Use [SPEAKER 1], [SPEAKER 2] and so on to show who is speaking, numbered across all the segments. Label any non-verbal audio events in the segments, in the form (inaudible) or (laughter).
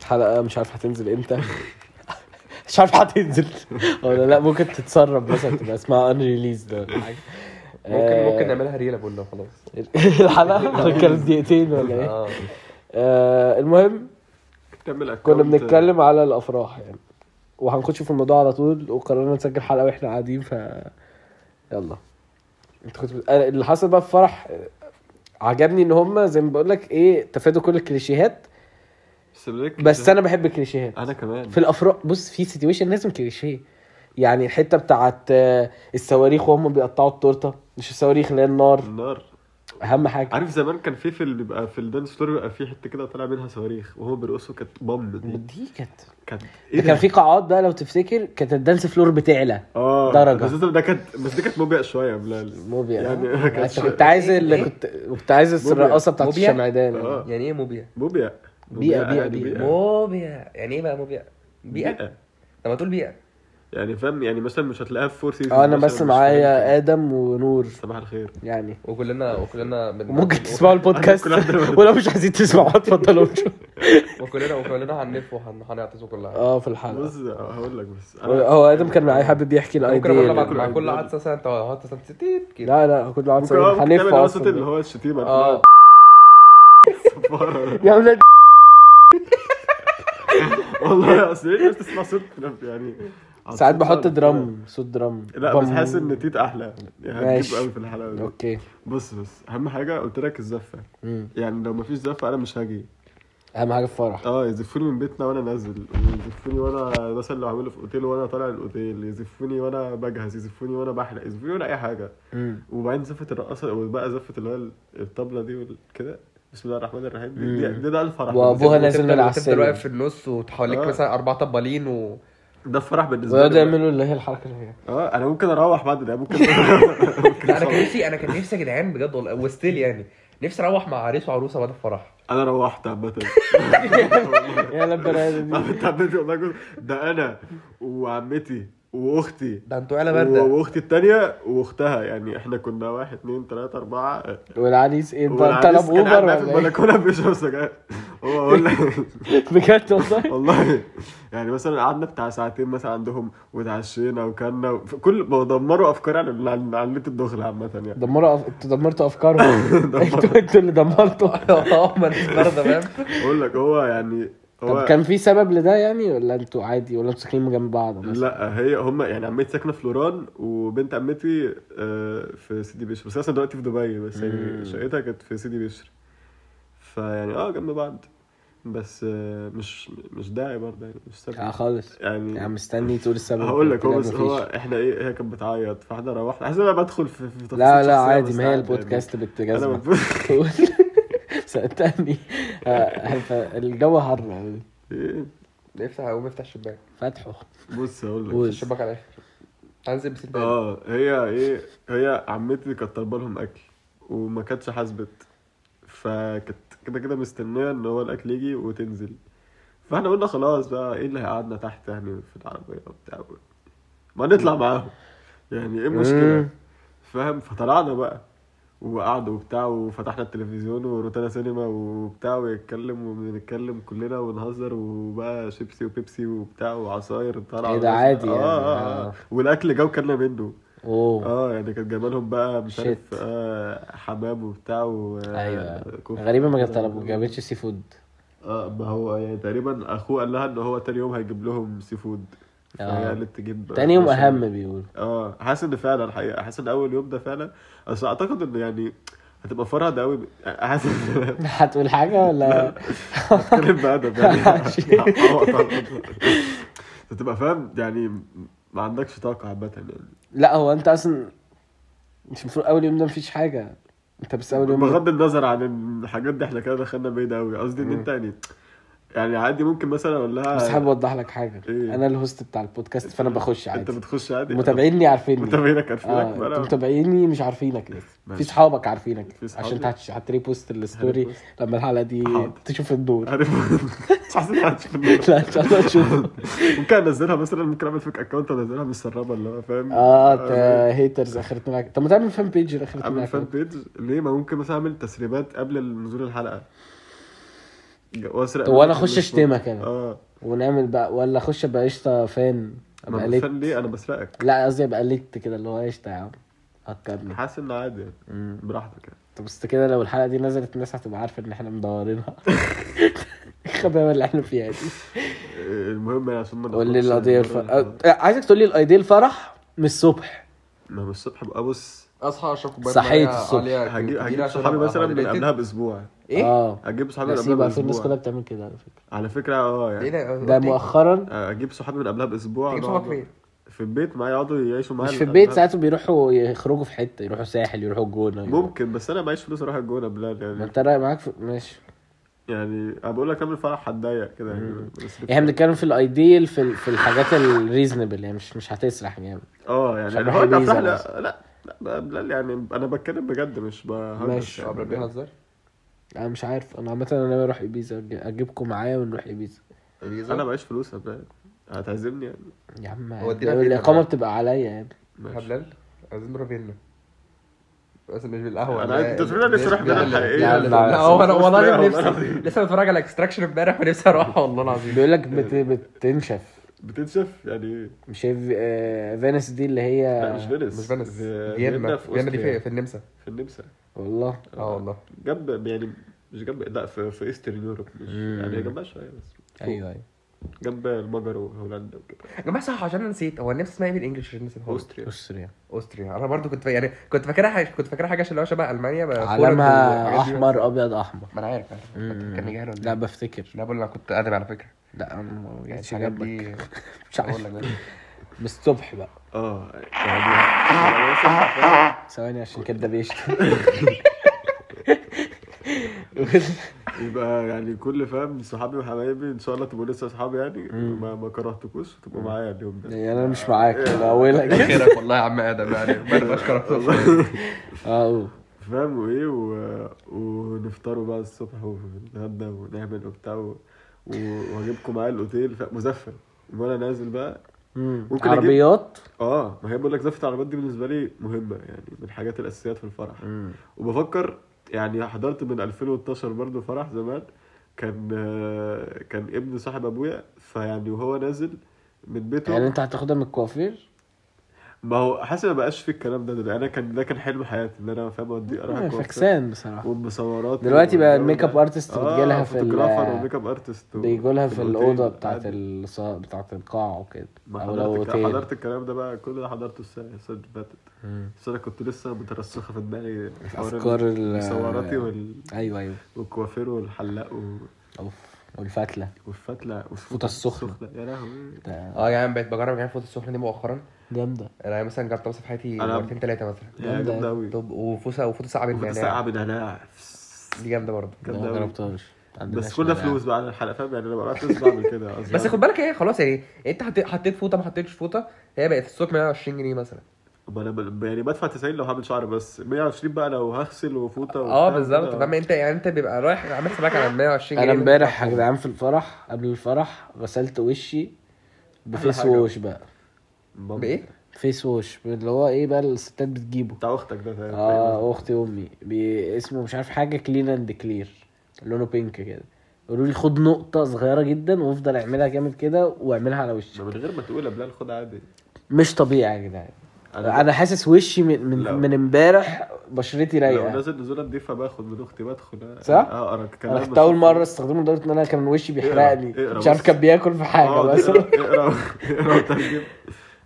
[SPEAKER 1] الحلقه مش عارف هتنزل امتى (laughs) مش عارف هتنزل ولا لا ممكن تتسرب مثلا تبقى اسمها ان ريليز ولا حاجه
[SPEAKER 2] ممكن ممكن
[SPEAKER 1] آه،
[SPEAKER 2] نعملها ريل ابونا خلاص
[SPEAKER 1] الحلقه كانت دقيقتين ولا
[SPEAKER 3] إيه؟
[SPEAKER 1] ايه
[SPEAKER 2] اه
[SPEAKER 1] آه، المهم
[SPEAKER 3] كمل
[SPEAKER 1] كنا
[SPEAKER 3] account.
[SPEAKER 1] بنتكلم على الافراح يعني وهنخش في الموضوع على طول وقررنا نسجل حلقه واحنا قاعدين ف يلا انت كنت بت... أنا اللي حصل بقى في فرح آه، عجبني ان هم زي ما بقول لك ايه تفادوا كل الكليشيهات
[SPEAKER 3] بس ليك-
[SPEAKER 1] بس انا بحب الكليشيهات
[SPEAKER 3] انا كمان
[SPEAKER 1] في الافراح بص في سيتويشن لازم كليشيه يعني الحته بتاعت آه، الصواريخ وهم بيقطعوا التورته مش الصواريخ اللي هي النار
[SPEAKER 3] النار
[SPEAKER 1] اهم حاجه
[SPEAKER 3] عارف زمان كان في في اللي بيبقى في الدانس ستوري بيبقى في حته كده طالع منها صواريخ وهو بيرقصوا كانت بامب دي
[SPEAKER 1] دي كانت
[SPEAKER 3] كانت
[SPEAKER 1] ده كان في قاعات بقى لو تفتكر كانت الدانس فلور بتعلى
[SPEAKER 3] اه
[SPEAKER 1] درجة.
[SPEAKER 3] بس ده كانت بس دي كانت موبيا شويه يا بلال
[SPEAKER 1] موبيا
[SPEAKER 3] يعني (laughs)
[SPEAKER 1] يعني
[SPEAKER 3] كانت
[SPEAKER 1] كنت,
[SPEAKER 3] شوية.
[SPEAKER 1] كنت عايز اللي كنت كنت عايز
[SPEAKER 3] موبيا.
[SPEAKER 1] الرقاصه بتاعت
[SPEAKER 2] موبيا؟
[SPEAKER 1] الشمعدان
[SPEAKER 3] آه.
[SPEAKER 2] يعني ايه موبيا؟
[SPEAKER 3] موبيا
[SPEAKER 1] بيئة-
[SPEAKER 3] موبيا
[SPEAKER 1] بيئة-
[SPEAKER 3] يعني
[SPEAKER 1] بيئة.
[SPEAKER 2] موبيا يعني ايه بقى موبيا؟ بيئة؟
[SPEAKER 3] بيئة.
[SPEAKER 2] طب ما تقول بيئة
[SPEAKER 3] يعني فاهم يعني مثلا مش هتلاقيها في فور سيزون
[SPEAKER 1] اه انا بس معايا ادم ونور
[SPEAKER 3] صباح الخير
[SPEAKER 1] يعني
[SPEAKER 2] وكلنا وكلنا من (laughs)
[SPEAKER 1] ممكن تسمعوا البودكاست
[SPEAKER 3] عندك كل واحد-
[SPEAKER 1] ولو مش عايزين تسمعوا اتفضلوا امشوا.
[SPEAKER 2] وكلنا وكلنا هنلف وهنعطس وكل
[SPEAKER 3] آه،
[SPEAKER 2] حاجه
[SPEAKER 1] اه في الحلقه
[SPEAKER 3] بص آه، هقول لك بس
[SPEAKER 1] هو ادم كان معايا حابب يحكي الاي
[SPEAKER 2] ممكن
[SPEAKER 1] دي
[SPEAKER 2] مرة مع-
[SPEAKER 3] كل
[SPEAKER 2] مع
[SPEAKER 3] واحد
[SPEAKER 2] كل
[SPEAKER 3] بيقول.
[SPEAKER 2] عطسه مثلا انت هتعطس انت تيت
[SPEAKER 1] لا
[SPEAKER 2] كده
[SPEAKER 1] لا كنت قاعد
[SPEAKER 3] ممكن اه ممكن
[SPEAKER 1] هنلف
[SPEAKER 3] تعمل وسط اللي
[SPEAKER 1] اصلا
[SPEAKER 3] هو الشتيمه
[SPEAKER 1] آه.
[SPEAKER 3] (laughs)
[SPEAKER 2] اه
[SPEAKER 3] الفارة.
[SPEAKER 1] يا ولاد
[SPEAKER 3] والله اصل ايه الناس تسمع صوت نف- (laughs) يعني
[SPEAKER 1] ساعات بحط
[SPEAKER 3] عطسان.
[SPEAKER 1] درام صوت درام
[SPEAKER 3] لا بس
[SPEAKER 1] بام.
[SPEAKER 3] حاسس ان تيت احلى يعني
[SPEAKER 1] ماشي.
[SPEAKER 3] هتجيب قوي في الحلقه دي
[SPEAKER 1] اوكي
[SPEAKER 3] بص بص اهم حاجه قلت لك الزفه
[SPEAKER 1] مم.
[SPEAKER 3] يعني لو مفيش زفه انا مش هاجي
[SPEAKER 1] اهم حاجه في الفرح
[SPEAKER 3] اه يزفوني من بيتنا وانا نازل يزفوني وانا مثلا لو عامله في اوتيل وانا طالع الاوتيل يزفوني وانا بجهز يزفوني وانا بحلق يزفوني وانا اي حاجه
[SPEAKER 1] مم.
[SPEAKER 3] وبعدين زفه الرقاصه وبقى زفه اللي هو الطبله دي وكده بسم الله الرحمن الرحيم دي-
[SPEAKER 1] مم.
[SPEAKER 3] دي ده, ده الفرح
[SPEAKER 1] وأبوها
[SPEAKER 3] بالنسبة لي.
[SPEAKER 1] نازل من
[SPEAKER 2] وتفضل-
[SPEAKER 1] العسل.
[SPEAKER 2] وتفضل واقف في النص وحواليك
[SPEAKER 3] آه.
[SPEAKER 2] مثلا اربع طبالين و
[SPEAKER 3] ده الفرح بالنسبه
[SPEAKER 1] ويقعدوا
[SPEAKER 3] لي
[SPEAKER 1] يعملوا اللي هي الحركه اللي هي
[SPEAKER 3] اه انا ممكن اروح بعد
[SPEAKER 1] (laughs)
[SPEAKER 3] ده ممكن
[SPEAKER 2] لا انا كان
[SPEAKER 1] يعني
[SPEAKER 3] (laughs)
[SPEAKER 2] نفسي انا كان نفسي يا جدعان بجد والله وستيل يعني نفسي اروح مع عريس وعروسه بعد الفرح
[SPEAKER 3] انا روحت عامه
[SPEAKER 1] (laughs) يا لبنا يا
[SPEAKER 3] (laughs) عملت عمتي والله جوز- ده انا وعمتي واختي
[SPEAKER 2] ده انتوا عيله (laughs)
[SPEAKER 3] و-
[SPEAKER 2] بارده
[SPEAKER 3] واختي التانية واختها يعني احنا كنا واحد اتنين تلاتة أربعة
[SPEAKER 1] والعريس ايه ده
[SPEAKER 3] والعريس
[SPEAKER 1] طلب
[SPEAKER 3] كان قاعد
[SPEAKER 1] اوبر
[SPEAKER 3] معايا في
[SPEAKER 1] ولا ايه؟
[SPEAKER 3] البلكونة بيشرب سجاير هو أقول لك
[SPEAKER 1] (laughs) بجد والله
[SPEAKER 3] والله يعني مثلا قعدنا بتاع ساعتين مثلا عندهم واتعشينا وكلنا و- كل دمروا أفكاري عن عن- عن ليلة الدخل عامة يعني
[SPEAKER 1] دمروا أف... انتوا دمرتوا
[SPEAKER 3] (laughs)
[SPEAKER 1] افكارهم (laughs)
[SPEAKER 3] دمروا.
[SPEAKER 1] انتوا انتوا اللي دمرتوا
[SPEAKER 2] اه ما انت بارده فاهم
[SPEAKER 3] أقول لك هو يعني هو
[SPEAKER 1] طب كان في سبب لده يعني ولا انتوا عادي ولا انتوا ساكنين جنب بعض مثلا؟
[SPEAKER 3] لا هي هم يعني عمتي ساكنه في لوران وبنت عمتي آه، في سيدي بشر بس هي اصلا دلوقتي في دبي بس
[SPEAKER 1] مم.
[SPEAKER 3] يعني شقتها كانت في سيدي بشر فيعني اه جنب بعض بس آه، مش مش داعي برضه يعني مش
[SPEAKER 1] اه
[SPEAKER 3] سبب
[SPEAKER 1] خالص يعني
[SPEAKER 3] يعني
[SPEAKER 1] مستني تقول السبب
[SPEAKER 3] هقول لك هو
[SPEAKER 1] طلع
[SPEAKER 3] بس
[SPEAKER 1] مفيش.
[SPEAKER 3] هو احنا ايه هي كانت بتعيط فاحنا روحنا حاسس ان انا بدخل في, في تفاصيل
[SPEAKER 1] لا
[SPEAKER 3] شخصية
[SPEAKER 1] لا عادي
[SPEAKER 3] بس
[SPEAKER 1] ما هي
[SPEAKER 3] عادي يعني.
[SPEAKER 1] البودكاست
[SPEAKER 3] انا
[SPEAKER 1] بالتجاذب
[SPEAKER 3] بتبص-
[SPEAKER 1] (laughs) صدقني آه، ف- الجو حر أوي.
[SPEAKER 3] (laughs) إيه؟
[SPEAKER 2] افتح اقوم افتح الشباك
[SPEAKER 1] فاتحه
[SPEAKER 3] بص هقول لك
[SPEAKER 1] قول.
[SPEAKER 2] الشباك على الاخر هنزل بسندال
[SPEAKER 3] اه هي ايه هي عمتي كانت طالبه لهم اكل وما كانتش حاسبت فكانت كده كده مستنيه ان هو الاكل يجي وتنزل فاحنا قلنا خلاص بقى ايه اللي هيقعدنا تحت يعني في العربيه وبتاع ما نطلع معاهم يعني ايه
[SPEAKER 1] مم.
[SPEAKER 3] المشكله فاهم فطلعنا بقى وقعدوا وبتاع وفتحنا التلفزيون وروتانا سينما وبتاع ويتكلم وبنتكلم كلنا ونهزر وبقى شيبسي وبيبسي وبتاع وعصاير طالعه
[SPEAKER 1] إيه ده
[SPEAKER 3] ونازلة.
[SPEAKER 1] عادي يعني،
[SPEAKER 3] اه, آه,
[SPEAKER 1] آه.
[SPEAKER 3] آه. والاكل جو كلنا منه
[SPEAKER 1] اوه
[SPEAKER 3] اه يعني كانت جايبه لهم بقى مش
[SPEAKER 1] Shit.
[SPEAKER 3] عارف آه حمام وبتاع و
[SPEAKER 1] أيوة.
[SPEAKER 3] كفته.
[SPEAKER 1] غريبه ما جت طلب ما جابتش سي فود
[SPEAKER 3] اه ما هو يعني تقريبا اخوه قال لها ان هو تاني يوم هيجيب لهم سي فود
[SPEAKER 1] آه.
[SPEAKER 3] فهي قالت تجيب
[SPEAKER 1] تاني يوم
[SPEAKER 3] مش-
[SPEAKER 1] اهم بيقولوا
[SPEAKER 3] اه حاسس ان فعلا الحقيقه حاسس ان اول يوم ده فعلا اصل اعتقد ان يعني هتبقى فرهد قوي حاسس
[SPEAKER 1] (laughs)
[SPEAKER 3] ان
[SPEAKER 1] (laughs) هتقول حاجه ولا
[SPEAKER 3] هتكلم بأدب يعني
[SPEAKER 1] ماشي. (laughs)
[SPEAKER 3] هعوق طبعاً. هتبقى فاهم يعني ما عندكش طاقه عامه يعني
[SPEAKER 1] لا هو انت اصلا مش المفروض اول يوم ده مفيش حاجه انت بس اول يوم
[SPEAKER 3] بغض النظر عن الحاجات دي احنا كده دخلنا بعيد قوي قصدي ان انت يعني يعني عادي ممكن مثلا اقول لها
[SPEAKER 1] بس حابب اوضح لك حاجه
[SPEAKER 3] إيه؟
[SPEAKER 1] انا الهوست بتاع البودكاست فانا بخش
[SPEAKER 3] انت
[SPEAKER 1] عادي
[SPEAKER 3] بتخش عادي
[SPEAKER 1] متابعيني عارفيني
[SPEAKER 3] متابعينك
[SPEAKER 1] اه
[SPEAKER 3] عارفينك
[SPEAKER 1] انتوا
[SPEAKER 3] بقى إيه.
[SPEAKER 1] متابعيني مش عارفينك لسه في
[SPEAKER 3] ماشي.
[SPEAKER 1] صحابك عارفينك
[SPEAKER 3] في صحابي؟
[SPEAKER 1] عشان انت هتش- هتريبوست الستوري
[SPEAKER 3] هريبوست.
[SPEAKER 1] لما الحلقه دي
[SPEAKER 3] حاضر.
[SPEAKER 1] تشوف الدور (laughs)
[SPEAKER 3] عارف (laughs) مش حاسس ان في النور.
[SPEAKER 1] لا ان شاء الله تشوف
[SPEAKER 3] ممكن انزلها مثلا ممكن اعمل فيك اكونت انزلها متسربه اللي هو فاهم آه،
[SPEAKER 1] اه انت هيترز اخرتنا معاك طب ما تعمل فان بيج اخرتنا
[SPEAKER 3] اعمل
[SPEAKER 1] معاك
[SPEAKER 3] فان بيج ليه ما ممكن مثلا اعمل تسريبات قبل نزول الحلقه واسرق
[SPEAKER 1] طب وانا
[SPEAKER 3] منك
[SPEAKER 1] اخش
[SPEAKER 3] الفلوس.
[SPEAKER 1] اشتمك انا
[SPEAKER 3] اه
[SPEAKER 1] ونعمل بقى ولا اخش ابقى قشطه فان
[SPEAKER 3] ما
[SPEAKER 1] ابقى
[SPEAKER 3] أنا
[SPEAKER 1] ليت
[SPEAKER 3] بتفن ليه انا بسرقك
[SPEAKER 1] لا قصدي ابقى ليت كده اللي هو قشطه يا عم هتكلم
[SPEAKER 3] حاسس ان عادي يعني براحتك يعني
[SPEAKER 1] طب بس كده لو الحلقه دي نزلت الناس هتبقى عارفه ان احنا مدورينها (laughs) الخبايا اللي احنا فيها دي
[SPEAKER 3] آه، المهم يعني عشان ما
[SPEAKER 1] قول لي
[SPEAKER 3] نخرجش
[SPEAKER 1] القضيه
[SPEAKER 3] بره
[SPEAKER 1] الفرح
[SPEAKER 3] الحوار.
[SPEAKER 1] عايزك تقول لي القضيه الفرح من الصبح
[SPEAKER 3] ما هو الصبح بقى بص
[SPEAKER 2] اصحى اشرب كوبايه
[SPEAKER 1] صحيت
[SPEAKER 2] مية
[SPEAKER 1] الصبح.
[SPEAKER 2] عالية
[SPEAKER 3] هجيب
[SPEAKER 2] كبيرة
[SPEAKER 3] هجيب
[SPEAKER 2] عشان
[SPEAKER 3] صحابي
[SPEAKER 2] أبقى
[SPEAKER 3] مثلا من
[SPEAKER 2] hydrated.
[SPEAKER 3] قبلها باسبوع
[SPEAKER 2] ايه؟
[SPEAKER 1] اه
[SPEAKER 3] هجيب صحابي من قبلها
[SPEAKER 1] نسيبها في الناس كلها
[SPEAKER 3] باسبوع
[SPEAKER 1] بتعمل كده على فكره
[SPEAKER 3] على فكره اه
[SPEAKER 2] ايه
[SPEAKER 3] يعني
[SPEAKER 2] ده؟
[SPEAKER 1] ده مؤخرا
[SPEAKER 3] اجيب صحابي من قبلها باسبوع
[SPEAKER 2] تجيب
[SPEAKER 3] نقعد-
[SPEAKER 2] صحابك فين؟
[SPEAKER 3] في البيت معايا يقعدوا يعيشوا معايا
[SPEAKER 1] مش في
[SPEAKER 3] من
[SPEAKER 1] البيت
[SPEAKER 3] قبلها.
[SPEAKER 1] ساعات بيروحوا يخرجوا في حته يروحوا ساحل يروحوا الجونه
[SPEAKER 3] ممكن بس انا معيش فلوس اروح الجونه بلاد
[SPEAKER 1] ما
[SPEAKER 3] يعني
[SPEAKER 1] انت رايح معاك في... ماشي
[SPEAKER 3] يعني انا بقول لك اعمل فرح هتضيق كده يعني بس-
[SPEAKER 1] احنا بنتكلم في الايديل في ال- في الحاجات الريزنبل يعني مش مش هتسرح جامد
[SPEAKER 3] اه
[SPEAKER 1] مش
[SPEAKER 3] يعني
[SPEAKER 1] عارف
[SPEAKER 3] هو انت
[SPEAKER 1] بيزا
[SPEAKER 3] افراح
[SPEAKER 1] مثلا.
[SPEAKER 3] لا لا لا بقى بلال يعني انا بتكلم بجد مش بهزر
[SPEAKER 1] ماشي.
[SPEAKER 3] يعني.
[SPEAKER 2] قبل بيهزر
[SPEAKER 1] انا مش عارف انا عامه انا ناوي اروح ايبيزا أج- اجيبكم معايا ونروح ايبيزا
[SPEAKER 3] انا معيش فلوس يا بلال هتعزمني يعني
[SPEAKER 1] يا عم
[SPEAKER 2] ودينا فين
[SPEAKER 1] الاقامه
[SPEAKER 2] دلوقتي؟
[SPEAKER 1] بتبقى عليا يعني
[SPEAKER 3] ماشي
[SPEAKER 2] هبلال عايزين نروح فين؟ بس مش بالقهوه
[SPEAKER 3] أنا عايز- أنت تقول لي نفسي أروح فيينا الحقيقية.
[SPEAKER 1] لا،
[SPEAKER 2] لا هو انا
[SPEAKER 3] بس
[SPEAKER 2] والله
[SPEAKER 3] بقى
[SPEAKER 2] أنا
[SPEAKER 3] والله.
[SPEAKER 2] نفسي لسه بتفرج على اكستراكشن امبارح ونفسي اروح والله العظيم
[SPEAKER 1] بيقول لك بت... بتنشف
[SPEAKER 3] بتنشف يعني إيه؟
[SPEAKER 1] مش هي في... آه... فينس دي اللي هي
[SPEAKER 3] لا مش فينيس
[SPEAKER 2] آه، مش فينيس
[SPEAKER 3] في-
[SPEAKER 2] فيينا فيينا دي
[SPEAKER 3] أوستريا،
[SPEAKER 2] في في النمسا
[SPEAKER 3] في النمسا
[SPEAKER 1] والله
[SPEAKER 2] اه والله
[SPEAKER 3] جنب يعني مش جنب لا في في ايسترن يوروب مش
[SPEAKER 1] مم.
[SPEAKER 3] يعني جنبها شويه بس فوق.
[SPEAKER 1] ايوه ايوه
[SPEAKER 3] جنب المجر وهولندا وكده
[SPEAKER 2] يا جماعه صح عشان انا نسيت هو النمسا اسمها ايه بالانجلش عشان نسيت خالص
[SPEAKER 3] اوستريا
[SPEAKER 1] استريا
[SPEAKER 2] اوستريا انا برضو كنت فا- يعني كنت فاكرها حاجه كنت فاكرها حاجه عشان اللي هو شبه المانيا بقى كورة
[SPEAKER 1] علامها
[SPEAKER 2] وحاجات دي.
[SPEAKER 1] احمر ابيض احمر
[SPEAKER 2] ما انا عارف أنا كنت- كان جاهل
[SPEAKER 1] لا بفتكر
[SPEAKER 2] إيه؟ لا بقول انا كنت ادب على فكره
[SPEAKER 1] لا أنا ما
[SPEAKER 2] يعني
[SPEAKER 1] جاتش
[SPEAKER 2] الحاجات
[SPEAKER 1] جنبك
[SPEAKER 2] دي
[SPEAKER 1] مش
[SPEAKER 2] بقول
[SPEAKER 1] عارف
[SPEAKER 2] لك
[SPEAKER 1] (laughs)
[SPEAKER 2] بقى.
[SPEAKER 1] من الصبح بقى
[SPEAKER 3] اه يعني (laughs)
[SPEAKER 1] ثواني عشان كده (laughs) بيشتم
[SPEAKER 3] يبقى يعني كل فاهم صحابي وحبايبي ان شاء الله تبقوا لسه اصحابي يعني
[SPEAKER 1] مم.
[SPEAKER 3] ما, ما كرهتكوش وتبقوا معايا اليوم ده
[SPEAKER 1] يعني انا مش معاك انا اولها كده
[SPEAKER 2] خيرك والله يا عم ادم يعني ما بشكرك
[SPEAKER 1] (laughs) اه أوه.
[SPEAKER 3] فاهم وايه و... ونفطروا بقى الصبح ونتغدى ونعمل وبتاع و... و... واجيبكم معايا الاوتيل ف... مزفت وانا نازل بقى
[SPEAKER 1] مم.
[SPEAKER 3] ممكن أجيب-
[SPEAKER 1] عربيات
[SPEAKER 3] اه ما هي بقول لك زفت العربيات دي بالنسبه لي مهمه يعني من الحاجات الاساسيات في الفرح وبفكر يعني حضرت من 2012 برضو فرح زمان كان آه، كان ابن صاحب ابويا فيعني وهو نازل من بيته
[SPEAKER 1] يعني انت هتاخدها من الكوافير
[SPEAKER 3] ما هو حاسس ما بقاش في الكلام ده دلوقتي انا كان ده كان حلم حياتي ان انا فاهم اودي اروح
[SPEAKER 1] آه،
[SPEAKER 3] الكوافير
[SPEAKER 1] فاكسان بصراحه
[SPEAKER 3] وبمصورات
[SPEAKER 1] دلوقتي بقى
[SPEAKER 3] والجو
[SPEAKER 1] الميك اب
[SPEAKER 3] ده.
[SPEAKER 1] ارتست بتجيلها في ال-
[SPEAKER 3] آه، فوتوغرافر وميك اب ارتست و-
[SPEAKER 1] بيجولها في
[SPEAKER 3] الأوتيل.
[SPEAKER 1] الاوضه بتاعت
[SPEAKER 3] عادي.
[SPEAKER 1] الص... بتاعت القاعه وكده
[SPEAKER 3] ما
[SPEAKER 1] او
[SPEAKER 3] حضرت
[SPEAKER 1] لو
[SPEAKER 3] الك-
[SPEAKER 1] اوتيل
[SPEAKER 3] حضرت الكلام ده بقى كل ده حضرته السنه السنه اللي فاتت
[SPEAKER 1] مم.
[SPEAKER 3] بس انا كنت لسه مترسخه في دماغي حوار
[SPEAKER 1] افكار ال-
[SPEAKER 3] مصوراتي وال...
[SPEAKER 1] ايوه ايوه
[SPEAKER 3] والكوافير والحلاق و...
[SPEAKER 1] اوف والفتله
[SPEAKER 3] والفتله والفوطه
[SPEAKER 1] الفوطة السخنة.
[SPEAKER 3] يا لهوي
[SPEAKER 1] ده
[SPEAKER 2] اه يا عم بقيت بجرب يعني فوت السخنه دي يعني مؤخرا
[SPEAKER 1] جامده
[SPEAKER 2] انا مثلا جربت مثلا في حياتي
[SPEAKER 3] أنا-
[SPEAKER 2] مرتين ثلاثه مثلا
[SPEAKER 3] يا
[SPEAKER 1] جامدة
[SPEAKER 3] جامده قوي
[SPEAKER 2] طب وفوسه وفوسه صعب
[SPEAKER 3] ساعه
[SPEAKER 2] النعناع
[SPEAKER 3] بنعناع
[SPEAKER 2] يعني. دي جامده برضه
[SPEAKER 1] ده
[SPEAKER 3] جامده
[SPEAKER 1] ما
[SPEAKER 3] قوي
[SPEAKER 1] جربتهاش عندناش
[SPEAKER 3] بس كل ده
[SPEAKER 1] هنا يعني.
[SPEAKER 3] فلوس بقى على الحلقه فاهم يعني انا بقى فلوس بعمل كده أصلاً.
[SPEAKER 2] بس خد بالك ايه خلاص يعني انت حطيت- حطيت فوطه ما حطيتش فوطه هي بقت السوق 120 جنيه مثلا
[SPEAKER 3] ما انا ب- يعني بدفع 90 لو هعمل شعر بس 120 بقى لو هغسل
[SPEAKER 1] آه،
[SPEAKER 3] وفوطه
[SPEAKER 2] اه
[SPEAKER 3] وبتاع
[SPEAKER 2] بالظبط
[SPEAKER 3] كده.
[SPEAKER 2] فاهم انت يعني انت بيبقى رايح عامل حسابك على 120 جنيه
[SPEAKER 1] انا امبارح يا جدعان في الفرح قبل الفرح غسلت وشي بفيس
[SPEAKER 3] حاجة.
[SPEAKER 1] ووش بقى
[SPEAKER 3] ماما.
[SPEAKER 2] بايه؟
[SPEAKER 1] فيس ووش اللي هو ايه بقى اللي الستات بتجيبه
[SPEAKER 3] بتاع اختك ده فاهم
[SPEAKER 1] اه اختي وامي بي- اسمه مش عارف حاجه كلين اند كلير لونه بينك كده قالوا لي خد نقطه صغيره جدا وافضل اعملها جامد كده واعملها على
[SPEAKER 3] ما
[SPEAKER 1] وشك
[SPEAKER 3] من غير ما تقول يا بلال خد عادي
[SPEAKER 1] مش طبيعي يا جدعان انا حاسس وشي من من,
[SPEAKER 3] لا.
[SPEAKER 1] من امبارح بشرتي
[SPEAKER 3] لو
[SPEAKER 1] رايقه
[SPEAKER 3] نازل نزوله نضيفه باخد من اختي بدخل
[SPEAKER 1] صح؟
[SPEAKER 3] اه اقرا الكلام
[SPEAKER 1] انا كنت اول مره استخدمه لدرجه ان انا كان وشي بيحرقني
[SPEAKER 3] اقرا
[SPEAKER 1] مش عارف
[SPEAKER 3] بس.
[SPEAKER 1] كان بياكل في حاجه
[SPEAKER 3] آه،
[SPEAKER 1] بس
[SPEAKER 3] اقرا اقرا اقرا وترجم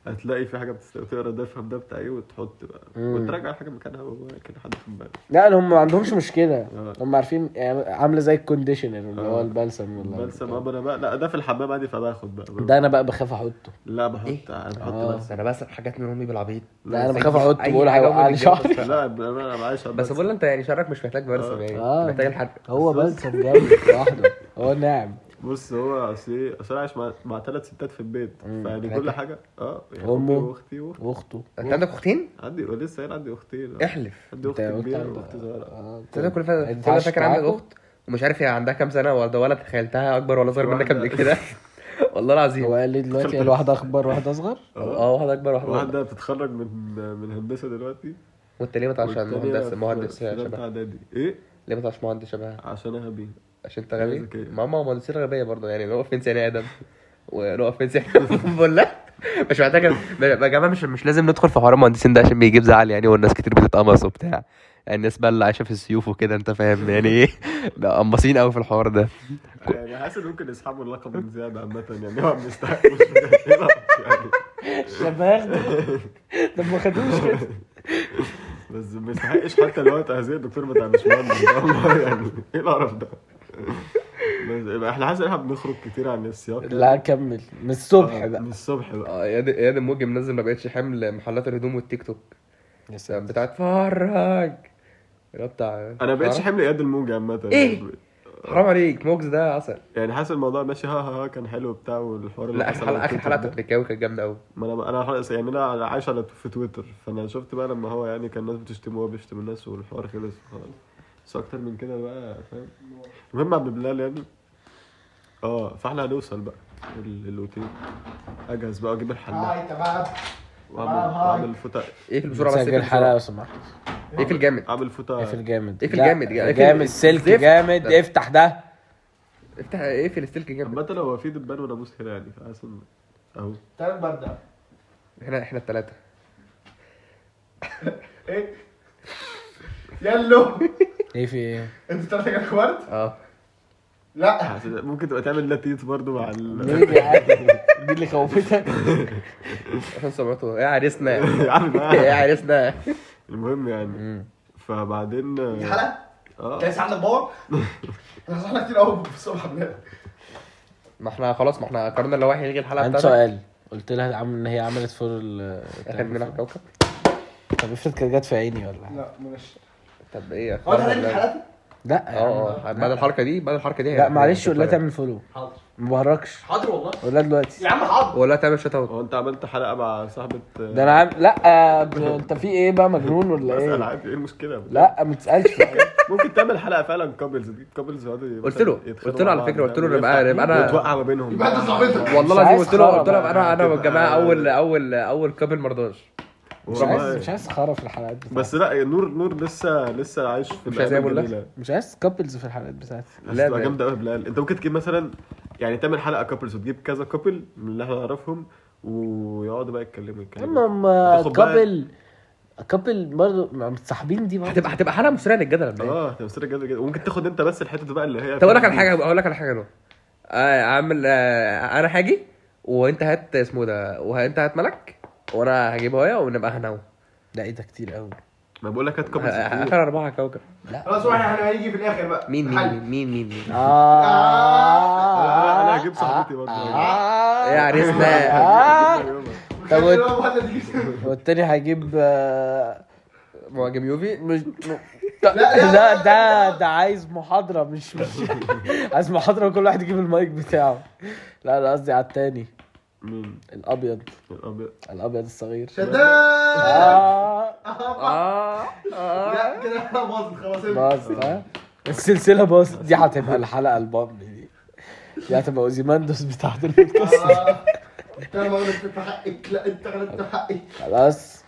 [SPEAKER 3] هتلاقي في حاجه بتست- بتقرا ده افهم ده بتاع ايه وتحط بقى
[SPEAKER 1] مم.
[SPEAKER 3] وتراجع الحاجه مكانها وكان حد في بالك
[SPEAKER 1] (laughs) لا أنا هم ما عندهمش مشكله
[SPEAKER 3] آه.
[SPEAKER 1] هم عارفين يعني عامله زي الكونديشنر اللي هو
[SPEAKER 3] آه.
[SPEAKER 1] البلسم ولا
[SPEAKER 3] بلسم ابا انا بقى لا ده في الحمام عادي فباخد بقى
[SPEAKER 1] ده انا بقى بخاف احطه
[SPEAKER 3] لا بحط
[SPEAKER 2] إيه؟
[SPEAKER 3] انا
[SPEAKER 1] آه.
[SPEAKER 3] بحط بس
[SPEAKER 2] بس انا بسرق حاجات من امي بالعبيط
[SPEAKER 1] لا انا
[SPEAKER 2] بس
[SPEAKER 1] بخاف
[SPEAKER 2] أي-
[SPEAKER 1] احطه
[SPEAKER 2] أي
[SPEAKER 1] بقول
[SPEAKER 2] حاجة أمي
[SPEAKER 1] هيوقع لي
[SPEAKER 2] بتجيبها (laughs)
[SPEAKER 1] شعري
[SPEAKER 3] لا انا معيش
[SPEAKER 2] بس بقول انت يعني شعرك مش محتاج برسم
[SPEAKER 3] آه.
[SPEAKER 2] يعني
[SPEAKER 1] آه.
[SPEAKER 2] محتاج الحرق
[SPEAKER 1] هو
[SPEAKER 3] بس هو-
[SPEAKER 1] بلسم جامد لوحده (laughs) هو ناعم
[SPEAKER 3] بص هو اصل ايه اصل انا عايش مع, مع ثلاث ستات في البيت
[SPEAKER 1] مم.
[SPEAKER 3] فيعني
[SPEAKER 2] تلاتة.
[SPEAKER 3] كل حاجه اه يعني
[SPEAKER 1] أمه.
[SPEAKER 3] امي واختي واختي
[SPEAKER 1] واخته
[SPEAKER 2] انت عندك اختين؟
[SPEAKER 3] عندي لسه هنا عندي اختين
[SPEAKER 2] إيه؟ احلف
[SPEAKER 3] عندي اخت
[SPEAKER 1] أنت قلت
[SPEAKER 3] كبيره
[SPEAKER 1] عندك-
[SPEAKER 3] واخت صغيره
[SPEAKER 1] آه،
[SPEAKER 2] تصدق كل
[SPEAKER 1] أنت
[SPEAKER 2] فا- كل
[SPEAKER 1] عايش
[SPEAKER 2] فاكر عندك
[SPEAKER 1] معاكم؟
[SPEAKER 2] اخت ومش عارف هي عندها كام سنه ولا ولا تخيلتها اكبر ولا اصغر منك قبل كده (laughs) والله
[SPEAKER 1] هو
[SPEAKER 2] (laughs) العظيم
[SPEAKER 1] قال لي دلوقتي قال واحده اكبر واحده اصغر
[SPEAKER 2] اه واحده اكبر واحده أصغر.
[SPEAKER 3] واحده بتتخرج من من هندسه دلوقتي
[SPEAKER 2] والتانية ما تعرفش عن
[SPEAKER 3] والتانية
[SPEAKER 2] مهندس
[SPEAKER 3] في-
[SPEAKER 2] مهندس يعني
[SPEAKER 3] في تالتة
[SPEAKER 2] شبه
[SPEAKER 3] اعدادي ايه
[SPEAKER 2] ليه ما تعرفش مهندس شبهها
[SPEAKER 3] عشان انا غبي
[SPEAKER 2] عشان انت غبي
[SPEAKER 3] ذكية.
[SPEAKER 2] ماما مهندسين غبيه برضه يعني نو اوفنس يعني ادم ونو اوفنس يعني (laughs) بقول لا مش محتاج يا جماعه مش مش لازم ندخل في حوار المهندسين ده عشان بيجيب زعل يعني والناس كتير بتتقمص وبتاع يعني الناس بقى اللي عايشه في السيوف وكده انت فاهم يعني ايه (laughs) بقى قمصين قوي في الحوار ده
[SPEAKER 3] يعني حاسس ان ممكن يسحبوا اللقب من زياد عامة يعني هو ما يستحقوش يعني.
[SPEAKER 1] (laughs) شباب ده ما خدوش كده
[SPEAKER 3] بس ما يستحقش حتى اللي هو تهزيء الدكتور بتاع باشمهندس ده والله يعني ايه القرف ده بس يبقى احنا حاسس ان احنا بنخرج كتير عن السياق
[SPEAKER 1] لا كمل من الصبح
[SPEAKER 3] آه،
[SPEAKER 1] بقى
[SPEAKER 3] من الصبح بقى
[SPEAKER 2] اه اياد اياد الموجي منزل ما بقتش حمل محلات الهدوم والتيك توك بتاعت فرج اللي هو بتاع
[SPEAKER 3] انا بقتش حمل اياد الموج عامة
[SPEAKER 2] إيه؟ حرام عليك موجز ده عسل
[SPEAKER 3] يعني حاسس الموضوع ماشي ها ها ها كان حلو بتاع والحوار اللي
[SPEAKER 2] لا اخر
[SPEAKER 3] حصل
[SPEAKER 2] حلقه
[SPEAKER 3] على
[SPEAKER 2] اخر
[SPEAKER 3] تويتر
[SPEAKER 2] حلقه
[SPEAKER 3] ده.
[SPEAKER 2] تكنيكاوي كانت جامده قوي
[SPEAKER 3] ما انا انا خلاص يعني انا عايش على في تويتر فانا شفت بقى لما هو يعني كان الناس بتشتمه وهو بيشتم الناس والحوار خلص خلاص بس اكتر من كده بقى فاهم المهم عبد بلال يعني اه فاحنا هنوصل بقى ال- الاوتيل اجهز بقى اجيب الحلاق
[SPEAKER 4] هاي تمام
[SPEAKER 3] واعمل واعمل فوطه
[SPEAKER 2] ايه في البسرعه بس إيه في
[SPEAKER 1] سجل
[SPEAKER 2] البسرعة؟
[SPEAKER 1] حلقه لو سمحت
[SPEAKER 2] ايه في الجامد
[SPEAKER 3] اعمل فوطه
[SPEAKER 1] اقفل جامد
[SPEAKER 2] اقفل
[SPEAKER 1] لا،
[SPEAKER 2] جامد، اقفل
[SPEAKER 1] جامد سلك
[SPEAKER 2] زفت.
[SPEAKER 1] جامد افتح ده
[SPEAKER 2] افتح ايه في الستيلك جامد
[SPEAKER 3] عامة هو في دبان وناموس هنا يعني فحاسس إن- اهو
[SPEAKER 4] تمام برده
[SPEAKER 2] احنا احنا الثلاثه
[SPEAKER 4] ايه يلو
[SPEAKER 1] ايه في
[SPEAKER 2] (laughs)
[SPEAKER 1] ايه
[SPEAKER 4] انتوا ثلاثه كده كوارت
[SPEAKER 2] اه
[SPEAKER 4] لا
[SPEAKER 3] حاسس- ممكن تبقى تعمل لاتيت برضو مع ال (laughs)
[SPEAKER 1] ليه دي عادي؟ دي اللي (laughs) خوفتك
[SPEAKER 2] احنا سمعته ايه عريسنا
[SPEAKER 1] (laughs)
[SPEAKER 3] عامل
[SPEAKER 2] ايه
[SPEAKER 3] يعني
[SPEAKER 1] يعني.
[SPEAKER 3] بقى.
[SPEAKER 2] عريسنا
[SPEAKER 3] المهم يعني فبعدين آه،
[SPEAKER 4] دي حلقه
[SPEAKER 3] اه
[SPEAKER 4] جاي عندك باور انا حصل كتير قوي في الصبح بجد
[SPEAKER 2] ما احنا خلاص ما احنا قررنا لو واحد يلغي الحلقه
[SPEAKER 1] عندي
[SPEAKER 2] بتاعتنا
[SPEAKER 1] سؤال قلت لها عم- ان هي عملت فور ال
[SPEAKER 2] اخد منها كوكب
[SPEAKER 1] طب افرض كانت جت في عيني ولا حاجة؟
[SPEAKER 4] لا مش
[SPEAKER 2] طب ايه
[SPEAKER 4] هو انت هتعمل
[SPEAKER 2] اه
[SPEAKER 4] حلقتي
[SPEAKER 1] لا يا عم.
[SPEAKER 2] اه بعد الحركه دي بعد الحركه دي
[SPEAKER 1] لا معلش قول لها تعمل فولو
[SPEAKER 4] حاضر
[SPEAKER 1] مبهركش
[SPEAKER 4] حاضر والله
[SPEAKER 1] قول لها دلوقتي
[SPEAKER 4] يا عم حاضر
[SPEAKER 2] ولا تعمل شوت اوت
[SPEAKER 3] هو انت عملت حلقه مع آه، صاحبه
[SPEAKER 1] ده انا عم... لا ب- انت في ايه بقى مجنون ولا
[SPEAKER 3] بسأل
[SPEAKER 1] ايه؟
[SPEAKER 3] عادي ايه المشكله
[SPEAKER 1] لا ما تسالش
[SPEAKER 3] (laughs) ممكن تعمل حلقه فعلا كابلز دي كابلز
[SPEAKER 2] قلت له- قلت له على فكرة، قلت له نبقى- نبقى أنا-
[SPEAKER 3] توقع ما بينهم
[SPEAKER 4] يبقى انت صاحبتك
[SPEAKER 1] مش
[SPEAKER 2] والله العظيم
[SPEAKER 1] عايز
[SPEAKER 2] قلت له قلت
[SPEAKER 1] خرا بقى.
[SPEAKER 2] له انا انا
[SPEAKER 3] هتبقى-
[SPEAKER 2] والجماعه اول اول اول كابل ما رضاش
[SPEAKER 1] مش
[SPEAKER 3] والله.
[SPEAKER 1] عايز مش عايز خرا في الحلقات بتاعتي
[SPEAKER 3] بس لا نور نور لسه لسه عايش في
[SPEAKER 2] مش عايز
[SPEAKER 3] الأيام
[SPEAKER 2] أقول لك.
[SPEAKER 3] الجميلة.
[SPEAKER 1] مش عايز كابلز في الحلقات بتاعتي
[SPEAKER 3] بس
[SPEAKER 2] لا،
[SPEAKER 3] تبقى
[SPEAKER 2] لا.
[SPEAKER 3] جامده قوي بلال انت ممكن تجيب مثلا يعني تعمل حلقه كابلز وتجيب كذا كابل من اللي احنا نعرفهم ويقعدوا بقى يتكلموا
[SPEAKER 1] اما
[SPEAKER 3] يتكلموا
[SPEAKER 1] ما
[SPEAKER 3] تاخد يعني بقى-
[SPEAKER 1] كابل كابل آه، برضه مع متصاحبين دي برضه
[SPEAKER 2] هتبقى هتبقى حلقه مثيره للجدل بقى
[SPEAKER 3] اه انت مصير جامد جدا وممكن تاخد انت بس الحته بقى اللي هي
[SPEAKER 2] طب اقول لك على حاجه اقول لك على حاجه نور آه، اعمل آه، انا هاجي وانت هات اسمه ده وانت هات ملك وانا هجيبها هي ونبقى هنو
[SPEAKER 1] لا ايه ده كتير قوي
[SPEAKER 3] ما بقول لك هات كابلز كتير.
[SPEAKER 2] اخر اربعه كوكب
[SPEAKER 4] خلاص واحد هنيجي في الاخر بقى
[SPEAKER 2] مين مين مين مين مين
[SPEAKER 1] آه
[SPEAKER 3] انا أنا هجيب صاحبتي برضه
[SPEAKER 2] يا
[SPEAKER 1] يعني (laughs)
[SPEAKER 2] عريسنا
[SPEAKER 1] آه. طب وإنت-
[SPEAKER 2] (laughs)
[SPEAKER 4] طب
[SPEAKER 1] والتاني هجيب آه،
[SPEAKER 2] مهاجم يوفي
[SPEAKER 1] مش لا
[SPEAKER 4] لا،
[SPEAKER 1] ده
[SPEAKER 4] لا،
[SPEAKER 1] ده ده عايز محاضرة مش مش عايز محاضرة وكل واحد يجيب المايك بتاعه لا انا قصدي على التاني
[SPEAKER 3] مين
[SPEAKER 1] الابيض
[SPEAKER 3] الابيض
[SPEAKER 1] الابيض الصغير
[SPEAKER 4] شداد
[SPEAKER 1] آه
[SPEAKER 2] اه اه
[SPEAKER 4] لا كده انا باظت خلاص
[SPEAKER 1] باظت ها؟ آه. السلسلة باظت دي هتبقى الحلقة البامب دي دي هتبقى اوزيماندوس بتاعت البودكاست
[SPEAKER 4] آه. انت ما غلطت في حقك لا انت غلطت في حقك
[SPEAKER 1] خلاص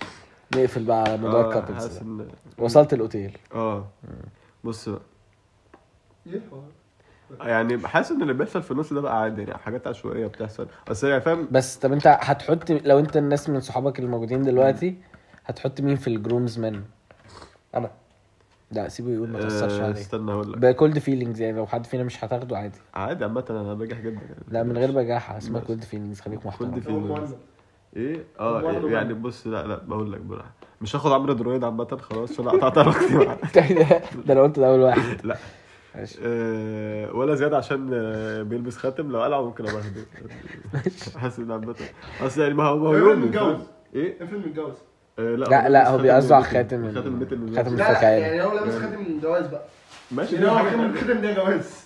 [SPEAKER 1] نقفل بقى على موضوع
[SPEAKER 3] آه، حاسس
[SPEAKER 1] الكابلز ده.
[SPEAKER 3] ان
[SPEAKER 1] وصلت الاوتيل
[SPEAKER 3] اه بص بقى
[SPEAKER 4] ايه الحوار؟
[SPEAKER 3] يعني حاسس ان اللي بيحصل في النص ده بقى عادي يعني حاجات عشوائيه بتحصل بس يعني فاهم
[SPEAKER 1] بس طب انت هتحط لو انت الناس من صحابك اللي موجودين دلوقتي هتحط مين في الجرومز مان
[SPEAKER 2] انا
[SPEAKER 1] لا سيبه يقول ما تاثرش
[SPEAKER 3] آه،
[SPEAKER 1] عليه
[SPEAKER 3] استنى هقول لك
[SPEAKER 1] بكولد فيلينجز يعني لو حد فينا مش هتاخده عادي
[SPEAKER 3] عادي عامه انا بجح جدا يعني.
[SPEAKER 1] لا من غير بجاحه اسمها
[SPEAKER 3] بس.
[SPEAKER 1] كولد فيلينجز خليك محترم
[SPEAKER 3] Cold
[SPEAKER 4] هو
[SPEAKER 3] feelings.
[SPEAKER 4] مؤنث.
[SPEAKER 3] ايه اه
[SPEAKER 4] برضه
[SPEAKER 3] إيه، يعني بص لا لا بقول لك براحه مش هاخد عمرو درويد عامه خلاص عشان أنا قطعت علاقتي
[SPEAKER 1] (laughs)
[SPEAKER 3] معاه
[SPEAKER 1] (laughs) ده لو قلت ده اول واحد
[SPEAKER 3] لا
[SPEAKER 1] ماشي.
[SPEAKER 3] آه، ولا زياد عشان آه، بيلبس خاتم لو قلعه ممكن ابقى اهديه حاسس ان عامه اصل يعني ما هو ما هو
[SPEAKER 4] الراجل
[SPEAKER 3] يوم
[SPEAKER 4] متجوز.
[SPEAKER 3] ايه
[SPEAKER 4] افرض متجوز
[SPEAKER 3] آه،
[SPEAKER 1] لا، لا، هو بيقصده على خاتم ال-
[SPEAKER 3] خاتم ميت
[SPEAKER 1] خاتم
[SPEAKER 4] لا
[SPEAKER 1] مش
[SPEAKER 4] لا
[SPEAKER 1] فاكهة.
[SPEAKER 4] يعني هو لابس خاتم جواز بقى
[SPEAKER 3] ماشي
[SPEAKER 4] (laughs) يعني
[SPEAKER 3] دي
[SPEAKER 4] هو
[SPEAKER 3] حاجة
[SPEAKER 4] خاتم خاتم ده جواز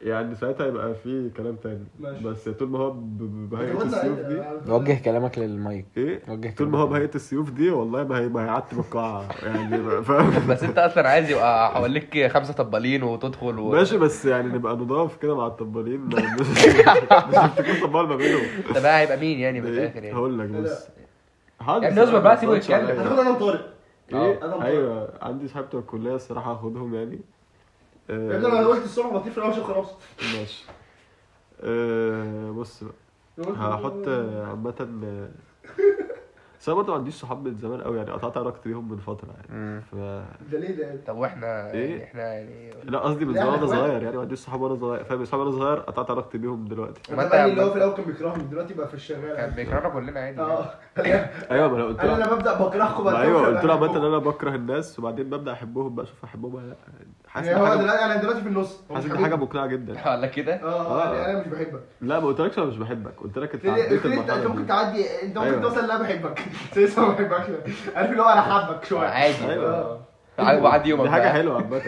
[SPEAKER 3] يعني ساعتها يبقى في كلام تاني
[SPEAKER 4] ماشي.
[SPEAKER 3] بس طول ما هو ب- ب- بهيئه السيوف أيوة، دي
[SPEAKER 4] إيه؟
[SPEAKER 1] وجه كلامك للمايك وجه
[SPEAKER 3] ايه طول
[SPEAKER 1] كلامك.
[SPEAKER 3] ما هو بهيئه السيوف دي والله ما هي ما هيعتب القاعه يعني بقى فاهم
[SPEAKER 2] بس انت اصلا عايز يبقى حواليك خمسه طبالين وتدخل و...
[SPEAKER 3] ماشي بس يعني نبقى نضاف كده مع الطبالين مش محتاجين طبال ما بينهم
[SPEAKER 2] طب بقى هيبقى مين يعني (laughs) من الاخر
[SPEAKER 3] إيه؟
[SPEAKER 2] يعني
[SPEAKER 3] هقول لك بص حاضر
[SPEAKER 2] يعني اصبر بقى، سيبه
[SPEAKER 3] ما تقولش
[SPEAKER 2] يتكلم.
[SPEAKER 3] عليا.
[SPEAKER 4] هتاخد انا وطارق
[SPEAKER 3] ايه
[SPEAKER 4] أنا
[SPEAKER 3] ايوه عندي صحابي بتوع الكليه الصراحه هاخدهم يعني آه،
[SPEAKER 4] يا ابني انا قلت الصبح لطيف في الاول عشان خلاص
[SPEAKER 3] ماشي آه، بص بقى
[SPEAKER 4] قلت-
[SPEAKER 3] هحط آه، عامة آه، بس انا برضه ما عنديش صحاب من زمان قوي يعني قطعت علاقتي بيهم من فترة يعني ف...
[SPEAKER 4] ده ليه ده يا ابني؟
[SPEAKER 2] طب واحنا
[SPEAKER 3] إيه؟
[SPEAKER 2] يعني احنا يعني
[SPEAKER 3] لا قصدي من
[SPEAKER 4] لا،
[SPEAKER 3] زمان
[SPEAKER 4] أنا
[SPEAKER 3] وانا
[SPEAKER 4] كمان.
[SPEAKER 3] صغير يعني ما عنديش صحاب وانا صغير فاهم صحاب وانا صغير قطعت علاقتي بيهم دلوقتي
[SPEAKER 2] ما
[SPEAKER 4] انا
[SPEAKER 2] أنت-
[SPEAKER 4] بقى اللي هو في الاول كان بيكرهني دلوقتي بقى في
[SPEAKER 2] كان
[SPEAKER 4] الشغال
[SPEAKER 2] بيكرهنا كلنا عادي
[SPEAKER 3] آه.
[SPEAKER 4] اه انا
[SPEAKER 3] ايوه ما انا قلت لها
[SPEAKER 4] انا ببدا بكرهكم بعد
[SPEAKER 3] ما
[SPEAKER 4] كده
[SPEAKER 3] ايوه
[SPEAKER 4] ببدأ
[SPEAKER 3] قلت له عامة ان
[SPEAKER 4] بحبكم.
[SPEAKER 3] انا بكره الناس وبعدين ببدا احبهم بقى اشوف احبهم ولا لا حاسس
[SPEAKER 4] يعني هو
[SPEAKER 3] إن حاجة-
[SPEAKER 4] دلوقتي انا دلوقتي في النص هو
[SPEAKER 3] حاسس
[SPEAKER 4] مش
[SPEAKER 3] ان حاجه
[SPEAKER 4] حبيبي.
[SPEAKER 3] مقنعه جدا
[SPEAKER 2] (laughs) ولا كده
[SPEAKER 4] اه
[SPEAKER 3] آه.
[SPEAKER 4] يعني انا مش بحبك
[SPEAKER 3] لا ما قلتلكش انا مش بحبك قلت لك انت
[SPEAKER 4] ابتدي-
[SPEAKER 3] عديت
[SPEAKER 4] ابتدي انت انت إيه، ممكن
[SPEAKER 3] المرحله دي.
[SPEAKER 4] تعدي انت ممكن
[SPEAKER 3] أيوة.
[SPEAKER 4] توصل لا بحبك (laughs) بس لسه ما بحبكش عارف اللي هو انا حابك شويه
[SPEAKER 2] عادي
[SPEAKER 3] أيوة.
[SPEAKER 4] آه.
[SPEAKER 2] عادي وعادي يومك
[SPEAKER 3] دي حاجه
[SPEAKER 2] بقى.
[SPEAKER 3] حلوه عامه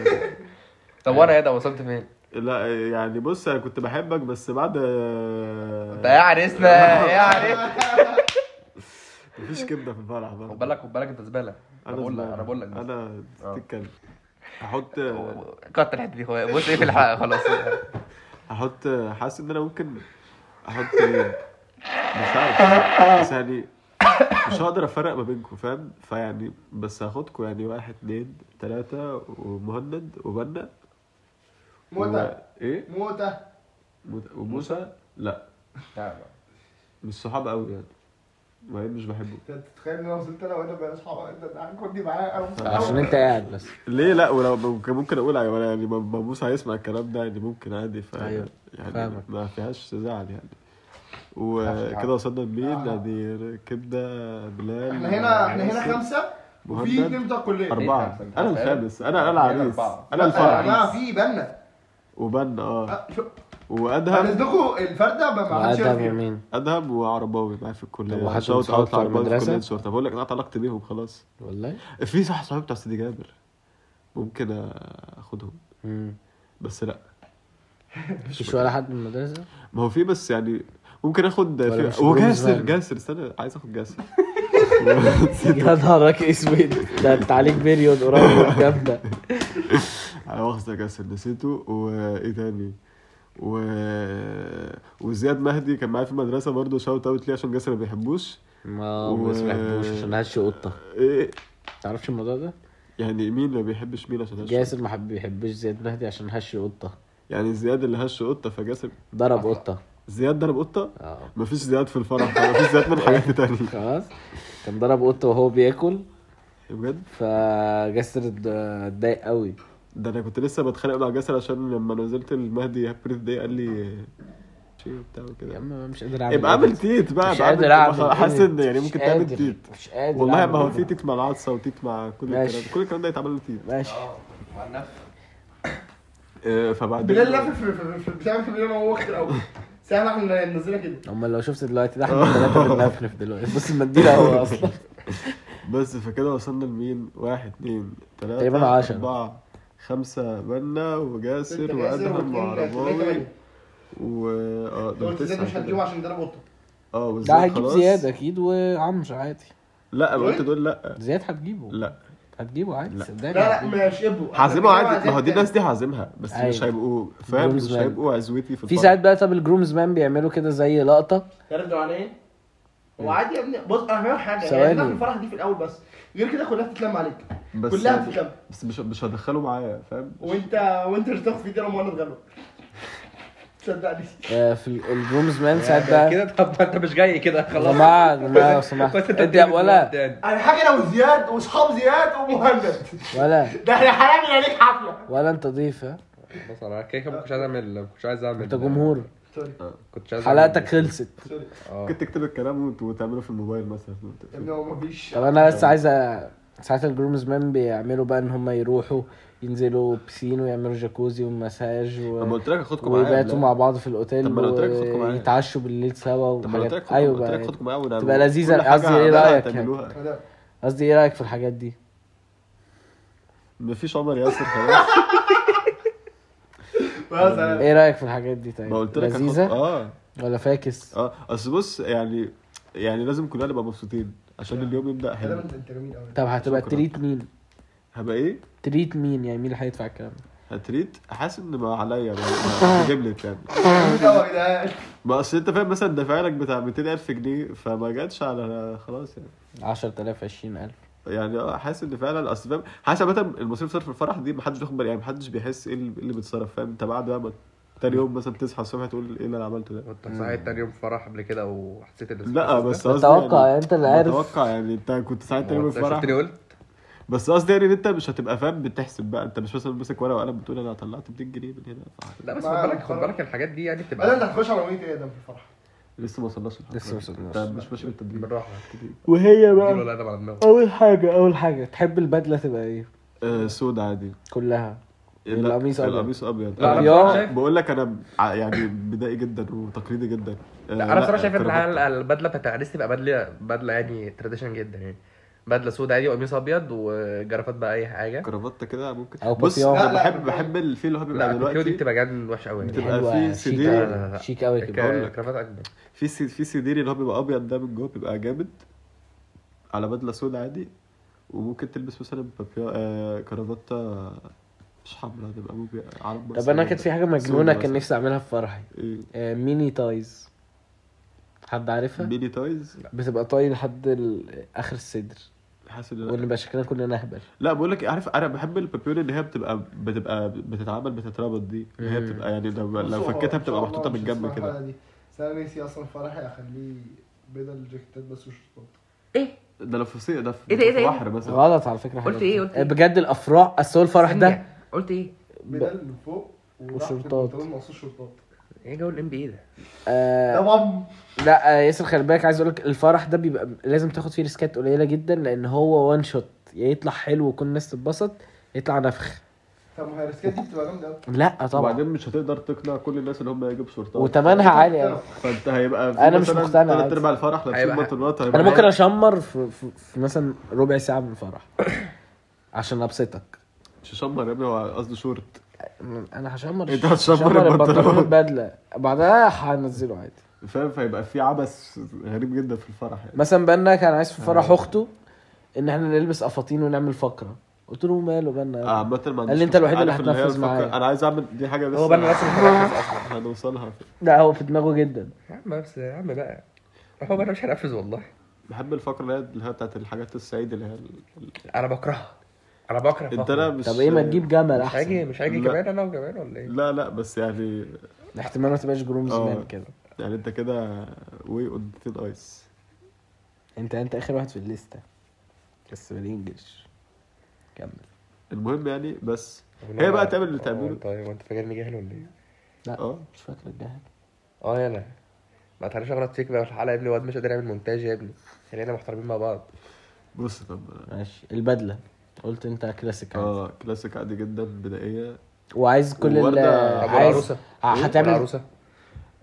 [SPEAKER 2] طب وانا هنا وصلت فين؟
[SPEAKER 3] (laughs) لا يعني بص انا كنت بحبك بس بعد
[SPEAKER 2] انت يا عريسنا يا عريس
[SPEAKER 3] مفيش كبده في الفرح برضه.
[SPEAKER 2] خد بالك خد بالك انت زباله انا بقول لك
[SPEAKER 3] زبالة.
[SPEAKER 2] انا بقول لك بس.
[SPEAKER 3] انا
[SPEAKER 2] آه.
[SPEAKER 3] تتكلم
[SPEAKER 2] (laughs)
[SPEAKER 3] هحط
[SPEAKER 2] كتر الحته دي هو بص ايه في الحلقه خلاص
[SPEAKER 3] هحط حاسس ان انا ممكن احط ايه مش عارف بس يعني مش هقدر افرق ما بينكم فاهم فيعني بس هاخدكم يعني واحد اتنين تلاتة ومهند وبنا
[SPEAKER 4] موتة
[SPEAKER 3] ايه
[SPEAKER 4] موتة
[SPEAKER 3] وموت- وموسى لا مش صحاب قوي يعني وبعدين مش بحبه
[SPEAKER 4] انت تتخيل ان انا وصلت انا وانا بقى اصحاب انت هتكون دي معايا انا مش-
[SPEAKER 1] عشان انت قاعد بس
[SPEAKER 3] ليه لا ولو ممكن ممكن اقول يعني ولا يعني ما ما موسى هيسمع الكلام ده يعني ممكن عادي ف
[SPEAKER 1] أيوة،
[SPEAKER 3] يعني
[SPEAKER 1] فاهمك.
[SPEAKER 3] ما فيهاش زعل يعني
[SPEAKER 2] فيهاش زعل.
[SPEAKER 3] وكده وصلنا لمين
[SPEAKER 4] آه.
[SPEAKER 3] يعني كبده بلال
[SPEAKER 4] احنا هنا احنا
[SPEAKER 3] ياسر،
[SPEAKER 4] هنا خمسة وفي اتنين
[SPEAKER 3] مهند
[SPEAKER 4] بتوع الكلية
[SPEAKER 3] يعني أربعة
[SPEAKER 2] خمسة،
[SPEAKER 3] أنا
[SPEAKER 2] خمسة.
[SPEAKER 3] الخامس أنا أنا العريس
[SPEAKER 2] أربعة.
[SPEAKER 3] أنا
[SPEAKER 4] لا،
[SPEAKER 3] الفرح
[SPEAKER 4] لا في بنا
[SPEAKER 3] وبن أه
[SPEAKER 4] آه، شو-
[SPEAKER 3] وأدهم
[SPEAKER 4] هنزلكوا الفردة ما ما حدش
[SPEAKER 1] وأدهم
[SPEAKER 4] يعرف يعمل.
[SPEAKER 1] مين
[SPEAKER 3] أدهم وعرباوي معايا في الكلية
[SPEAKER 1] طب وحد من
[SPEAKER 3] شوت أوت
[SPEAKER 1] صحابك بتوع
[SPEAKER 3] لعرباوي في كلية
[SPEAKER 1] المدرسة؟
[SPEAKER 3] الشرطة بقول لك أنا علاقتي بيهم خلاص
[SPEAKER 1] والله
[SPEAKER 3] في صح صحابي بتوع سيدي جابر ممكن آخدهم
[SPEAKER 1] مم.
[SPEAKER 3] بس لأ
[SPEAKER 1] مفيش ولا حد من
[SPEAKER 3] (laughs)
[SPEAKER 1] المدرسه
[SPEAKER 3] ما هو في بس يعني ممكن اخد
[SPEAKER 1] ولا مش
[SPEAKER 3] في...
[SPEAKER 1] بروم
[SPEAKER 3] وجاسر
[SPEAKER 1] زمان.
[SPEAKER 3] جاسر استنى عايز اخد جاسر
[SPEAKER 1] (laughs) يا نهارك اسود ده انت عليك بيريود قريب جامده
[SPEAKER 3] انا واخد جاسر نسيته وايه تاني و... وزياد مهدي كان معايا في المدرسه برضه شاوت اوت ليه عشان جاسر ما بيحبوش
[SPEAKER 1] ما
[SPEAKER 3] و-
[SPEAKER 1] بس ما بحبوش عشان هاتش قطه
[SPEAKER 3] إيه
[SPEAKER 1] تعرفش الموضوع ده؟
[SPEAKER 3] يعني مين ما بيحبش مين عشان هش
[SPEAKER 1] جاسر ما حب- بيحبش زياد مهدي عشان هش قطه
[SPEAKER 3] يعني زياد اللي هش قطه فجاسر
[SPEAKER 1] ضرب
[SPEAKER 3] آه.
[SPEAKER 1] قطه
[SPEAKER 3] زياد ضرب قطه
[SPEAKER 1] اه
[SPEAKER 3] مفيش زياد في الفرح مفيش زياد من حياتي تاني
[SPEAKER 1] خلاص كان ضرب قطه وهو بياكل
[SPEAKER 3] إيه بجد
[SPEAKER 1] فجاسر اتض- اتضايق قوي
[SPEAKER 3] ده انا كنت لسه بتخانق مع جاسر عشان لما نزلت المهدي هابي بيرث داي قال لي شيء وبتاع
[SPEAKER 1] يا
[SPEAKER 3] وكده
[SPEAKER 1] عم مش قادر اعمل
[SPEAKER 3] يبقى
[SPEAKER 1] إيه.
[SPEAKER 3] اعمل تيت بقى
[SPEAKER 1] مش
[SPEAKER 3] يبقى
[SPEAKER 1] قادر
[SPEAKER 3] اعمل-
[SPEAKER 1] اعمل
[SPEAKER 3] حاسس ان يعني
[SPEAKER 1] مش
[SPEAKER 3] ممكن
[SPEAKER 1] قادر.
[SPEAKER 3] تعمل تيت
[SPEAKER 1] مش قادر
[SPEAKER 3] والله
[SPEAKER 1] أعمل إيه؟
[SPEAKER 3] ما هو
[SPEAKER 1] كده.
[SPEAKER 3] في تيت مع العدسه وتيت مع كل
[SPEAKER 1] ماشي.
[SPEAKER 3] الكلام كل الكلام ده يتعمل له تيت
[SPEAKER 1] ماشي
[SPEAKER 3] آه، فبعدين
[SPEAKER 4] بلال لف في- في- في بتاع في بلال هو واخد الاول ساعة احنا ننزلها كده
[SPEAKER 1] امال لو شفت دلوقتي
[SPEAKER 3] (laughs)
[SPEAKER 1] ده احنا الثلاثه بنلفلف دلوقتي بص المنديل اهو اصلا
[SPEAKER 3] بس فكده وصلنا لمين واحد اتنين تلاته
[SPEAKER 1] تقريباً عشرة.
[SPEAKER 3] اربعه خمسه بنا وجاسر
[SPEAKER 4] ستة جاسر
[SPEAKER 3] وادهم
[SPEAKER 4] واتنين
[SPEAKER 3] وعرباوي
[SPEAKER 4] تلاتة
[SPEAKER 3] و اه
[SPEAKER 4] انت قلت
[SPEAKER 3] دول
[SPEAKER 4] زياد مش
[SPEAKER 3] تسعه
[SPEAKER 4] هتجيبه
[SPEAKER 3] كده.
[SPEAKER 4] عشان ده بطه
[SPEAKER 3] اه
[SPEAKER 1] ده
[SPEAKER 3] وزياد
[SPEAKER 1] هتجيب
[SPEAKER 3] خلاص.
[SPEAKER 1] زياد اكيد وعمش عادي
[SPEAKER 3] لا أنا قلت
[SPEAKER 4] زياد؟
[SPEAKER 3] دول لا
[SPEAKER 1] زياد هتجيبه
[SPEAKER 3] لا
[SPEAKER 1] هتجيبه عادي
[SPEAKER 3] لا.
[SPEAKER 1] صدقني
[SPEAKER 4] لا لا
[SPEAKER 1] هتجيبه.
[SPEAKER 4] مش ابو
[SPEAKER 3] هعزمه عادي ما هو دي الناس دي هعزمها بس مش
[SPEAKER 1] أيوة.
[SPEAKER 3] هيبقوا فاهم مش
[SPEAKER 1] جرومز مان.
[SPEAKER 3] هيبقوا عزوتي في
[SPEAKER 1] في
[SPEAKER 3] الفرح.
[SPEAKER 1] ساعات بقى طب الجرومز مان بيعملوا كده زي لقطه
[SPEAKER 4] تعرف دول على ايه؟ هو
[SPEAKER 3] إيه؟
[SPEAKER 4] عادي يا ابني بص انا فاهم حاجه
[SPEAKER 1] ثواني.
[SPEAKER 4] يعني إحنا في الفرح دي في الاول بس غير كده كلها بتتلم عليك
[SPEAKER 3] بس يعني
[SPEAKER 4] كلها بتتلم
[SPEAKER 3] بس مش مش هدخله معايا فاهم
[SPEAKER 4] وانت وانت مش هتاخد في دي لما انا اتغلب صدقني
[SPEAKER 1] آه، في ال- الجرومز مان ساعات بقى
[SPEAKER 2] كده طب انت مش جاي كده
[SPEAKER 1] يا
[SPEAKER 2] خلاص
[SPEAKER 1] جماعه يا جماعه
[SPEAKER 3] (laughs)
[SPEAKER 1] لو سمحت انت ولا
[SPEAKER 2] يعني.
[SPEAKER 4] انا حاجه انا وزياد واصحاب زياد ومهند
[SPEAKER 1] ولا
[SPEAKER 4] ده احنا حرقنا عليك حفله
[SPEAKER 1] ولا انت ضيف ها؟
[SPEAKER 2] بص انا كده كده ما كنتش عايز
[SPEAKER 3] آه.
[SPEAKER 2] اعمل ما كنتش عايز اعمل
[SPEAKER 1] انت جمهور
[SPEAKER 4] سوري
[SPEAKER 2] كنتش عايز أعمل-
[SPEAKER 1] حلقتك خلصت
[SPEAKER 4] سوري
[SPEAKER 2] آه.
[SPEAKER 3] ممكن تكتب الكلام وت- وتعمله في الموبايل مثلا
[SPEAKER 4] يا ابني هو مفيش
[SPEAKER 1] طب انا بس عايز أ- ساعات الجرومز مان بيعملوا بقى ان هم يروحوا ينزلوا بسين ويعملوا جاكوزي ومساج
[SPEAKER 3] طب ما
[SPEAKER 1] و...
[SPEAKER 3] قلت لك اخدكم معايا
[SPEAKER 1] ويباتوا
[SPEAKER 3] لا.
[SPEAKER 1] مع بعض في الاوتيل
[SPEAKER 3] طب ما أنا قلت لك خدكم معايا.
[SPEAKER 1] ويتعشوا بالليل سوا
[SPEAKER 3] طب ما أنا قلت لك
[SPEAKER 1] وحاجات
[SPEAKER 3] خدكم-
[SPEAKER 1] ايوه
[SPEAKER 3] قلت لك
[SPEAKER 1] بقى
[SPEAKER 3] خدكم معايا ونعمل
[SPEAKER 1] تبقى لذيذة.
[SPEAKER 3] كل حاجة
[SPEAKER 1] قصدي إيه
[SPEAKER 3] هنعملها
[SPEAKER 1] رأيك يعني؟
[SPEAKER 3] هتعملوها.
[SPEAKER 4] ده
[SPEAKER 1] قصدي ايه رايك في الحاجات دي؟
[SPEAKER 3] مفيش عمر ياسر خلاص
[SPEAKER 4] بس أنا-
[SPEAKER 1] ايه رايك في الحاجات دي
[SPEAKER 3] ما
[SPEAKER 1] طيب؟
[SPEAKER 3] قلت لك هاخد-
[SPEAKER 1] لذيذه
[SPEAKER 3] اه
[SPEAKER 1] ولا فاكس؟
[SPEAKER 3] اه اصل بص يعني يعني لازم كلنا نبقى مبسوطين عشان اليوم يبدا
[SPEAKER 4] ده
[SPEAKER 3] حلو
[SPEAKER 4] انت انت جميل قوي
[SPEAKER 1] طب هتبقى
[SPEAKER 3] شكراً.
[SPEAKER 1] تريت مين؟
[SPEAKER 3] هبقى ايه
[SPEAKER 1] تريت مين يعني مين اللي هيدفع الكلام ده؟
[SPEAKER 3] هتريد حاسس ان ما عليا بقى (laughs) جبلت يعني
[SPEAKER 4] جميل قوي ده
[SPEAKER 3] ما اصل انت فاهم مثلا دافع لك بتاع 200000 جنيه فما جاتش على خلاص يعني
[SPEAKER 1] 10000 20000
[SPEAKER 3] يعني آه، حاسس ان فعلا اصل فاهم حاسس عامه المصاريف صرف الفرح دي محدش بياخد باله يعني محدش بيحس ايه اللي إيه اللي بيتصرف فاهم انت بعد بقى ما تاني يوم مثلا تصحى الصبح تقول ايه اللي انا عملته ده
[SPEAKER 2] كنت صحيت تاني يوم فرح قبل كده وحسيت ان
[SPEAKER 3] لا بس قصدي
[SPEAKER 1] اتوقع
[SPEAKER 3] يعني
[SPEAKER 1] انت اللي عارف
[SPEAKER 3] اتوقع يعني انت كنت صحيت تاني يوم الفرح
[SPEAKER 2] شفتني قلت
[SPEAKER 3] بس قصدي يعني ان انت مش هتبقى فاهم بتحسب بقى انت مش مثلا ماسك ورقه وقلم بتقول انا طلعت 200 جنيه من هنا
[SPEAKER 2] لا بس خد بالك خد بالك الحاجات دي يعني
[SPEAKER 4] قال انت
[SPEAKER 2] بتبقى
[SPEAKER 4] هتخش على اغنيه ايه يا ادم في الفرح؟
[SPEAKER 3] لسه ما وصلناش
[SPEAKER 1] لسه ما وصلناش.
[SPEAKER 3] انت مش ماشي بالتدريج
[SPEAKER 2] بالراحه
[SPEAKER 1] وهي
[SPEAKER 2] دي
[SPEAKER 1] بقى
[SPEAKER 2] ولا انا على دماغي
[SPEAKER 1] اول حاجه اول حاجه تحب البدله تبقى ايه
[SPEAKER 3] آه، سود عادي
[SPEAKER 1] كلها
[SPEAKER 3] لا،
[SPEAKER 1] القميص أبيض.
[SPEAKER 3] القميص ابيض
[SPEAKER 2] لا،
[SPEAKER 1] أنا
[SPEAKER 3] أنا
[SPEAKER 1] بصراحة
[SPEAKER 2] شايف-
[SPEAKER 3] بقول لك انا ع- يعني بدائي جدا وتقليدي جدا آه،
[SPEAKER 2] لا انا بصراحه شايف ان
[SPEAKER 3] كرافتة.
[SPEAKER 2] الحل- البدله بتاعت العريس تبقى بدله بدله يعني تراديشن جدا يعني بدله سود عادي وقميص ابيض وجرافات بقى اي حاجه
[SPEAKER 3] كرافته كده ممكن
[SPEAKER 1] أو
[SPEAKER 3] بص
[SPEAKER 1] بطيان.
[SPEAKER 3] انا
[SPEAKER 4] لا، لا،
[SPEAKER 3] بحب
[SPEAKER 4] بطيان.
[SPEAKER 3] بحب الفيل اللي هو
[SPEAKER 2] لا
[SPEAKER 3] بيبقى
[SPEAKER 2] البيكيو دي
[SPEAKER 3] دلوقتي
[SPEAKER 2] بتبقى جن وحشه قوي يعني
[SPEAKER 3] بتبقى
[SPEAKER 1] حلوه
[SPEAKER 3] في
[SPEAKER 1] شيك
[SPEAKER 3] سيدير.
[SPEAKER 2] لا، لا،
[SPEAKER 1] قوي
[SPEAKER 2] لا.
[SPEAKER 1] شيك قوي
[SPEAKER 2] ك-
[SPEAKER 1] كده
[SPEAKER 2] كرافات اجمل
[SPEAKER 3] في سي- في سدير اللي هو بيبقى ابيض ده من جوه بيبقى جامد على بدله سود عادي وممكن تلبس مثلا بابيا آه، كرافته مش حمراء تبقى ممكن على
[SPEAKER 1] طب انا كانت في حاجه مجنونه كان نفسي اعملها في فرحي
[SPEAKER 3] إيه؟
[SPEAKER 1] آه، ميني تايز حد عارفها
[SPEAKER 3] ميني تايز
[SPEAKER 1] بتبقى طاي لحد ال- اخر الصدر
[SPEAKER 3] حاسس ان أنا-
[SPEAKER 1] ونبقى شكلنا كلنا اهبل
[SPEAKER 3] لا بقول لك عارف انا بحب البابيون اللي هي بتبقى بتبقى بتتعمل بتتربط دي اللي هي
[SPEAKER 1] مم.
[SPEAKER 3] بتبقى يعني لو,
[SPEAKER 4] بص،
[SPEAKER 3] لو
[SPEAKER 4] هو
[SPEAKER 3] فكتها
[SPEAKER 4] إن شاء
[SPEAKER 3] بتبقى
[SPEAKER 4] الله
[SPEAKER 3] محطوطه
[SPEAKER 4] مش
[SPEAKER 3] من جنب
[SPEAKER 4] هسمع
[SPEAKER 3] كده
[SPEAKER 4] الحلقة دي. بس انا نفسي اصلا فرحي اخليه بدل جاكيتات بس وشورتات
[SPEAKER 3] ده لو في صيف ده في
[SPEAKER 2] إيه ده، إيه ده،
[SPEAKER 3] في
[SPEAKER 2] إيه ده؟
[SPEAKER 3] بحر مثلا
[SPEAKER 1] غلط على فكره
[SPEAKER 2] قلت
[SPEAKER 1] حاجة
[SPEAKER 2] إيه،
[SPEAKER 1] كده.
[SPEAKER 2] قلت إيه؟
[SPEAKER 1] بجد الافراح اصل هو الفرح ده
[SPEAKER 2] قلت ايه؟
[SPEAKER 1] ب...
[SPEAKER 4] بدل لفوق
[SPEAKER 1] وشورتات.
[SPEAKER 4] وشورتات مقصوش شورتات
[SPEAKER 2] ايه جو الام بي ايه ده؟
[SPEAKER 1] آه...
[SPEAKER 4] طبعا
[SPEAKER 1] لا آه ياسر خلي بالك عايز اقول لك الفرح ده بيبقى لازم تاخد فيه ريسكات قليله جدا لان هو وان شوت يا يطلع حلو وكل الناس تتبسط يطلع نفخ
[SPEAKER 4] طب ما هي الريسكات دي بتبقى جامده قوي
[SPEAKER 1] لا طبعا
[SPEAKER 3] وبعدين مش هتقدر تقنع كل الناس ان هم يجيبوا شورتات
[SPEAKER 1] وتمنها عالي
[SPEAKER 3] يعني.
[SPEAKER 1] أوي.
[SPEAKER 3] فانت هيبقى
[SPEAKER 1] أنا مش مقتنع
[SPEAKER 3] ثلاث
[SPEAKER 1] عادي.
[SPEAKER 3] ارباع الفرح لابسين
[SPEAKER 2] هيبقى-
[SPEAKER 3] بنطلونات
[SPEAKER 1] انا
[SPEAKER 3] هيبقى
[SPEAKER 1] ممكن اشمر في, في, في مثلا ربع ساعه من الفرح عشان ابسطك
[SPEAKER 3] مش شمر يا ابني هو قصده شورت
[SPEAKER 1] انا هشمر
[SPEAKER 3] أنت هتشمر البنطلون.
[SPEAKER 1] البدله بعدها هنزله عادي
[SPEAKER 3] فاهم فيبقى في عبث غريب جدا في الفرح يعني
[SPEAKER 1] مثلا بنا كان عايز في فرح اخته ان احنا نلبس قفاطين ونعمل فقره قلت له ماله بنا
[SPEAKER 3] آه، عامة ما
[SPEAKER 1] قال لي أنت الوحيد اللي
[SPEAKER 3] عارف هي
[SPEAKER 1] هتنفذ
[SPEAKER 3] الفكرة-
[SPEAKER 1] معايا.
[SPEAKER 3] انا عايز اعمل دي حاجه لسه
[SPEAKER 2] هو بقى (laughs) انا رسم الحاجات اصلا
[SPEAKER 3] (laughs) هنوصلها
[SPEAKER 1] لا هو في دماغه جدا
[SPEAKER 2] يا عم بس يا عم بقى هو بقى انا مش هنفذ والله
[SPEAKER 3] بحب الفقره اللي هي اللي هي بتاعت الحاجات السعيد اللي هي ال- ال-
[SPEAKER 2] انا بكرهها انا بكره
[SPEAKER 3] انت
[SPEAKER 2] فخر.
[SPEAKER 3] لا مش
[SPEAKER 1] طب ايه ما تجيب جمل
[SPEAKER 2] مش هاجي
[SPEAKER 1] احسن
[SPEAKER 2] مش هاجي
[SPEAKER 3] لا.
[SPEAKER 2] كمان انا وكمان ولا ايه؟
[SPEAKER 3] لا لا بس يعني
[SPEAKER 1] احتمال ما تبقاش جروم زمان
[SPEAKER 3] آه.
[SPEAKER 1] كده
[SPEAKER 3] يعني انت كده وي اون ثين ايس
[SPEAKER 1] انت انت اخر واحد في الليسته بس بالانجلش كمل
[SPEAKER 3] المهم يعني بس هي بقى تعمل اللي تعمله.
[SPEAKER 2] طيب انت فاكرني جاهل ولا ايه؟
[SPEAKER 1] لا
[SPEAKER 3] اه
[SPEAKER 1] مش فاكر الجهل
[SPEAKER 2] اه يلا ما تعرفش اغلط فيك بقى في الحلقه يا ابني واد مش قادر يعمل مونتاج يا ابني خلينا محترمين مع بعض
[SPEAKER 3] بص طب
[SPEAKER 1] ماشي البدله قلت انت كلاسيك عادي.
[SPEAKER 3] اه كلاسيك عادي جدا بدائيه
[SPEAKER 1] وعايز كل ال
[SPEAKER 3] ووردة
[SPEAKER 2] طب إيه؟
[SPEAKER 1] عايز آه،
[SPEAKER 2] والعروسه؟
[SPEAKER 1] هتعمل
[SPEAKER 2] العروسه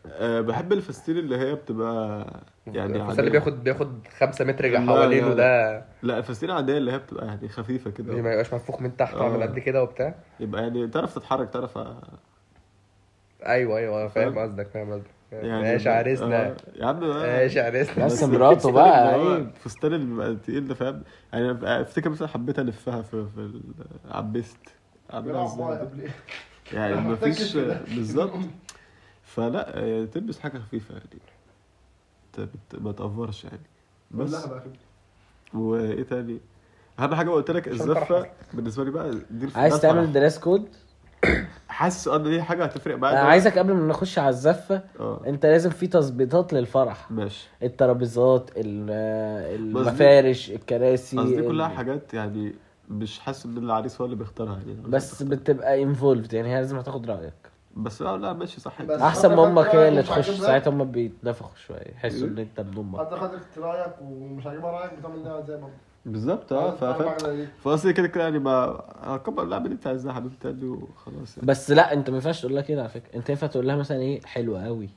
[SPEAKER 3] أه بحب الفستيل اللي هي بتبقى يعني
[SPEAKER 2] يعني
[SPEAKER 3] عادية.
[SPEAKER 2] اللي بياخد بياخد 5 متر
[SPEAKER 3] لا،
[SPEAKER 2] حوالينه
[SPEAKER 3] لا،
[SPEAKER 2] ده
[SPEAKER 3] لا الفستيل العاديه اللي هي بتبقى يعني خفيفه
[SPEAKER 2] دي ما
[SPEAKER 3] كده
[SPEAKER 2] يبقاش منفوخ من تحت وعامل
[SPEAKER 3] آه.
[SPEAKER 2] قد كده وبتاع
[SPEAKER 3] يبقى يعني تعرف تتحرك تعرف أ-
[SPEAKER 2] ايوه ايوه أنا فاهم
[SPEAKER 3] فاهم؟
[SPEAKER 2] قصدك فاهم قصدك
[SPEAKER 3] يعني
[SPEAKER 2] ماشي عريسنا
[SPEAKER 3] آه، يا عم بقى.
[SPEAKER 2] ماشي عريسنا
[SPEAKER 1] بس مراته بقى،
[SPEAKER 3] الفستان اللي هو-
[SPEAKER 1] عيب.
[SPEAKER 3] الفستان اللي بيبقى تقيل ده فاهم يعني أنا افتكر مثلا حبيت الفها في في ال- عبست عاملها
[SPEAKER 4] بيلعب
[SPEAKER 3] ازاي
[SPEAKER 4] بعض
[SPEAKER 3] دي؟
[SPEAKER 4] قبل ايه
[SPEAKER 3] يعني
[SPEAKER 4] أنا
[SPEAKER 3] مفيش
[SPEAKER 4] محتاج كده.
[SPEAKER 3] بالظبط فلا آه، تلبس حاجه خفيفه يعني ت- بت- ما تقفرش يعني بس
[SPEAKER 4] كلها بقى خبرة.
[SPEAKER 3] وايه تاني اهم حاجه قلت لك الزفه بالنسبه لي بقى دي الف- ده
[SPEAKER 1] عايز
[SPEAKER 3] الفرح.
[SPEAKER 1] تعمل دريس كود
[SPEAKER 3] حاسس ان دي حاجه هتفرق معايا
[SPEAKER 1] انا
[SPEAKER 3] إن أنا-
[SPEAKER 1] عايزك قبل ما نخش على الزفه
[SPEAKER 3] اه
[SPEAKER 1] انت لازم في تظبيطات للفرح
[SPEAKER 3] ماشي
[SPEAKER 1] الترابيزات ال- المفارش الكراسي
[SPEAKER 3] قصدي كلها
[SPEAKER 1] ال-
[SPEAKER 3] حاجات يعني مش حاسس ان العريس هو اللي بيختارها يعني
[SPEAKER 1] بس بتبقى انفولفد يعني هي لازم هتاخد رايك
[SPEAKER 3] بس آه، لا, لا ماشي صح
[SPEAKER 4] بس
[SPEAKER 1] احسن
[SPEAKER 4] حتى
[SPEAKER 1] ما امك
[SPEAKER 4] بقى
[SPEAKER 1] هي اللي
[SPEAKER 4] مش
[SPEAKER 1] تخش
[SPEAKER 4] عاجبها.
[SPEAKER 1] ساعتها هم بيتنفخوا شويه يحسوا ان انت بدون امك
[SPEAKER 4] حتى خدت رايك ومش عاجبها رايك بتعمل ده زي ما
[SPEAKER 3] بالظبط اه ف- ف- فاصل كده كده يعني ما هكبر اللعبه اللي انت عايزها حبيبتي قال لي وخلاص يعني
[SPEAKER 1] بس لا انت ما ينفعش تقول لها كده على فكره انت ينفع تقول لها مثلا ايه حلوه قوي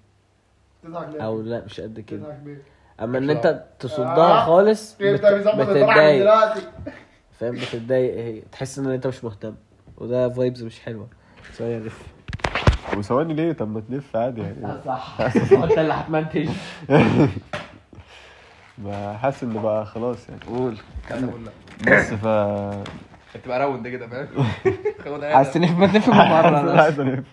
[SPEAKER 4] تزعل ليه؟
[SPEAKER 1] او لا مش قد كده
[SPEAKER 4] تزعل ليه؟
[SPEAKER 1] اما ان
[SPEAKER 2] مش
[SPEAKER 1] انت تصدها
[SPEAKER 4] آه.
[SPEAKER 1] خالص بت...
[SPEAKER 4] يبدأ بيظبط الفرح من
[SPEAKER 1] بتتضايق
[SPEAKER 4] دلوقتي
[SPEAKER 1] فاهم بتتضايق هي تحس ان انت مش مهتم وده فايبز مش حلوه سوري يا رف
[SPEAKER 3] وثواني ليه طب ما تلف عادي يعني
[SPEAKER 1] صح انت اللي هتمنتج
[SPEAKER 3] ما حاسس ان بقى خلاص يعني قول
[SPEAKER 2] بقول
[SPEAKER 3] بس ف (laughs)
[SPEAKER 2] بتبقى راوند كده فاهم
[SPEAKER 1] (laughs)
[SPEAKER 2] خد
[SPEAKER 1] حاسس
[SPEAKER 2] عادة.
[SPEAKER 1] ان احنا بنتفق مع
[SPEAKER 3] حاسس
[SPEAKER 1] بعض
[SPEAKER 3] (laughs) إن أنا
[SPEAKER 1] على
[SPEAKER 3] عايز ألف.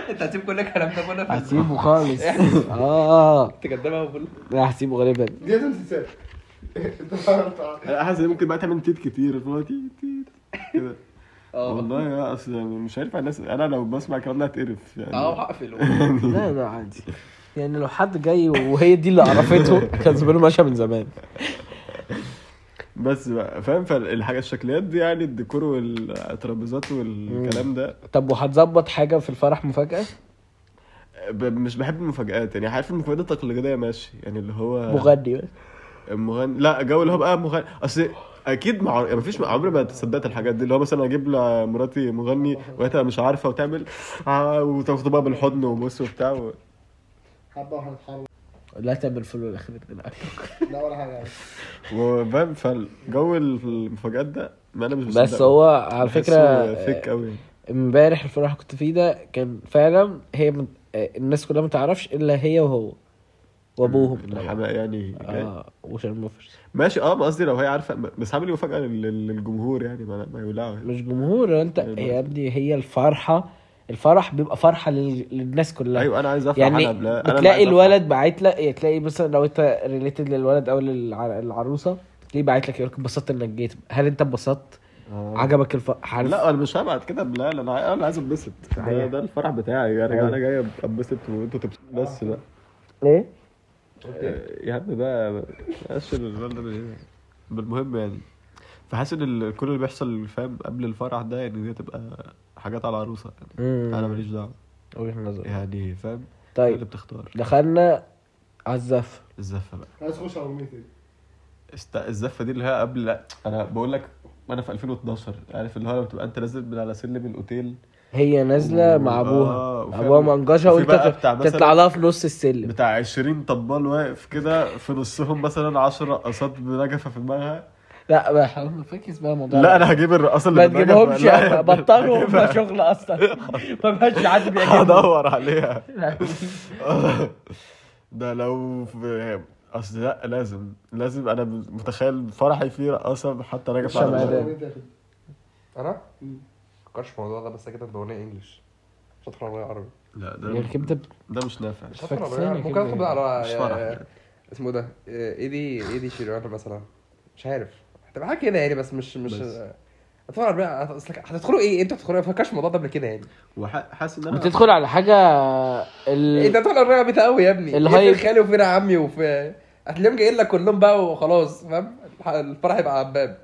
[SPEAKER 2] انت انت هتسيب كل الكلام ده بولا في
[SPEAKER 1] (laughs) هسيبه خالص اه
[SPEAKER 2] انت كدابه بولا
[SPEAKER 1] لا هسيبه غالبا
[SPEAKER 4] دي تمثيل انت فاهم
[SPEAKER 3] انا حاسس ان ممكن بقى تعمل تيت كتير اللي هو تيت تيت كده
[SPEAKER 1] آه.
[SPEAKER 2] اه
[SPEAKER 3] والله يا اصل يعني مش هينفع الناس انا لو بسمع الكلام ده هتقرف يعني
[SPEAKER 1] آه.
[SPEAKER 2] اه هقفل
[SPEAKER 1] (laughs) لا لا عادي يعني لو حد جاي وهي دي اللي عرفته كان زمانه ماشيه من زمان
[SPEAKER 3] بس بقى فاهم فالحاجه الشكليات دي يعني الديكور والترابيزات والكلام ده
[SPEAKER 1] طب وهتظبط حاجه في الفرح مفاجاه
[SPEAKER 3] ب- مش بحب المفاجآت يعني عارف المفاجآت التقليديه ماشي يعني اللي هو
[SPEAKER 1] مغني بس.
[SPEAKER 3] المغني لا جو اللي هو بقى مغني اصل اكيد مع يعني مفيش عمري ما تصدقت الحاجات دي اللي هو مثلا اجيب لمراتي مغني وهي تبقى مش عارفه وتعمل آه وتاخده بقى بالحضن وبص وبتاع و...
[SPEAKER 4] (laughs) حبه وهنتحرك
[SPEAKER 1] لا تعمل فلو الاخير ده
[SPEAKER 4] لا ولا حاجه
[SPEAKER 3] وفاهم فالجو المفاجآت ده ما انا مش
[SPEAKER 1] بس هو على آه، فكره
[SPEAKER 3] فيك قوي
[SPEAKER 1] امبارح الفرح اللي كنت فيه ده كان فعلا هي من... آه، الناس كلها ما تعرفش الا هي وهو وابوهم طبعاً.
[SPEAKER 3] الحماق يعني جاي.
[SPEAKER 1] اه وشرموفرز
[SPEAKER 3] ماشي اه ما قصدي لو هي عارفه بس هعمل ايه مفاجاه لل- للجمهور يعني ما, ما يولعوا يعني.
[SPEAKER 1] مش جمهور انت
[SPEAKER 3] أيوة.
[SPEAKER 1] يا ابني هي الفرحه الفرح بيبقى فرحه لل... للناس كلها
[SPEAKER 3] ايوه انا عايز افرح انا
[SPEAKER 1] يعني
[SPEAKER 3] قبل انا اللي
[SPEAKER 1] بتلاقي
[SPEAKER 3] عايز أفرح.
[SPEAKER 1] الولد باعت لك يعني تلاقي مثلا لو انت ريليتد للولد او للعروسه تلاقيه باعت لك يقول لك اتبسطت انك جيت هل انت اتبسطت؟
[SPEAKER 3] آه.
[SPEAKER 1] عجبك الفرح؟
[SPEAKER 3] لا انا مش هبعت كده لا لا انا عاي- انا عايز اتبسط ده,
[SPEAKER 1] أيوة.
[SPEAKER 3] ده الفرح بتاعي انا
[SPEAKER 1] أيوة.
[SPEAKER 3] انا جاي اتبسط وانتوا تبسطوا بس بقى
[SPEAKER 1] ايه؟
[SPEAKER 3] آه، يا عم بقى قش الولد بال- بالمهم يعني فحاسس ان ال- كل اللي بيحصل فاهم قبل الفرح ده يعني دي تبقى حاجات على العروسه يعني انا ماليش دعوه
[SPEAKER 1] وجهه نظر
[SPEAKER 3] يعني فاهم هي اللي
[SPEAKER 1] طيب
[SPEAKER 3] بتختار
[SPEAKER 1] دخلنا على الزفه
[SPEAKER 3] الزفه بقى
[SPEAKER 4] عايز اخش على اغنيه تاني
[SPEAKER 3] است... الزفه دي اللي هي قبل لا انا بقول لك انا في 2012 عارف اللي هو لما تبقى انت نازل من على سلم الاوتيل
[SPEAKER 1] هي نازله مع
[SPEAKER 3] آه،
[SPEAKER 1] ابوها
[SPEAKER 3] وفي-
[SPEAKER 1] ابوها منجشه
[SPEAKER 3] وفي
[SPEAKER 1] وانت
[SPEAKER 3] بقى بتاع مثلا-
[SPEAKER 1] تطلع لها في نص السلم
[SPEAKER 3] بتاع 20 طبال واقف كده في نصهم مثلا 10 رقصات بنجفه في دماغها
[SPEAKER 1] لا بقى حرام، فاكس بقى الموضوع
[SPEAKER 3] لا انا هجيب الرقاصه
[SPEAKER 1] ما
[SPEAKER 3] اللي
[SPEAKER 1] تجيبهمش يعني،
[SPEAKER 3] لا، يا
[SPEAKER 1] يا-
[SPEAKER 3] ابني،
[SPEAKER 1] بطلوا
[SPEAKER 3] (laughs) هجيبها.
[SPEAKER 1] ما شغل اصلا ما بقاش حد بيعجبهم
[SPEAKER 3] (laughs)
[SPEAKER 1] يعني
[SPEAKER 3] هدور عليها (laughs) ده لو في- اصل لا لازم لازم انا متخيل فرحي فيه رقاصه حتى راجع
[SPEAKER 1] شمع
[SPEAKER 4] عايز
[SPEAKER 1] ده.
[SPEAKER 4] أغنية تاني.
[SPEAKER 2] انا
[SPEAKER 4] مم.
[SPEAKER 2] فكرش في الموضوع ده بس كده باغنيه انجلش مش هدخل على عربي
[SPEAKER 3] لا
[SPEAKER 1] يا
[SPEAKER 3] ده
[SPEAKER 1] ركبت
[SPEAKER 3] (laughs) ده مش نافع
[SPEAKER 2] مش هدخل على
[SPEAKER 1] فاكسانة
[SPEAKER 2] عربي. ممكن
[SPEAKER 1] كده.
[SPEAKER 2] ادخل على
[SPEAKER 3] مش فرح يعني.
[SPEAKER 2] اسمه ده آه، ايدي ايدي شيريان مثلا مش عارف هتبقى حاجه كده يعني بس مش مش
[SPEAKER 3] بس.
[SPEAKER 2] هتدخلوا عربي اصل هتدخلوا ايه انتوا هتدخلوا إيه؟ ما فكرش في الموضوع ده قبل كده يعني
[SPEAKER 3] وحاسس ان انا
[SPEAKER 1] بتدخل على حاجه
[SPEAKER 2] إيه
[SPEAKER 1] ال...
[SPEAKER 2] ده تدخل الرقبه بتاع قوي يا ابني
[SPEAKER 1] الهايب.
[SPEAKER 2] الهاي خالي وفينا عمي وفي هتلاقيهم جايين لك كلهم بقى وخلاص فاهم الفرح يبقى عباب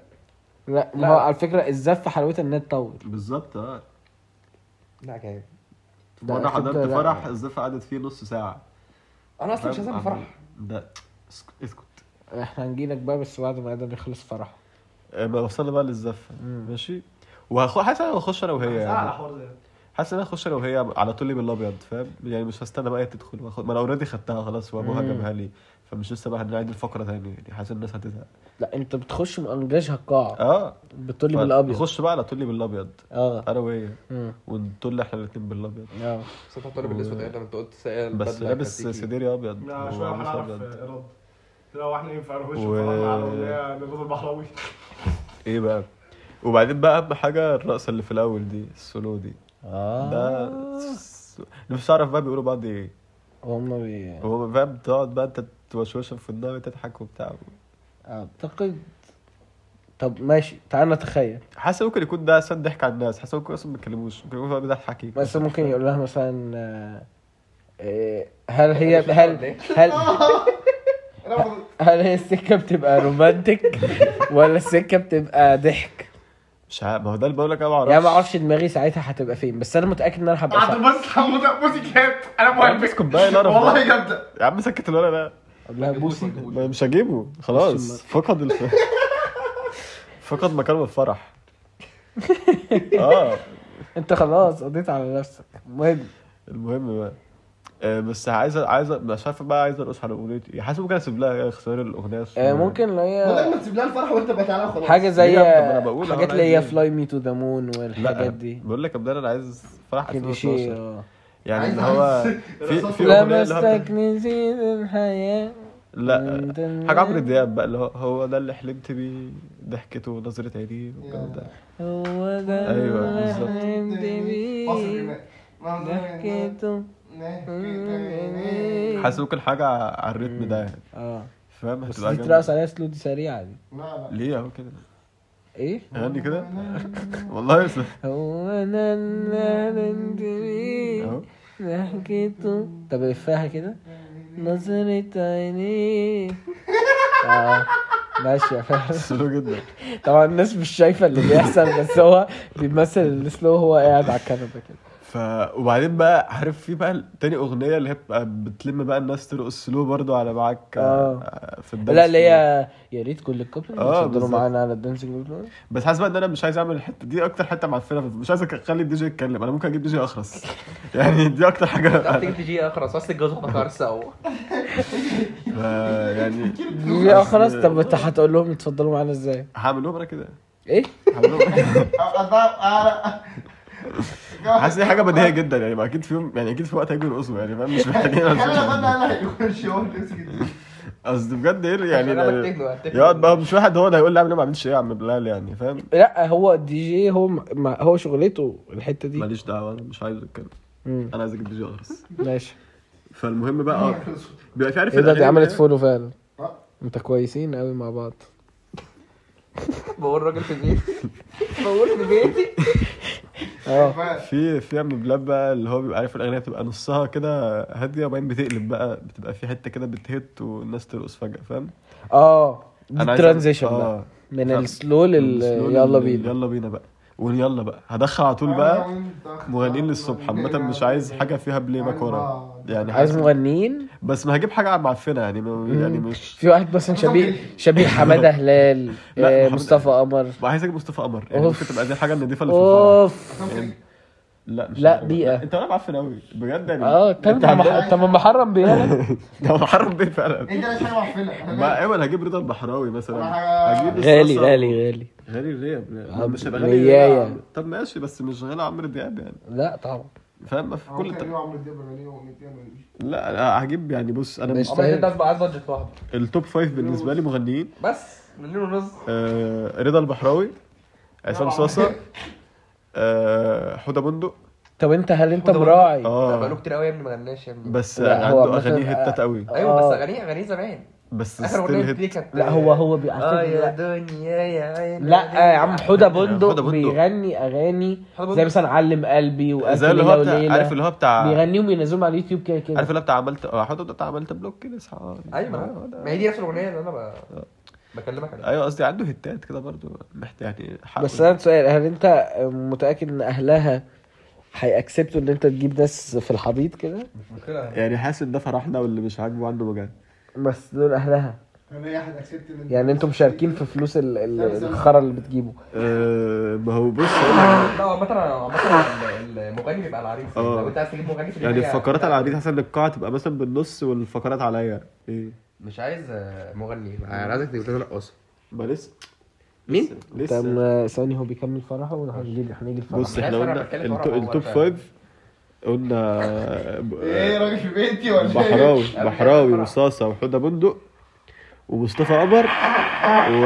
[SPEAKER 1] لا ما
[SPEAKER 2] لا.
[SPEAKER 1] هو على فكره الزفه حلاوتها انها تطول
[SPEAKER 3] بالظبط اه
[SPEAKER 2] لا جاي
[SPEAKER 1] ده
[SPEAKER 3] مره
[SPEAKER 1] أكيد
[SPEAKER 3] حضرت
[SPEAKER 1] لا.
[SPEAKER 3] فرح الزفه قعدت فيه نص ساعه
[SPEAKER 2] انا اصلا مش
[SPEAKER 3] فاهم؟
[SPEAKER 2] عايز فرح
[SPEAKER 3] ده اسك- اسكت
[SPEAKER 1] احنا هنجيلك بقى بس بعد ما ادم يخلص فرحه
[SPEAKER 3] آه، ما وصلنا بقى للزفه ماشي وهخ حاسس انا هخش انا وهي
[SPEAKER 4] على
[SPEAKER 3] يعني
[SPEAKER 4] حوار ده
[SPEAKER 3] حاسس ان انا هخش انا وهي على طول بالابيض فاهم يعني مش هستنى بقى هي تدخل وآخد- ما انا اوريدي خدتها خلاص وابوها
[SPEAKER 1] مم.
[SPEAKER 3] جابها لي فمش لسه بقى هنعيد الفقره تاني يعني حاسس الناس هتزهق
[SPEAKER 1] لا انت بتخش مأنجشها القاعه
[SPEAKER 3] اه
[SPEAKER 1] بتطلي بالابيض
[SPEAKER 3] نخش بقى على طول بالابيض
[SPEAKER 1] اه
[SPEAKER 3] انا وهي
[SPEAKER 1] مم.
[SPEAKER 3] ونطل احنا الاثنين بالابيض
[SPEAKER 1] اه
[SPEAKER 2] بس انت طالب الاسود ايه لما انت قلت سائل
[SPEAKER 3] بس لابس سديري ابيض
[SPEAKER 4] لا شويه
[SPEAKER 3] وقميص
[SPEAKER 4] هنعرف
[SPEAKER 3] أبيض.
[SPEAKER 4] رد لو احنا ينفع نخش
[SPEAKER 3] و-
[SPEAKER 4] فرح على اغنيه لرضا البحراوي
[SPEAKER 3] ايه بقى وبعدين بقى اهم حاجه الرقصه اللي في الاول دي السولو دي ده
[SPEAKER 1] اه
[SPEAKER 3] س- نفسي اعرف بقى بيقولوا بعض ايه
[SPEAKER 1] هم بي
[SPEAKER 3] هو فاهم بتقعد بقى انت توشوش في النار وتضحك وبتاع
[SPEAKER 1] اعتقد طب ماشي تعال نتخيل
[SPEAKER 3] حاسس ممكن يكون ده اصلا ضحك على الناس حاسس ممكن اصلا ما يتكلموش ممكن يكون بيضحك
[SPEAKER 1] بس ممكن يقول لها مثلا آه، إيه، هل هي هل هل
[SPEAKER 4] (laughs) انا
[SPEAKER 1] هل هي السكه بتبقى رومانتك ولا السكه بتبقى ضحك؟
[SPEAKER 3] مش عارف ما هو ده اللي بقول لك انا ما
[SPEAKER 1] يعني ما
[SPEAKER 3] اعرفش
[SPEAKER 1] اعرفش دماغي ساعتها هتبقى فين بس انا متاكد ان انا هبقى
[SPEAKER 4] قعدت
[SPEAKER 1] سعيد
[SPEAKER 4] بس حموده موسيقات انا مهم
[SPEAKER 3] بس كوبايه لا أنا
[SPEAKER 4] والله
[SPEAKER 3] فاهم.
[SPEAKER 4] جامده
[SPEAKER 3] يا عم سكت ولا لا
[SPEAKER 1] اقول لها بوسي
[SPEAKER 3] ما مش هجيبه خلاص
[SPEAKER 1] بس
[SPEAKER 3] فقد الف... فقد مكانه الفرح اه
[SPEAKER 1] انت خلاص قضيت على نفسك المهم
[SPEAKER 3] المهم بقى آه، بس عايز عايز مش عارف بقى عايز ارقص على اغنيه ايه حاسس ممكن اسيب لها اختيار الاغنيه
[SPEAKER 1] آه، ممكن لو
[SPEAKER 4] بقول لك
[SPEAKER 1] هي
[SPEAKER 4] ما تسيب لها الفرح وانت بقى تعالى خلاص (laughs)
[SPEAKER 1] حاجه زي
[SPEAKER 3] ليه؟ طب أنا بقول أهو
[SPEAKER 1] حاجات
[SPEAKER 3] أنا
[SPEAKER 1] اللي
[SPEAKER 3] عايز
[SPEAKER 1] هي
[SPEAKER 3] إيه؟
[SPEAKER 1] فلاي مي تو ذا مون
[SPEAKER 3] لا
[SPEAKER 1] والحاجات دي
[SPEAKER 3] بقول لك يا بدر انا عايز فرح
[SPEAKER 1] كليشيه
[SPEAKER 3] 2012
[SPEAKER 1] آه.
[SPEAKER 3] يعني
[SPEAKER 4] عايز-
[SPEAKER 3] اللي هو
[SPEAKER 4] عايز-
[SPEAKER 3] في في اغنيه اللي هو بتاع-
[SPEAKER 1] لمستك نسيت الحياه
[SPEAKER 3] لا حاجه عمرو دياب بقى اللي هو هو ده اللي حلمت بيه ضحكته ونظره عينيه والكلام ده
[SPEAKER 1] هو ده
[SPEAKER 3] أيوة،
[SPEAKER 1] اللي
[SPEAKER 4] (laughs)
[SPEAKER 3] بالظبط.
[SPEAKER 1] حلمت بيه.
[SPEAKER 4] مصر الغناء
[SPEAKER 2] ضحكته
[SPEAKER 3] هسوق الحاجه على الريتم ده يعني
[SPEAKER 1] اه
[SPEAKER 3] فاهم
[SPEAKER 1] بس
[SPEAKER 3] هتبقى
[SPEAKER 1] دي
[SPEAKER 3] جامدة.
[SPEAKER 1] ترقص عليها سلو دي سريعه دي
[SPEAKER 3] ليه اهو كده
[SPEAKER 1] ايه؟
[SPEAKER 3] غني كده (laughs) والله بس
[SPEAKER 1] هو انا اللي انت بيه
[SPEAKER 3] اهو
[SPEAKER 1] ضحكته طب الفها كده نظرة عينيه اه ماشي فاهم
[SPEAKER 3] سلو جدا
[SPEAKER 1] طبعا الناس مش شايفه اللي بيحصل بس هو بيمثل السلو هو قاعد على الكنبه كده
[SPEAKER 3] ف وبعدين بقى عارف في بقى تاني اغنيه اللي هي بتبقى بتلم بقى الناس ترقص سلو برضو على معاك
[SPEAKER 1] آه.
[SPEAKER 3] آه، في الدنس
[SPEAKER 1] لا اللي هي يا ريت كل الكوبل
[SPEAKER 3] آه،
[SPEAKER 1] يتفضلوا
[SPEAKER 3] بالظبط.
[SPEAKER 1] معانا على الدانسينج
[SPEAKER 3] (laughs)
[SPEAKER 1] فلور.
[SPEAKER 3] بس حاسس بقى ان انا مش عايز اعمل الحته دي اكتر حته معفنه مش عايز اخلي الدي جي يتكلم انا ممكن اجيب دي جي اخرس يعني دي اكتر
[SPEAKER 2] (laughs)
[SPEAKER 3] حاجه
[SPEAKER 2] تيجي تجي اخرس اصل الجواز واحده كارثه اهو
[SPEAKER 3] آه، يعني
[SPEAKER 1] يا آه، خلاص طب انت هتقول لهم اتفضلوا معانا ازاي؟
[SPEAKER 3] هعمل لهم انا كده
[SPEAKER 1] ايه؟
[SPEAKER 3] هعمل لهم أنا. حاسس ان دي حاجه بديهيه جدا يعني ما اكيد في يوم يعني اكيد في وقت هيجوا يرقصوا يعني فاهم مش
[SPEAKER 4] (laughs)
[SPEAKER 3] محتاجين يرقصوا. قصدي بجد ايه (laughs)
[SPEAKER 2] (laughs)
[SPEAKER 3] يعني يعني يقعد بقى مش واحد هو اللي هيقول لي اعمل ايه ما عملتش ايه يا عم بلال يعني فاهم
[SPEAKER 1] لا هو الدي جي هو ما هو شغلته الحته دي
[SPEAKER 3] ماليش دعوه انا مش عايز اتكلم
[SPEAKER 1] مم،
[SPEAKER 3] انا عايز اجيب دي جي اخرس
[SPEAKER 1] ماشي
[SPEAKER 3] فالمهم بقى آه،
[SPEAKER 4] (laughs)
[SPEAKER 3] بيبقى في عارف
[SPEAKER 1] ايه ده دي
[SPEAKER 3] (laughs) الأغاني
[SPEAKER 1] عملت
[SPEAKER 3] اللي هي-
[SPEAKER 1] فولو فعلا
[SPEAKER 3] آه.
[SPEAKER 1] انت كويسين قوي مع بعض
[SPEAKER 2] بقول راجل في بيتي (laughs) بقول في بيتي
[SPEAKER 1] اه
[SPEAKER 3] في في ام بلاد بقى اللي هو بيبقى عارف الاغنيه بتبقى نصها كده هاديه وبعدين بتقلب بقى بتبقى في حته كده بتهت والناس ترقص فجاه فاهم
[SPEAKER 1] اه دي
[SPEAKER 3] أنا عايز أعمل-
[SPEAKER 1] الترانزيشن بقى
[SPEAKER 3] آه،
[SPEAKER 1] من
[SPEAKER 3] فاهم.
[SPEAKER 1] السلو لل
[SPEAKER 3] السلو
[SPEAKER 1] يلا
[SPEAKER 3] لل-
[SPEAKER 1] بينا
[SPEAKER 3] يلا بينا بقى ويلا بقى هدخل على طول بقى مغنيين للصبح عامه مش عايز حاجه فيها بلاي باك ورا يعني
[SPEAKER 1] عايز
[SPEAKER 3] عايز
[SPEAKER 1] مغنيين
[SPEAKER 3] بس ما هجيب حاجه معفنه يعني ما- يعني مش
[SPEAKER 1] في واحد مثلا شبيه شبيه
[SPEAKER 3] (laughs)
[SPEAKER 1] حماده هلال
[SPEAKER 3] لا،
[SPEAKER 1] آه،
[SPEAKER 3] محمد-
[SPEAKER 1] مصطفى قمر
[SPEAKER 3] بقى عايز اجيب مصطفى قمر يعني
[SPEAKER 1] أوف.
[SPEAKER 3] ممكن تبقى دي الحاجه النضيفه اللي في الفرح
[SPEAKER 1] اوف
[SPEAKER 3] لا مش
[SPEAKER 1] لا،
[SPEAKER 3] هجيبها.
[SPEAKER 1] بيئة.
[SPEAKER 3] انت ولا معفن قوي بجد يعني
[SPEAKER 1] اه
[SPEAKER 3] انت عم-
[SPEAKER 1] طب ما محرم
[SPEAKER 3] (laughs)
[SPEAKER 1] بيه
[SPEAKER 3] ده محرم بيه فعلا
[SPEAKER 4] انت مش حاجه معفنه
[SPEAKER 3] ما ايوه أنا هجيب رضا البحراوي مثلا
[SPEAKER 4] ولا
[SPEAKER 3] هجيب
[SPEAKER 1] غالي
[SPEAKER 3] الصلصة.
[SPEAKER 1] غالي غالي
[SPEAKER 3] غالي ليه يا ابني؟
[SPEAKER 1] عم-
[SPEAKER 3] ما مش هيبقى غالي ليه
[SPEAKER 1] ليايا.
[SPEAKER 3] يا عم؟ طب ماشي بس مش غالي عمرو دياب يعني
[SPEAKER 1] لا طبعا
[SPEAKER 3] فاهم ما في كل
[SPEAKER 4] كل
[SPEAKER 3] الت...
[SPEAKER 4] يوم عمرو دياب غنيه واغنيتين غنيه.
[SPEAKER 3] لا لا هجيب يعني بص انا
[SPEAKER 1] ماشي.
[SPEAKER 3] مش
[SPEAKER 2] عمرك انت هتبقى عايز بادجت واحده
[SPEAKER 3] التوب فايف بالنسبه لي مغنيين
[SPEAKER 2] بس مليون ونص
[SPEAKER 3] آه رضا البحراوي عصام صاصا آه حدى بندق
[SPEAKER 1] طب انت هل انت
[SPEAKER 2] وده برضه-
[SPEAKER 1] مراعي
[SPEAKER 2] ده بقاله
[SPEAKER 3] اه
[SPEAKER 2] كتير قوي يا ابني ما غناش يا ابني
[SPEAKER 3] بس
[SPEAKER 1] طيب، لا، هو
[SPEAKER 3] عنده
[SPEAKER 1] مثلاً-
[SPEAKER 3] اغاني هتات قوي
[SPEAKER 2] ايوه بس
[SPEAKER 1] آه.
[SPEAKER 2] اغانيه اغانيه زمان
[SPEAKER 3] بس
[SPEAKER 2] اخر
[SPEAKER 3] ستيل
[SPEAKER 2] اغنيه
[SPEAKER 3] هيت
[SPEAKER 2] دي كانت
[SPEAKER 1] لا هو هو بيعرف
[SPEAKER 3] آه،
[SPEAKER 2] اه يا
[SPEAKER 1] لا
[SPEAKER 2] دنيا يا عين
[SPEAKER 1] لا آه، يا عم حدى بندق
[SPEAKER 3] حدى بندق.
[SPEAKER 1] بيغني اغاني
[SPEAKER 2] حدى بندق.
[SPEAKER 1] زي مثلا علم قلبي
[SPEAKER 3] زي
[SPEAKER 1] وقتل
[SPEAKER 3] اللي
[SPEAKER 1] ليلى
[SPEAKER 3] هو بتاع عارف
[SPEAKER 1] وليلى
[SPEAKER 3] اللي هو بتاع
[SPEAKER 1] بيغنيهم ينزلهم على اليوتيوب كده كده
[SPEAKER 3] عارف اللي هو بتاع عملت اه حدى بندق بتاع عملت بلوك كده اصحى آه،
[SPEAKER 2] ايوه ما هي دي نفس الاغنيه اللي انا ب... بكلمك عليها
[SPEAKER 3] ايوه قصدي عنده هتات كده برضو محتاج يعني حقه.
[SPEAKER 1] بس انا عندي سؤال هل انت متاكد ان اهلها هيأكسبتوا ان انت تجيب ناس في الحضيض كده
[SPEAKER 2] مش مشكله
[SPEAKER 3] يعني حاسب ده فرحنا واللي مش عاجبه عنده وجع
[SPEAKER 1] بس دول اهلها
[SPEAKER 4] انا اي حد اكسبت ان
[SPEAKER 1] يعني انتوا مشاركين في فلوس ال- ال- الخرا اللي بتجيبه
[SPEAKER 3] أه ما هو بص أقول لك،
[SPEAKER 2] لا عامة عامة المغني بيبقى العريس
[SPEAKER 3] آه.
[SPEAKER 2] لو انت عايز تجيب مغني في
[SPEAKER 3] يعني
[SPEAKER 2] الدنيا-
[SPEAKER 3] الفقرات على العريض حسب القاعه تبقى مثلا بالنص والفقرات عليا ايه
[SPEAKER 2] مش عايز آه، مغني انا عايزك تجيب لنا رقاصه
[SPEAKER 3] ما لسه
[SPEAKER 2] مين؟
[SPEAKER 1] طب
[SPEAKER 3] لسه
[SPEAKER 1] ثاني هو بيكمل فرحه وهنجيب هنيجي الفرح
[SPEAKER 3] بص
[SPEAKER 2] أنا
[SPEAKER 3] احنا
[SPEAKER 2] عارف أنا
[SPEAKER 3] قلنا
[SPEAKER 2] بتكلم
[SPEAKER 3] التو-
[SPEAKER 2] ورا هو
[SPEAKER 3] التوب
[SPEAKER 2] فعلا.
[SPEAKER 3] فايف قلنا
[SPEAKER 1] (laughs)
[SPEAKER 3] ب-
[SPEAKER 4] ايه راجل في بيتي ولا ايه؟
[SPEAKER 3] بحراوي
[SPEAKER 2] بتكلم
[SPEAKER 3] بحراوي
[SPEAKER 2] ورا.
[SPEAKER 3] وصاصه وحدى بندق ومصطفى قمر و...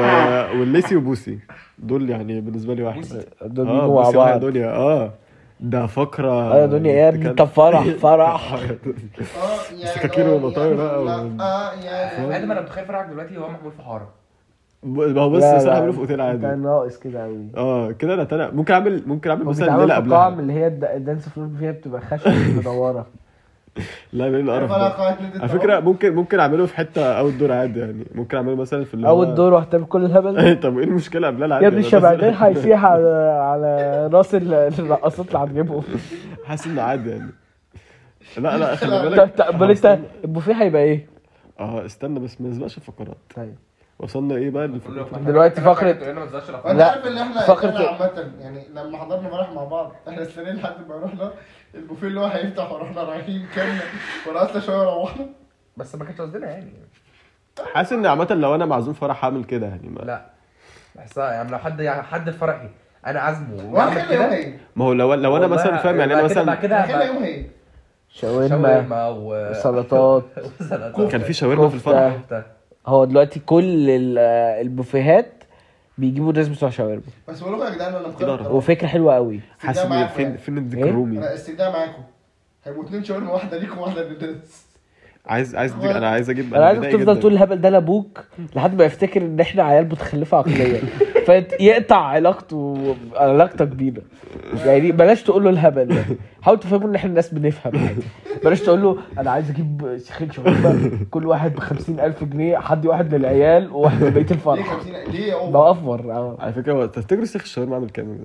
[SPEAKER 3] والليسي وبوسي دول يعني بالنسبه لي واحد
[SPEAKER 1] دول
[SPEAKER 3] اه
[SPEAKER 1] بيجوا مع
[SPEAKER 3] بوسي وهي
[SPEAKER 1] بعض
[SPEAKER 3] دنيا اه ده فقره
[SPEAKER 1] اه يا دنيا يا ابني طب
[SPEAKER 3] (laughs)
[SPEAKER 1] فرح فرح
[SPEAKER 4] اه يا
[SPEAKER 3] سكاكين
[SPEAKER 4] لا،
[SPEAKER 3] وبطايق
[SPEAKER 4] يا
[SPEAKER 3] بقى
[SPEAKER 4] لا،
[SPEAKER 3] و-
[SPEAKER 4] اه يا
[SPEAKER 2] انا ما انا متخيل فرحك دلوقتي هو محمول في حاره
[SPEAKER 3] ما هو بص
[SPEAKER 1] لا،
[SPEAKER 3] صراحه
[SPEAKER 1] لا،
[SPEAKER 3] عامله في اوتيل عادي
[SPEAKER 1] ده ناقص كده قوي
[SPEAKER 3] اه كده انا تاني ممكن اعمل ممكن اعمل مثلا
[SPEAKER 1] وبيتعمل
[SPEAKER 3] ليله
[SPEAKER 1] في قاعة من
[SPEAKER 3] قبلها
[SPEAKER 1] اللي هي الد- الدانس فلور فيها بتبقى
[SPEAKER 3] (laughs)
[SPEAKER 1] خشب مدورة
[SPEAKER 3] لا يبقى ايه القرف ده على فكره ممكن ممكن اعمله في حته اول دور عادي يعني ممكن اعمله مثلا في اللي هو- (laughs)
[SPEAKER 1] أول دور وهتعمل كل الهبل
[SPEAKER 3] طب ايه المشكله قبلها العادي
[SPEAKER 1] يا ابني إيه
[SPEAKER 3] يعني (laughs)
[SPEAKER 1] الشبعدين
[SPEAKER 3] مثلاً-
[SPEAKER 1] هيسيح على على راس ال- الرقاصات اللي هتجيبهم
[SPEAKER 3] حاسس انه عادي يعني لا لا خلي
[SPEAKER 1] طب
[SPEAKER 3] بالك
[SPEAKER 1] طب امال انت البوفيه هيبقى ايه؟
[SPEAKER 3] اه استنى بس ما نسبقش الفقرات
[SPEAKER 1] طيب
[SPEAKER 3] وصلنا ايه بقى للفقرات
[SPEAKER 1] دلوقتي فقرة-
[SPEAKER 2] انا ما تزعلش الأفكار.
[SPEAKER 1] لا،
[SPEAKER 4] لا عارف اللي احنا
[SPEAKER 1] فقرة-
[SPEAKER 3] إيه؟
[SPEAKER 4] فقرة عامة يعني لما حضرنا فرح مع بعض احنا استنينا لحد ما رحنا البوفيه اللي هو هيفتح ورحنا رايحين كلنا ورقصنا شوية وروحنا
[SPEAKER 2] بس ما كانش قصدنا يعني
[SPEAKER 3] حاسس ان عامه لو انا معزوم فرح هعمل كده يعني ما,
[SPEAKER 2] لا بحسها يعني لو حد يعني حد فرحي انا عازمه ويعمل
[SPEAKER 4] وهنخلي يوم
[SPEAKER 2] كده،
[SPEAKER 4] هي
[SPEAKER 3] ما هو لو لو انا
[SPEAKER 2] والله
[SPEAKER 3] مثلا فاهم يعني انا
[SPEAKER 2] بعد كده-
[SPEAKER 3] مثلا
[SPEAKER 2] بعد كده
[SPEAKER 4] هنخلي
[SPEAKER 2] هبقى
[SPEAKER 4] يوم هي
[SPEAKER 1] شاورما أيوة.
[SPEAKER 2] شاورما و (laughs)
[SPEAKER 1] سلطات
[SPEAKER 2] سلطات.
[SPEAKER 3] كان في يعني شاورما في
[SPEAKER 1] كفتة.
[SPEAKER 3] الفرح
[SPEAKER 2] كفتة.
[SPEAKER 1] هو دلوقتي كل ال- البوفيهات بيجيبوا ناس بتوع شاورما
[SPEAKER 4] بس بقول لكم يا جدعان انا
[SPEAKER 3] كده
[SPEAKER 4] مقرر
[SPEAKER 1] وفكره حلوه قوي
[SPEAKER 3] حاسس ان فين فين الديك
[SPEAKER 1] إيه؟
[SPEAKER 4] انا
[SPEAKER 3] الرومي
[SPEAKER 4] استجداء معاكم هيبقوا اتنين شاورما واحده ليكم واحده للناس
[SPEAKER 3] عايز عايز ديك انا عايز اجيب
[SPEAKER 1] انا عايزك
[SPEAKER 3] متضايق
[SPEAKER 1] تفضل
[SPEAKER 3] جداً.
[SPEAKER 1] تقول الهبل ده لابوك لحد ما يفتكر ان احنا عيال متخلفه عقليا فيقطع علاقته علاقتك بينا يعني بلاش تقول له الهبل ده حاول تفهمه ان احنا الناس بنفهم عادي بلاش تقول له انا عايز اجيب شيخين شاورما كل واحد ب 50000 جنيه حد واحد للعيال وواحد لبيت
[SPEAKER 4] ليه (laughs)
[SPEAKER 1] الفرح
[SPEAKER 4] 50 ليه يا
[SPEAKER 1] ده
[SPEAKER 4] عمر
[SPEAKER 1] افور اه
[SPEAKER 3] على فكره هو تفتكروا سيخ الشاورما عامل كام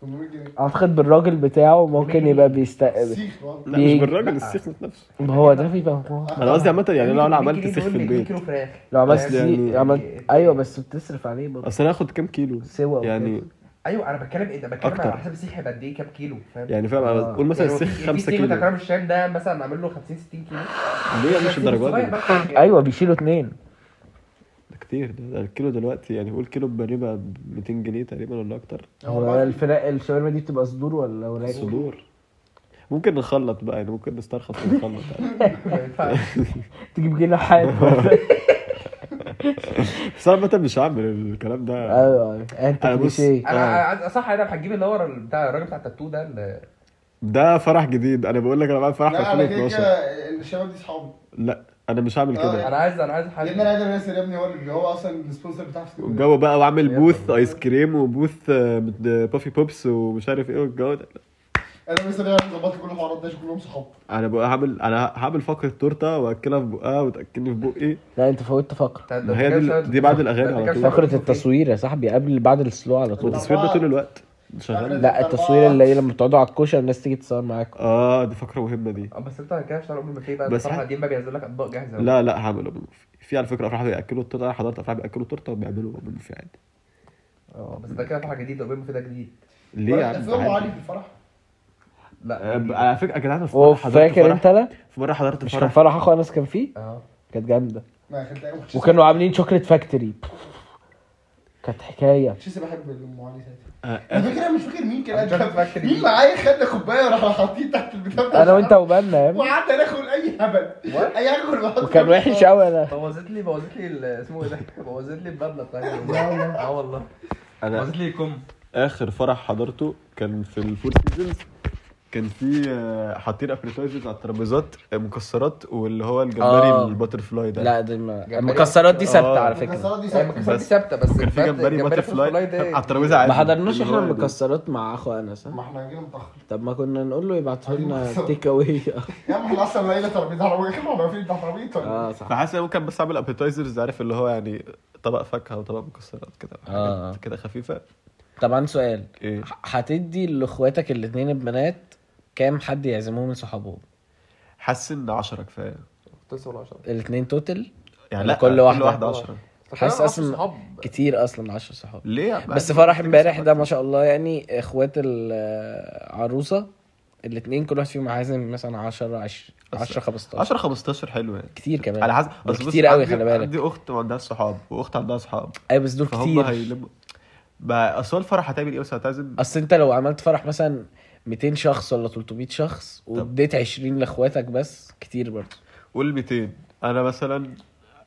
[SPEAKER 4] 800 جنيه
[SPEAKER 1] اعتقد بالراجل بتاعه ممكن يبقى بيستقبل
[SPEAKER 4] سيخ والله.
[SPEAKER 3] لا
[SPEAKER 1] بيجي-
[SPEAKER 3] مش بالراجل السيخ ذات نفسه
[SPEAKER 1] ما هو ده بيبقى هو
[SPEAKER 3] انا قصدي عامه يعني لو انا عملت سيخ في البيت
[SPEAKER 2] كيلو فراخ
[SPEAKER 1] لو عملت
[SPEAKER 3] يعني-
[SPEAKER 1] يعني عملت ايوه بس بتصرف عليه برضه
[SPEAKER 3] اصل انا هاخد كام كيلو
[SPEAKER 1] سوا وكده.
[SPEAKER 3] يعني
[SPEAKER 2] ايوه انا بتكلم ايه ده بتكلم
[SPEAKER 3] أكتر.
[SPEAKER 2] على حسب السيخ هيبقى قد ايه كام كيلو فاهم
[SPEAKER 3] يعني فاهم
[SPEAKER 1] آه.
[SPEAKER 3] أنا قول مثلا
[SPEAKER 2] يعني هو في-
[SPEAKER 3] السيخ 5
[SPEAKER 2] في
[SPEAKER 3] كيلو
[SPEAKER 2] سيخ بتاع كرم الشام ده مثلا عامل له 50 60 كيلو يعني
[SPEAKER 3] ليه مش الدرجات
[SPEAKER 2] صغير
[SPEAKER 3] دي
[SPEAKER 2] بقى.
[SPEAKER 1] ايوه بيشيلوا اتنين
[SPEAKER 3] ده كتير ده, ده الكيلو دلوقتي يعني قول كيلو بريبه ب 200 جنيه تقريبا ولا اكتر
[SPEAKER 1] هو الفراق الشاورما دي بتبقى صدور ولا وراك؟
[SPEAKER 3] صدور ممكن نخلط بقى يعني ممكن نسترخص ونخلط يعني.
[SPEAKER 2] ما ينفعش.
[SPEAKER 1] تجيب جنيه
[SPEAKER 3] (laughs)
[SPEAKER 1] حاد
[SPEAKER 3] ايوه. بس انا عامة مش هعمل الكلام ده
[SPEAKER 1] ايوه انت
[SPEAKER 3] أنا بص-
[SPEAKER 1] كليشيه
[SPEAKER 2] انا
[SPEAKER 3] آه.
[SPEAKER 2] أنا عايز آه، صح انا هتجيب اللي هو بتاع الراجل بتاع التاتو ده اللي
[SPEAKER 3] ده فرح جديد انا بقول لك انا بعمل فرح في
[SPEAKER 4] لا انا كده
[SPEAKER 3] 2012
[SPEAKER 4] كده الشباب دي صحابي
[SPEAKER 3] لا انا مش هعمل
[SPEAKER 4] آه،
[SPEAKER 3] كده
[SPEAKER 2] انا عايز انا عايز حاجه
[SPEAKER 4] لان انا قادر انسى يا ابني هو اللي هو اصلا السبونسر بتاع فسكوت.
[SPEAKER 3] والجو بقى وعامل بوث ايس كريم وبوث آه، بافي بوبس ومش عارف ايه والجو ده
[SPEAKER 4] انا لسه بقى ظبطت كل الحوارات ده عشان كلهم صحاب
[SPEAKER 3] انا بقى هعمل انا هعمل فقره تورته واكلها في بقها وتاكلني في بقي
[SPEAKER 1] لا انت فوتت فقره
[SPEAKER 2] بتاع-
[SPEAKER 3] ما هي دي-
[SPEAKER 2] بتاع-
[SPEAKER 3] دي بعد الأغاني
[SPEAKER 2] بتاع-
[SPEAKER 3] على طول.
[SPEAKER 1] فقره التصوير يا صاحبي قبل بعد السلو على طول
[SPEAKER 3] والتصوير ده طول الوقت شغال
[SPEAKER 1] لا التصوير اللي هي لما بتقعدوا على الكوشه الناس تيجي تتصور معاكم
[SPEAKER 3] اه دي فقره مهمه دي
[SPEAKER 2] اه بس انت كده مش هتعرف امي في بقى
[SPEAKER 3] بس
[SPEAKER 2] بصراحه
[SPEAKER 3] حد-
[SPEAKER 2] دي بقى بينزل لك اطباق جاهزه
[SPEAKER 3] لا لا هعمله في على فكره افراح بياكلوا التورته انا حضرت افراح بياكلوا التورته وبيعملوا يعني. بيعملوا في عادي
[SPEAKER 2] اه بس ده كده فرحه جديده وامي في ده جديد
[SPEAKER 3] ليه يا عم
[SPEAKER 4] ليه علي
[SPEAKER 3] عادي؟
[SPEAKER 4] في الفرح
[SPEAKER 2] لا
[SPEAKER 3] آه، على فكره يا جدعان في مره
[SPEAKER 1] اوف
[SPEAKER 3] حضرت
[SPEAKER 1] فاكر انت
[SPEAKER 3] فرح
[SPEAKER 1] لا
[SPEAKER 3] في مره حضرت
[SPEAKER 1] مش كان
[SPEAKER 3] فرح
[SPEAKER 1] فرح اخو انس كان فيه
[SPEAKER 2] اه
[SPEAKER 1] كانت جامده
[SPEAKER 4] ما خدت
[SPEAKER 1] وكانوا عاملين شوكليت فاكتوري كانت حكايه
[SPEAKER 4] مش لسه بحب ام علي ساعتها
[SPEAKER 3] آه،
[SPEAKER 4] انا فاكر انا مش فاكر مين كان
[SPEAKER 2] أنا مش عارف
[SPEAKER 4] قاعد-
[SPEAKER 2] فاكر
[SPEAKER 4] مين
[SPEAKER 2] مين.
[SPEAKER 4] معايا خدنا كوبايه وراح حاطين تحت البتاع بتاع
[SPEAKER 1] انا وانت
[SPEAKER 4] الشعر.
[SPEAKER 1] وبنا يا ابني
[SPEAKER 4] وقعدنا ناكل اي هبل
[SPEAKER 2] What؟
[SPEAKER 4] اي هبل بحط
[SPEAKER 1] وكان وحش قوي انا
[SPEAKER 2] بوظت لي بوظت لي ال- اسمه ايه ده (laughs) بوظت لي المبنى بتاع اليوم. اه والله
[SPEAKER 3] انا
[SPEAKER 2] بوظت لي الكم
[SPEAKER 3] اخر فرح حضرته كان في الفور سيزونز كان في آه، حاطين ابريتايزرز على الترابيزات آه، مكسرات واللي هو الجمبري
[SPEAKER 1] آه.
[SPEAKER 3] الباتر فلاي ده
[SPEAKER 1] لا دي ما- المكسرات دي ثابته على فكره
[SPEAKER 4] المكسرات دي
[SPEAKER 2] هي
[SPEAKER 4] ساعتها.
[SPEAKER 2] مكسرات
[SPEAKER 3] بس-
[SPEAKER 2] ثابته بس
[SPEAKER 3] كان في
[SPEAKER 2] الفات-
[SPEAKER 3] جمبري باتر فلاي
[SPEAKER 2] butterfly ده
[SPEAKER 3] على الترابيزه عادي
[SPEAKER 1] ما حضرناش احنا
[SPEAKER 3] اللي هو ده.
[SPEAKER 1] المكسرات مع اخو انس
[SPEAKER 4] ما
[SPEAKER 1] ها؟
[SPEAKER 4] احنا جينا متاخر
[SPEAKER 1] طب ما كنا نقول له يبعتها لنا تيك اواي
[SPEAKER 4] يا عم احنا اصلا لقينا ترابيزه عربيه كده احنا واقفين بتاع ترابيزه
[SPEAKER 1] اه صح
[SPEAKER 3] فحاسس إن أنا ممكن بس اعمل ابيتايزرز عارف اللي هو يعني طبق فاكهه وطبق مكسرات كده
[SPEAKER 1] آه.
[SPEAKER 3] حاجات كده خفيفه
[SPEAKER 1] طبعا سؤال
[SPEAKER 3] ايه
[SPEAKER 1] هتدي لاخواتك الاثنين البنات كام حد يعزموه من صحابهم
[SPEAKER 3] حاسس ان 10 كفايه
[SPEAKER 2] بتوصل 10
[SPEAKER 1] الاثنين توتال
[SPEAKER 3] يعني
[SPEAKER 1] ولا
[SPEAKER 3] لا
[SPEAKER 1] كل
[SPEAKER 3] كل
[SPEAKER 1] واحدة؟
[SPEAKER 3] واحده 10
[SPEAKER 1] حاسس أصلا-
[SPEAKER 2] صحاب
[SPEAKER 1] كتير اصلا 10 صحاب
[SPEAKER 3] ليه يا عم؟
[SPEAKER 1] بس
[SPEAKER 3] عادي،
[SPEAKER 1] فرح
[SPEAKER 3] ممكن
[SPEAKER 1] امبارح
[SPEAKER 3] تكسب
[SPEAKER 1] ده ما شاء الله يعني اخوات العروسه الاثنين كل واحد فيهم عازم مثلا 10 10 10 15
[SPEAKER 3] 10 15 حلو يعني
[SPEAKER 1] كتير كمان
[SPEAKER 3] على حسب
[SPEAKER 1] دول
[SPEAKER 3] أصل بص،
[SPEAKER 1] كتير قوي،
[SPEAKER 3] عندي-
[SPEAKER 1] خلي بالك.
[SPEAKER 3] عندي اخت عندها صحاب واخت عندها صحاب
[SPEAKER 1] ايوه بس دول
[SPEAKER 3] فهم
[SPEAKER 1] كتير
[SPEAKER 3] هيلموا بقى اصل هو الفرح هتعمل ايه بس هتعزم
[SPEAKER 1] اصل انت لو عملت فرح مثلا 200 شخص ولا 300 شخص واديت 20 لاخواتك بس كتير برضه
[SPEAKER 3] قول 200 انا مثلا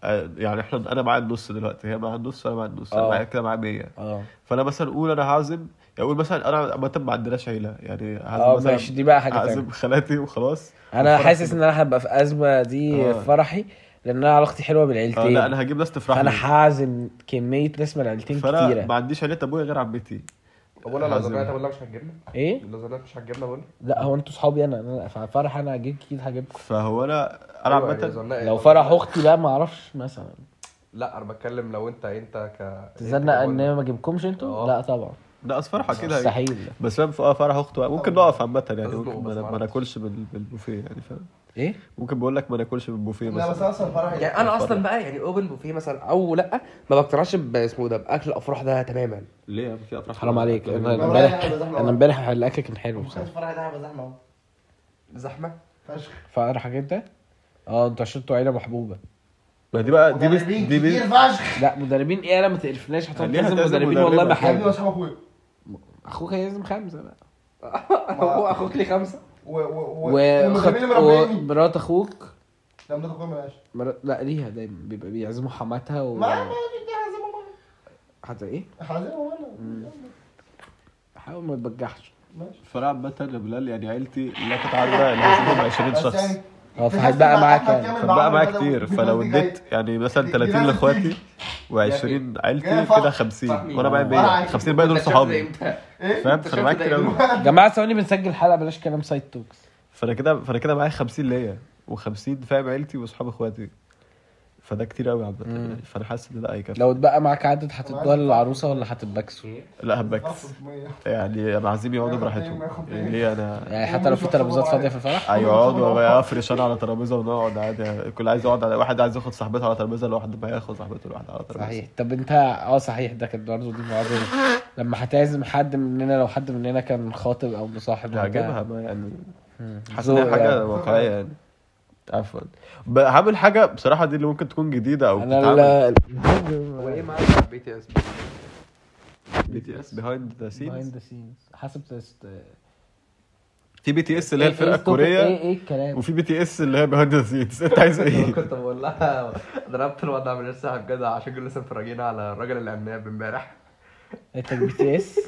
[SPEAKER 3] آه، يعني احنا انا معايا النص دلوقتي هي معايا النص انا معايا النص انا
[SPEAKER 1] آه.
[SPEAKER 3] معايا كده معايا 100
[SPEAKER 1] اه
[SPEAKER 3] فانا مثلا اقول انا هعزم يعني اقول مثلا انا عامه ما عندناش عيله يعني هعزم
[SPEAKER 1] اه
[SPEAKER 3] مثلا
[SPEAKER 1] ماشي دي بقى حاجه تانية
[SPEAKER 3] هعزم خالاتي وخلاص
[SPEAKER 1] انا
[SPEAKER 3] والفرح
[SPEAKER 1] حاسس
[SPEAKER 3] كده.
[SPEAKER 1] ان انا هبقى في ازمه دي
[SPEAKER 3] آه.
[SPEAKER 1] في فرحي لان انا علاقتي حلوه
[SPEAKER 3] آه،
[SPEAKER 1] بالعيلتين
[SPEAKER 3] لا انا هجيب ناس تفرح
[SPEAKER 1] فانا
[SPEAKER 3] لي.
[SPEAKER 1] هعزم كميه ناس من العيلتين
[SPEAKER 3] فانا
[SPEAKER 1] كتيره
[SPEAKER 3] ما عنديش عيله ابويا غير عمتي
[SPEAKER 2] اولا
[SPEAKER 3] لازم.
[SPEAKER 2] لازم ولا مش هتجيبنا
[SPEAKER 1] ايه
[SPEAKER 2] لازم مش هتجيبنا ولا
[SPEAKER 1] لا هو انتوا صحابي انا انا في فرح انا هجيب اكيد هجيبكم
[SPEAKER 3] فهو انا انا
[SPEAKER 2] أيوة،
[SPEAKER 3] عامه
[SPEAKER 2] لازم- لا،
[SPEAKER 1] لو
[SPEAKER 2] لازم-
[SPEAKER 1] فرح اختي لا ما اعرفش مثلا
[SPEAKER 2] لا انا بتكلم لو انت انت ك
[SPEAKER 1] تزنق
[SPEAKER 2] أنت
[SPEAKER 1] ان
[SPEAKER 2] كجوز.
[SPEAKER 1] انا ما اجيبكمش انتوا
[SPEAKER 2] آه.
[SPEAKER 1] لا طبعا
[SPEAKER 3] لا اصل فرحه كده يعني.
[SPEAKER 1] مستحيل
[SPEAKER 3] بس فاهم في- اه فرح اخته ممكن
[SPEAKER 1] أيوة.
[SPEAKER 3] نقف عامه يعني
[SPEAKER 2] أصله
[SPEAKER 3] ممكن ما
[SPEAKER 2] بس
[SPEAKER 3] ما
[SPEAKER 2] معرفش.
[SPEAKER 3] ناكلش بال- بالبوفيه يعني فاهم
[SPEAKER 1] ايه
[SPEAKER 3] ممكن بقول لك ما ناكلش بالبوفيه
[SPEAKER 4] لا بس
[SPEAKER 3] مثلا
[SPEAKER 4] اصلا فرح
[SPEAKER 2] يعني انا اصلا بقى يعني اوبن بوفيه مثلا او لا ما بقتنعش باسمه ده باكل الافراح ده تماما
[SPEAKER 3] ليه
[SPEAKER 4] يعني
[SPEAKER 3] يا عم؟ في افراح
[SPEAKER 1] حرام عليك
[SPEAKER 3] آه.
[SPEAKER 1] انا
[SPEAKER 4] لا،
[SPEAKER 1] امبارح
[SPEAKER 4] لا، لا، لا، لا.
[SPEAKER 1] انا امبارح الاكل كان حلو
[SPEAKER 4] مش
[SPEAKER 1] بصراحه
[SPEAKER 4] الفرح ده هيبقى زحمه اهو
[SPEAKER 2] زحمه
[SPEAKER 4] فشخ
[SPEAKER 1] فرحك انت اه انتوا عشان انتوا عيله محبوبه
[SPEAKER 3] ما دي بقى آه، دي بس
[SPEAKER 4] مدربين
[SPEAKER 3] دي
[SPEAKER 4] يعني كتير
[SPEAKER 3] بس
[SPEAKER 4] فشخ
[SPEAKER 1] لا مدربين ايه انا ما تقرفناش هتقعد
[SPEAKER 3] ليه
[SPEAKER 1] تلزم
[SPEAKER 3] هتلزم
[SPEAKER 1] مدربين
[SPEAKER 3] مدربة؟
[SPEAKER 1] والله ما
[SPEAKER 4] يا ابني
[SPEAKER 1] حلو
[SPEAKER 4] واصحاب اخويا
[SPEAKER 1] اخوك هيلزم خمسه بقى
[SPEAKER 2] هو اخوك لي خمسه
[SPEAKER 4] و و
[SPEAKER 1] و-
[SPEAKER 4] والمدربين اللي
[SPEAKER 1] وخط-
[SPEAKER 4] مربيني
[SPEAKER 1] ومرات اخوك
[SPEAKER 4] لا بناخد كل ملهاش
[SPEAKER 1] مرات... لا ليها دايما بيبقى بيعزموا حماتها و...
[SPEAKER 4] ما ما- دي عزيمة بقى.
[SPEAKER 1] حتى ايه
[SPEAKER 4] هعزمه وانا
[SPEAKER 1] حاول ما تبجحش
[SPEAKER 4] ماشي
[SPEAKER 3] الفرع عامة يا بلال يعني عيلتي لا تتعدى الهزيمة 20
[SPEAKER 4] بس
[SPEAKER 3] شخص
[SPEAKER 4] يعني
[SPEAKER 1] اه
[SPEAKER 4] في
[SPEAKER 1] فهتبقى
[SPEAKER 4] ناس
[SPEAKER 1] معاك
[SPEAKER 4] بتبقى
[SPEAKER 1] يعني
[SPEAKER 4] أحمد كامل
[SPEAKER 3] فبقى معايا
[SPEAKER 4] معاهم
[SPEAKER 3] كتير
[SPEAKER 4] بدل-
[SPEAKER 3] فلو
[SPEAKER 4] بدل دي جاية.
[SPEAKER 3] اديت يعني مثلا
[SPEAKER 4] دي-
[SPEAKER 3] 30
[SPEAKER 4] دي
[SPEAKER 3] لاخواتي
[SPEAKER 2] يعني
[SPEAKER 3] و20
[SPEAKER 4] جاية
[SPEAKER 3] عيلتي
[SPEAKER 4] فخم.
[SPEAKER 3] كده 50
[SPEAKER 2] فخمين.
[SPEAKER 3] وانا بقى
[SPEAKER 4] وأنا
[SPEAKER 3] 100
[SPEAKER 4] عايز-
[SPEAKER 3] 50 بقى دول صحابي
[SPEAKER 2] (laughs)
[SPEAKER 4] إيه؟
[SPEAKER 3] فاهم فانا معايا كتير أوي.
[SPEAKER 1] جماعه ثواني بنسجل حلقه بلاش كلام سايد توكس
[SPEAKER 3] فانا كده فانا كده معايا 50 ليا و50 فاهم عيلتي واصحاب اخواتي فده كتير قوي عامة يعني فانا حاسس ان لا هيكفي
[SPEAKER 1] لو اتبقى معاك عدد هتدوها للعروسه ولا هتتبكسوا
[SPEAKER 3] لا هبكس
[SPEAKER 4] نص مية. (laughs)
[SPEAKER 3] يعني انا عايزين يقعدوا
[SPEAKER 4] ياخد ايه،
[SPEAKER 3] براحتهم
[SPEAKER 4] ما ياخد
[SPEAKER 3] يعني
[SPEAKER 4] ايه.
[SPEAKER 3] ليه انا
[SPEAKER 1] يعني حتى لو في ترابيزات فاضيه في الفرح
[SPEAKER 3] ايوه اقعدوا بقى افرش انا على ترابيزه ونقعد عادي كل عايز يقعد على واحد عايز ياخد صاحبته على ترابيزه لوحده بقى ياخد صاحبته لوحده على ترابيزه
[SPEAKER 1] صحيح طب انت اه صحيح ده كانت برضه دي معضله لما هتعزم حد مننا لو حد مننا كان خاطب او مصاحب
[SPEAKER 3] هجيبها بقى يعني حاسس
[SPEAKER 1] ذوق
[SPEAKER 3] انها حاجه
[SPEAKER 1] يعني.
[SPEAKER 3] واقعيه يعني عفوا ب- هعمل حاجه بصراحه دي اللي ممكن تكون جديده او
[SPEAKER 1] انا
[SPEAKER 3] بتتعمل
[SPEAKER 1] ال-
[SPEAKER 2] هو ايه معاك بي
[SPEAKER 3] (laughs)
[SPEAKER 2] تي اس
[SPEAKER 3] بي تي اس بيهايند ذا سينز
[SPEAKER 1] behind the scenes حسب تست
[SPEAKER 3] في بي تي اس اللي هي
[SPEAKER 1] ايه- ايه
[SPEAKER 3] الفرقه
[SPEAKER 1] التوب- ايه
[SPEAKER 3] الكوريه
[SPEAKER 1] ايه الكلام
[SPEAKER 3] وفي بي تي اس اللي هي بيهايند ذا (laughs) سينز انت
[SPEAKER 1] (laughs)
[SPEAKER 3] عايز ايه؟
[SPEAKER 2] كنت بقول لها ضربت الوضع من السحب كده عشان كنا لسه متفرجين على الراجل العناب امبارح
[SPEAKER 1] انت إيه، بي تي اس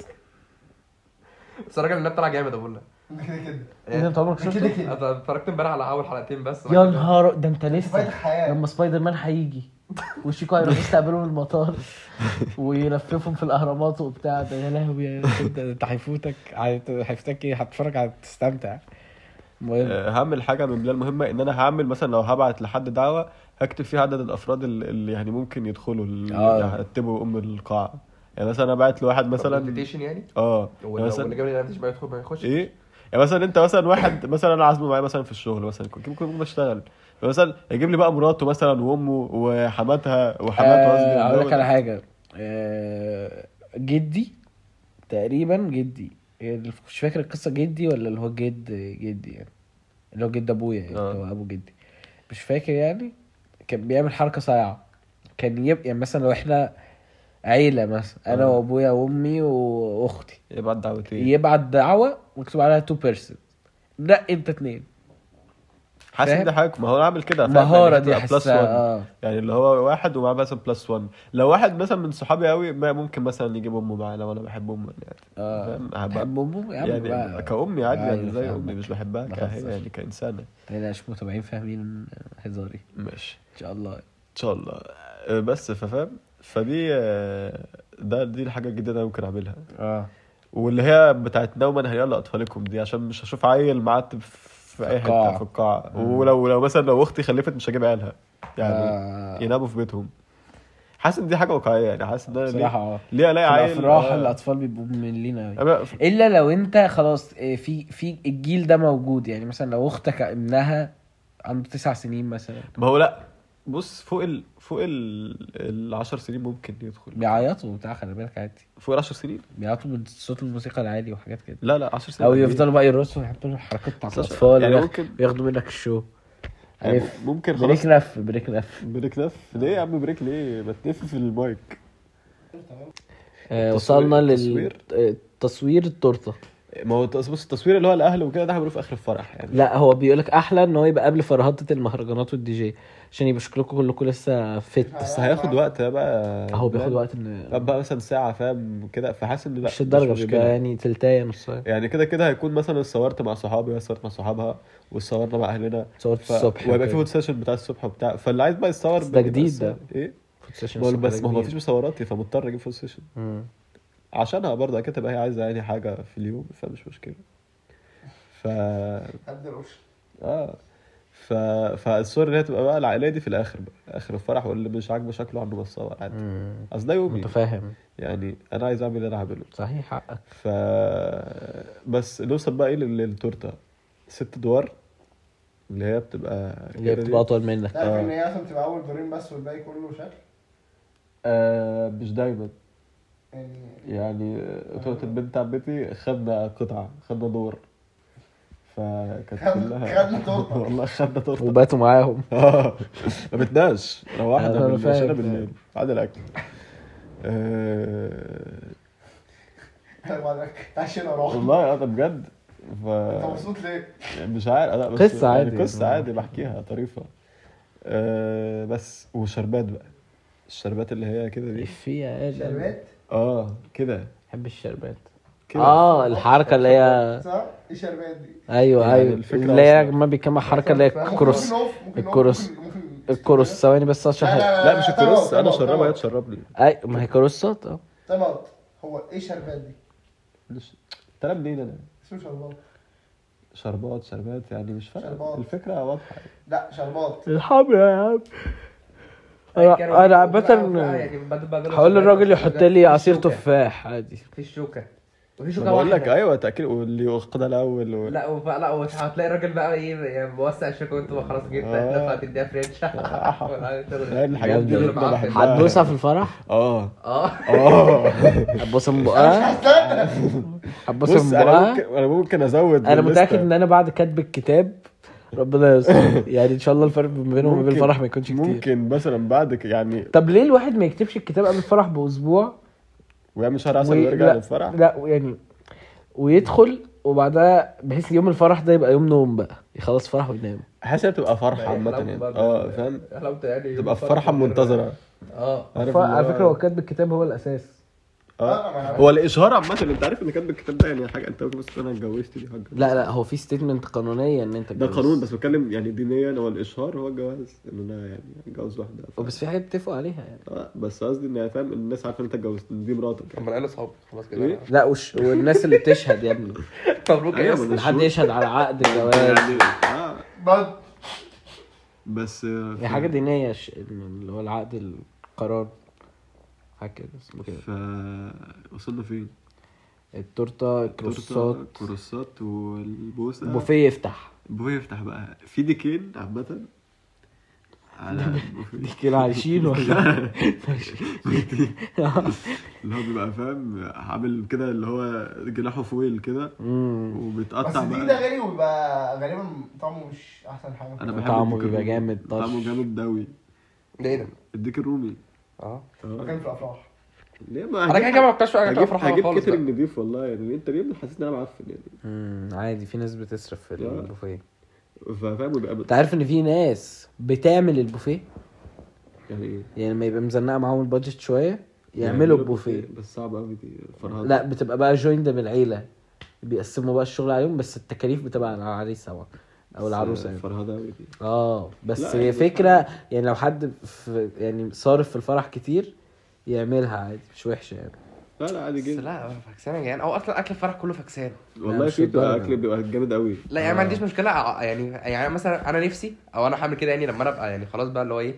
[SPEAKER 2] بس الراجل العناب طلع جامد اقول لها
[SPEAKER 4] ده كده كده
[SPEAKER 3] (laughs)
[SPEAKER 1] إيه ده، انت عمرك
[SPEAKER 4] ده كده
[SPEAKER 1] شفته
[SPEAKER 4] كده
[SPEAKER 2] أنا اتفرجت امبارح على اول حلقتين بس
[SPEAKER 1] يا نهار ده انت
[SPEAKER 4] فايت
[SPEAKER 1] لسه
[SPEAKER 4] حياة
[SPEAKER 1] لما سبايدر مان هيجي وشيكو (laughs) هيروح يستقبلهم المطار ويلففهم في الاهرامات وبتاع ده يا لهوي يا انت انت هيفوتك هيت- هيفوتك ايه هتتفرج هتستمتع المهم
[SPEAKER 3] آه، هعمل حاجه من بلاد مهمه ان انا هعمل مثلا لو هبعت لحد دعوه هكتب فيها عدد الافراد ال- اللي يعني ممكن يدخلوا اللي
[SPEAKER 1] آه.
[SPEAKER 3] هرتبوا ام القاعه يعني مثلا انا بعت لواحد مثلا
[SPEAKER 2] انفيتيشن يعني
[SPEAKER 3] اه
[SPEAKER 2] هو
[SPEAKER 3] يعني
[SPEAKER 2] لو اللي
[SPEAKER 3] مثلا
[SPEAKER 2] جاب لي الانفيتيشن ما يدخل ما يخش
[SPEAKER 3] ايه يعني مثلا انت مثلا واحد مثلا انا عازمه معايا مثلا في الشغل مثلا كنت ممكن ممكن بشتغل فمثلا يجيب لي بقى مراته مثلا وامه وحماتها وحماته قصدي
[SPEAKER 1] آه، اقول لك
[SPEAKER 3] والجو
[SPEAKER 1] على
[SPEAKER 3] ده.
[SPEAKER 1] حاجه آه، جدي تقريبا جدي يعني مش فاكر القصه جدي ولا اللي هو جد جدي يعني اللي هو جد ابويا يعني
[SPEAKER 3] آه.
[SPEAKER 1] اللي هو ابو جدي مش فاكر يعني كان بيعمل حركه صايعه كان يبقى يعني مثلا لو احنا عيله مثلا انا
[SPEAKER 3] آه.
[SPEAKER 1] وابويا وامي واختي
[SPEAKER 3] يبعت إيه دعوتين
[SPEAKER 1] يبعت دعوه مكتوب عليها تو بيرسون لا انت اتنين
[SPEAKER 3] حاسس ان
[SPEAKER 1] فاهم؟
[SPEAKER 3] دي حاجه ما هو انا اعمل كده فاهم؟ يعني
[SPEAKER 1] مهاره دي
[SPEAKER 3] هتبقى plus one.
[SPEAKER 1] حاسسها اه
[SPEAKER 3] يعني اللي هو واحد ومعاه مثلا بلس 1 لو واحد مثلا من صحابي قوي ما ممكن مثلا يجيب امه معاه لو انا بحب امه يعني
[SPEAKER 1] اه
[SPEAKER 3] فاهم؟ هبقى-
[SPEAKER 1] بحب امه يا عم
[SPEAKER 3] يعني
[SPEAKER 1] بقى.
[SPEAKER 3] كأم عادي يعني
[SPEAKER 1] أيوة،
[SPEAKER 3] زي
[SPEAKER 1] فاهمك.
[SPEAKER 3] امي مش بحبها
[SPEAKER 1] ما
[SPEAKER 3] كهي
[SPEAKER 1] تهزرش.
[SPEAKER 3] يعني كانسانه
[SPEAKER 1] تلاقي متابعين فاهمين هزاري
[SPEAKER 3] ماشي
[SPEAKER 1] ان شاء الله
[SPEAKER 3] ان شاء الله آه، بس ففاهم فدي آه، ده دي الحاجه الجديده انا ممكن اعملها
[SPEAKER 1] اه
[SPEAKER 3] واللي هي بتاعت نوما هي لاطفالكم دي عشان مش هشوف عيل معتب في اي حته
[SPEAKER 1] القاعة.
[SPEAKER 3] في القاعه ولو لو مثلا لو اختي خلفت مش هجيب عيالها يعني
[SPEAKER 1] يعني
[SPEAKER 3] يناموا في بيتهم حاسس ان دي حاجه واقعيه يعني حاسس ان انا
[SPEAKER 1] بصراحه
[SPEAKER 3] ليه-
[SPEAKER 1] اه
[SPEAKER 3] ليه الاقي
[SPEAKER 1] في
[SPEAKER 3] عيل
[SPEAKER 1] الافراح
[SPEAKER 3] آه،
[SPEAKER 1] الاطفال بيبقوا مملين قوي
[SPEAKER 3] أنا-
[SPEAKER 1] الا لو انت خلاص آه، في في الجيل ده موجود يعني مثلا لو اختك ابنها عنده تسع سنين مثلا
[SPEAKER 3] ما هو لا بص فوق ال فوق ال 10 سنين ممكن يدخل
[SPEAKER 1] بيعيطوا وبتاع خلي بالك عادي
[SPEAKER 3] فوق ال 10 سنين
[SPEAKER 1] بيعيطوا من صوت الموسيقى العالي وحاجات كده
[SPEAKER 3] لا لا 10 سنين
[SPEAKER 1] او
[SPEAKER 3] قد إيه؟
[SPEAKER 1] يفضلوا بقى يرقصوا ويحطوا الحركات بتاعت الاطفال
[SPEAKER 3] يعني
[SPEAKER 1] وياخ-
[SPEAKER 3] ممكن-
[SPEAKER 1] وياخدوا منك الشو
[SPEAKER 3] يعني
[SPEAKER 1] عارف
[SPEAKER 3] ممكن خلاص
[SPEAKER 1] بريك لف بريك لف
[SPEAKER 3] بريك لف ليه يا عم بريك ليه ما تلف في المايك
[SPEAKER 1] آه،
[SPEAKER 3] التصوير-
[SPEAKER 1] وصلنا لل
[SPEAKER 3] التصوير.
[SPEAKER 1] آه، تصوير التورته
[SPEAKER 3] ما هو التص- بص التصوير اللي هو الاهل وكده ده هيعملوه في اخر الفرح يعني
[SPEAKER 1] لا هو بيقولك احلى ان هو يبقى قبل فرهده المهرجانات والدي جي عشان يبقى شكلكم كلكم لسه فت
[SPEAKER 3] بس هياخد وقت بقى
[SPEAKER 1] هو بياخد وقت ان
[SPEAKER 3] بقى مثلا ساعه فاهم كده فحاسس ان لا
[SPEAKER 1] مش الدرجه مش
[SPEAKER 3] مشكلة.
[SPEAKER 1] كده يعني تلتايه نص ساعة.
[SPEAKER 3] يعني كده كده هيكون مثلا اتصورت مع صحابي واتصورت مع صحابها واتصورنا مع اهلنا
[SPEAKER 1] صورة
[SPEAKER 3] ف...
[SPEAKER 1] الصبح
[SPEAKER 3] وهيبقى في
[SPEAKER 1] وكده.
[SPEAKER 3] فوت سيشن بتاع الصبح وبتاع فاللي عايز بقى يتصور
[SPEAKER 1] بس ده
[SPEAKER 3] بيبقى
[SPEAKER 1] جديد
[SPEAKER 3] الصور. ايه
[SPEAKER 1] فوت سيشن
[SPEAKER 3] ما هو
[SPEAKER 1] الصبح
[SPEAKER 3] بس
[SPEAKER 1] ده
[SPEAKER 3] ما هو
[SPEAKER 1] جميل.
[SPEAKER 3] مفيش مصوراتي فمضطر اجيب فوت سيشن
[SPEAKER 1] مم.
[SPEAKER 3] عشانها برضه أكيد تبقى هي عايزه يعني حاجه في اليوم فمش مشكله ف
[SPEAKER 4] قد القش
[SPEAKER 3] اه ف... فالصور اللي هي تبقى بقى العائليه دي في الاخر بقى اخر الفرح واللي مش عاجبه شكله عنده بتصور عادي
[SPEAKER 1] مم.
[SPEAKER 3] اصل ده يومي
[SPEAKER 1] متفاهم
[SPEAKER 3] يعني انا عايز اعمل اللي انا هعمله
[SPEAKER 1] صحيح حقك
[SPEAKER 3] ف بس نوصل بقى ايه لل- للتورته ست ادوار اللي هي بتبقى
[SPEAKER 1] اللي هي
[SPEAKER 3] كده دي.
[SPEAKER 1] بتبقى اطول منك
[SPEAKER 4] تعرف
[SPEAKER 3] آه.
[SPEAKER 4] ان هي اصلا بتبقى اول دورين بس والباقي كله شكل
[SPEAKER 3] آه مش دايما
[SPEAKER 4] يعني
[SPEAKER 3] يعني
[SPEAKER 1] آه.
[SPEAKER 3] تورته بنت عمتي خدنا قطعه خدنا دور فكانت
[SPEAKER 4] خدنا-
[SPEAKER 3] كلها
[SPEAKER 4] خدنا تورتة.
[SPEAKER 3] (laughs) والله خدنا تورته
[SPEAKER 1] وباتوا معاهم
[SPEAKER 3] اه ما بتناش روحنا
[SPEAKER 1] أنا
[SPEAKER 3] بالليل عشان
[SPEAKER 1] فاهم.
[SPEAKER 3] بالليل بعد الاكل آه،
[SPEAKER 4] طيب بعدك (laughs) تعشينا روح
[SPEAKER 3] والله انا بجد ف...
[SPEAKER 4] انت مبسوط ليه؟
[SPEAKER 3] مش عارف لا بس
[SPEAKER 1] قصة
[SPEAKER 3] يعني
[SPEAKER 1] عادي.
[SPEAKER 3] قصه عادي بحكيها طريفه آه، بس وشربات بقى الشربات اللي هي كده دي
[SPEAKER 5] في يا ادم
[SPEAKER 4] شربات
[SPEAKER 3] اه كده
[SPEAKER 5] بحب الشربات
[SPEAKER 3] كده
[SPEAKER 1] اه الحركه اللي هي
[SPEAKER 4] صح؟ ايه شربات دي؟
[SPEAKER 1] ايوه
[SPEAKER 3] يعني
[SPEAKER 1] ايوه
[SPEAKER 3] الفكرة
[SPEAKER 1] اللي هي
[SPEAKER 3] أصلاً.
[SPEAKER 1] ما بيكمل حركه اللي هي
[SPEAKER 4] ممكن
[SPEAKER 1] الكروس
[SPEAKER 4] نقف- ممكن نقف-
[SPEAKER 1] الكروس.
[SPEAKER 4] ممكن- ممكن-
[SPEAKER 1] الكروس ثواني بس
[SPEAKER 4] لا، لا،
[SPEAKER 1] عشان
[SPEAKER 4] لا،
[SPEAKER 3] لا مش
[SPEAKER 4] طلعوا،
[SPEAKER 3] الكروس انا
[SPEAKER 4] طلعوا،
[SPEAKER 3] اشربها
[SPEAKER 4] طلعوا.
[SPEAKER 3] هي تشرب لي
[SPEAKER 1] اي ما هي كروسات اه
[SPEAKER 4] طلعت هو ايه شربات دي؟
[SPEAKER 3] تلعب منين انا
[SPEAKER 4] اسمه شربات
[SPEAKER 3] شربات شربات يعني مش فارقه
[SPEAKER 4] شربات.
[SPEAKER 3] الفكره واضحه
[SPEAKER 4] لا شربات
[SPEAKER 1] الحب يا عم انا انا عامه
[SPEAKER 2] يعني،
[SPEAKER 1] هقول للراجل يحط لي عصير تفاح عادي
[SPEAKER 2] في الشوكه وفي شوكه
[SPEAKER 3] ما بقول لك
[SPEAKER 2] واحده
[SPEAKER 3] ايوه تاكيد واللي ياخدها الاول و...
[SPEAKER 2] لا وبقى لا وهتلاقي الراجل بقى ايه يعني موسع الشوكه وانت بقى خلاص جبت
[SPEAKER 3] آه. يعني
[SPEAKER 2] لفه هتديها فرنش (laughs) ولا
[SPEAKER 3] لا
[SPEAKER 2] تلغي.
[SPEAKER 3] الحاجات دي
[SPEAKER 1] جامدة.
[SPEAKER 3] جدا بحبها
[SPEAKER 1] هتبوسها في الفرح
[SPEAKER 3] اه
[SPEAKER 1] آه. (laughs)
[SPEAKER 2] اه
[SPEAKER 3] اه
[SPEAKER 1] هتبوسها من بقها
[SPEAKER 4] استنى
[SPEAKER 1] هتبوسها من
[SPEAKER 3] بص انا ممكن
[SPEAKER 1] بقها
[SPEAKER 3] انا ممكن ازود
[SPEAKER 1] انا
[SPEAKER 3] بالليستة.
[SPEAKER 1] متاكد ان انا بعد كتب الكتاب ربنا يستر يعني ان شاء الله الفرق ما بينهم وما بين
[SPEAKER 3] ممكن-
[SPEAKER 1] الفرح ما يكونش كتير
[SPEAKER 3] ممكن مثلا بعد ك- يعني
[SPEAKER 1] طب ليه الواحد ما يكتبش الكتاب قبل الفرح باسبوع
[SPEAKER 3] ويعمل شهر عسل
[SPEAKER 1] وي-
[SPEAKER 3] ويرجع
[SPEAKER 1] لا،
[SPEAKER 3] للفرح
[SPEAKER 1] لا يعني ويدخل وبعدها بحيث يوم الفرح ده يبقى يوم نوم بقى يخلص فرح وينام
[SPEAKER 3] حاسس إنها بتبقى فرحه عامه
[SPEAKER 2] حلاوة
[SPEAKER 3] يعني
[SPEAKER 2] بقى-
[SPEAKER 3] اه فاهم
[SPEAKER 2] حلاوته يعني
[SPEAKER 3] تبقى فرحه منتظره
[SPEAKER 2] اه
[SPEAKER 1] آه.
[SPEAKER 3] عارف
[SPEAKER 1] على
[SPEAKER 3] اللي
[SPEAKER 1] فكره هو كاتب الكتاب هو الاساس
[SPEAKER 4] آه،
[SPEAKER 3] اه هو الاشهار عامه انت عارف ان كاتب الكتاب ده يعني حاجه انت ممكن بس انا اتجوزت دي حاجه
[SPEAKER 1] لا لا هو في ستيتمنت قانونيه ان انت
[SPEAKER 3] ده
[SPEAKER 1] تتجوز.
[SPEAKER 3] قانون بس بتكلم يعني دينيا هو الاشهار هو الجواز ان انا يعني اتجوز واحده ف...
[SPEAKER 1] وبس في حاجات بيتفقوا عليها يعني
[SPEAKER 3] آه، بس قصدي ان فاهم الناس عارفه ان انت اتجوزت إن دي مراتك
[SPEAKER 2] طب
[SPEAKER 3] يعني.
[SPEAKER 2] ما انا قال اصحابي خلاص
[SPEAKER 3] إيه؟
[SPEAKER 2] كده
[SPEAKER 1] لا وش والناس اللي بتشهد يا
[SPEAKER 3] (laughs)
[SPEAKER 1] ابني
[SPEAKER 2] مبروك يا
[SPEAKER 3] أيوة،
[SPEAKER 2] ياسر.
[SPEAKER 3] بس
[SPEAKER 1] حد
[SPEAKER 3] شو-
[SPEAKER 1] يشهد على عقد
[SPEAKER 3] (laughs)
[SPEAKER 1] الجواز
[SPEAKER 3] يعني اه
[SPEAKER 4] بد
[SPEAKER 3] بس
[SPEAKER 1] هي حاجه دينيه ش- اللي هو العقد القرار حاجه كده اسمه كده
[SPEAKER 3] ف وصلنا فين؟
[SPEAKER 1] التورته
[SPEAKER 3] تورتة،
[SPEAKER 1] الكروسات
[SPEAKER 3] كروسات والبوسه
[SPEAKER 1] البوفيه يفتح
[SPEAKER 3] البوفيه يفتح بقى في ديكين عامة
[SPEAKER 1] (laughs)
[SPEAKER 3] على البوفيه
[SPEAKER 1] كده عايشين ولا
[SPEAKER 3] (laughs) اللي هو بيبقى فاهم عامل كده اللي هو جناحه فويل كده
[SPEAKER 4] بس
[SPEAKER 3] وبيتقطع
[SPEAKER 4] دي ده
[SPEAKER 3] بقى
[SPEAKER 4] غالي وبيبقى غالبا طعمه مش احسن حاجه
[SPEAKER 3] انا بحب
[SPEAKER 1] طعمه
[SPEAKER 3] الديك
[SPEAKER 1] بيبقى
[SPEAKER 3] الرومي.
[SPEAKER 1] جامد طرش.
[SPEAKER 3] طعمه جامد دوي
[SPEAKER 2] ده ايه ده؟
[SPEAKER 3] الديك الرومي
[SPEAKER 2] اه
[SPEAKER 1] أه.
[SPEAKER 3] اه
[SPEAKER 4] مكان في الافراح
[SPEAKER 3] ليه ما
[SPEAKER 2] انا كده كده ما بقاش حاجه
[SPEAKER 3] هجيب
[SPEAKER 2] تعرف حاجه
[SPEAKER 3] هجيب
[SPEAKER 2] خالص بقى.
[SPEAKER 3] كتر نضيف والله يعني انت ليه حاسس ان انا معفن يعني
[SPEAKER 1] عادي في ناس بتصرف في
[SPEAKER 3] لا.
[SPEAKER 1] البوفيه
[SPEAKER 3] فاهم
[SPEAKER 1] انت
[SPEAKER 3] بيبقى
[SPEAKER 1] عارف ان في ناس بتعمل البوفيه
[SPEAKER 3] يعني ايه
[SPEAKER 1] يعني لما يبقى مزنقه معاهم البادجت شويه يعملوا
[SPEAKER 3] يعملوا
[SPEAKER 1] البوفيه
[SPEAKER 3] بس صعب قوي دي فرهده
[SPEAKER 1] لا بتبقى بقى جويند بالعيله بيقسموا بقى الشغل عليهم بس التكاليف بتبقى على العريس طبعا او العروسه يعني
[SPEAKER 3] فرهده قوي دي
[SPEAKER 1] اه بس
[SPEAKER 3] لا،
[SPEAKER 1] هي
[SPEAKER 3] يعني-
[SPEAKER 1] فكره يعني لو حد في يعني صارف في الفرح كتير يعملها عادي مش وحشه يعني
[SPEAKER 3] لا لا عادي
[SPEAKER 2] بس
[SPEAKER 3] جدا
[SPEAKER 2] لا أنا فكسان يا جدعان او اصلا اكل الفرح كله فكسان
[SPEAKER 1] لا،
[SPEAKER 3] والله
[SPEAKER 1] مش
[SPEAKER 3] في بتبقى
[SPEAKER 1] للدرجة.
[SPEAKER 3] اكل بيبقى جامد قوي
[SPEAKER 2] لا يعني ما عنديش مشكله أع- يعني يعني مثلا انا نفسي او انا هعمل كده يعني لما انا ابقى يعني خلاص بقى اللي هو ايه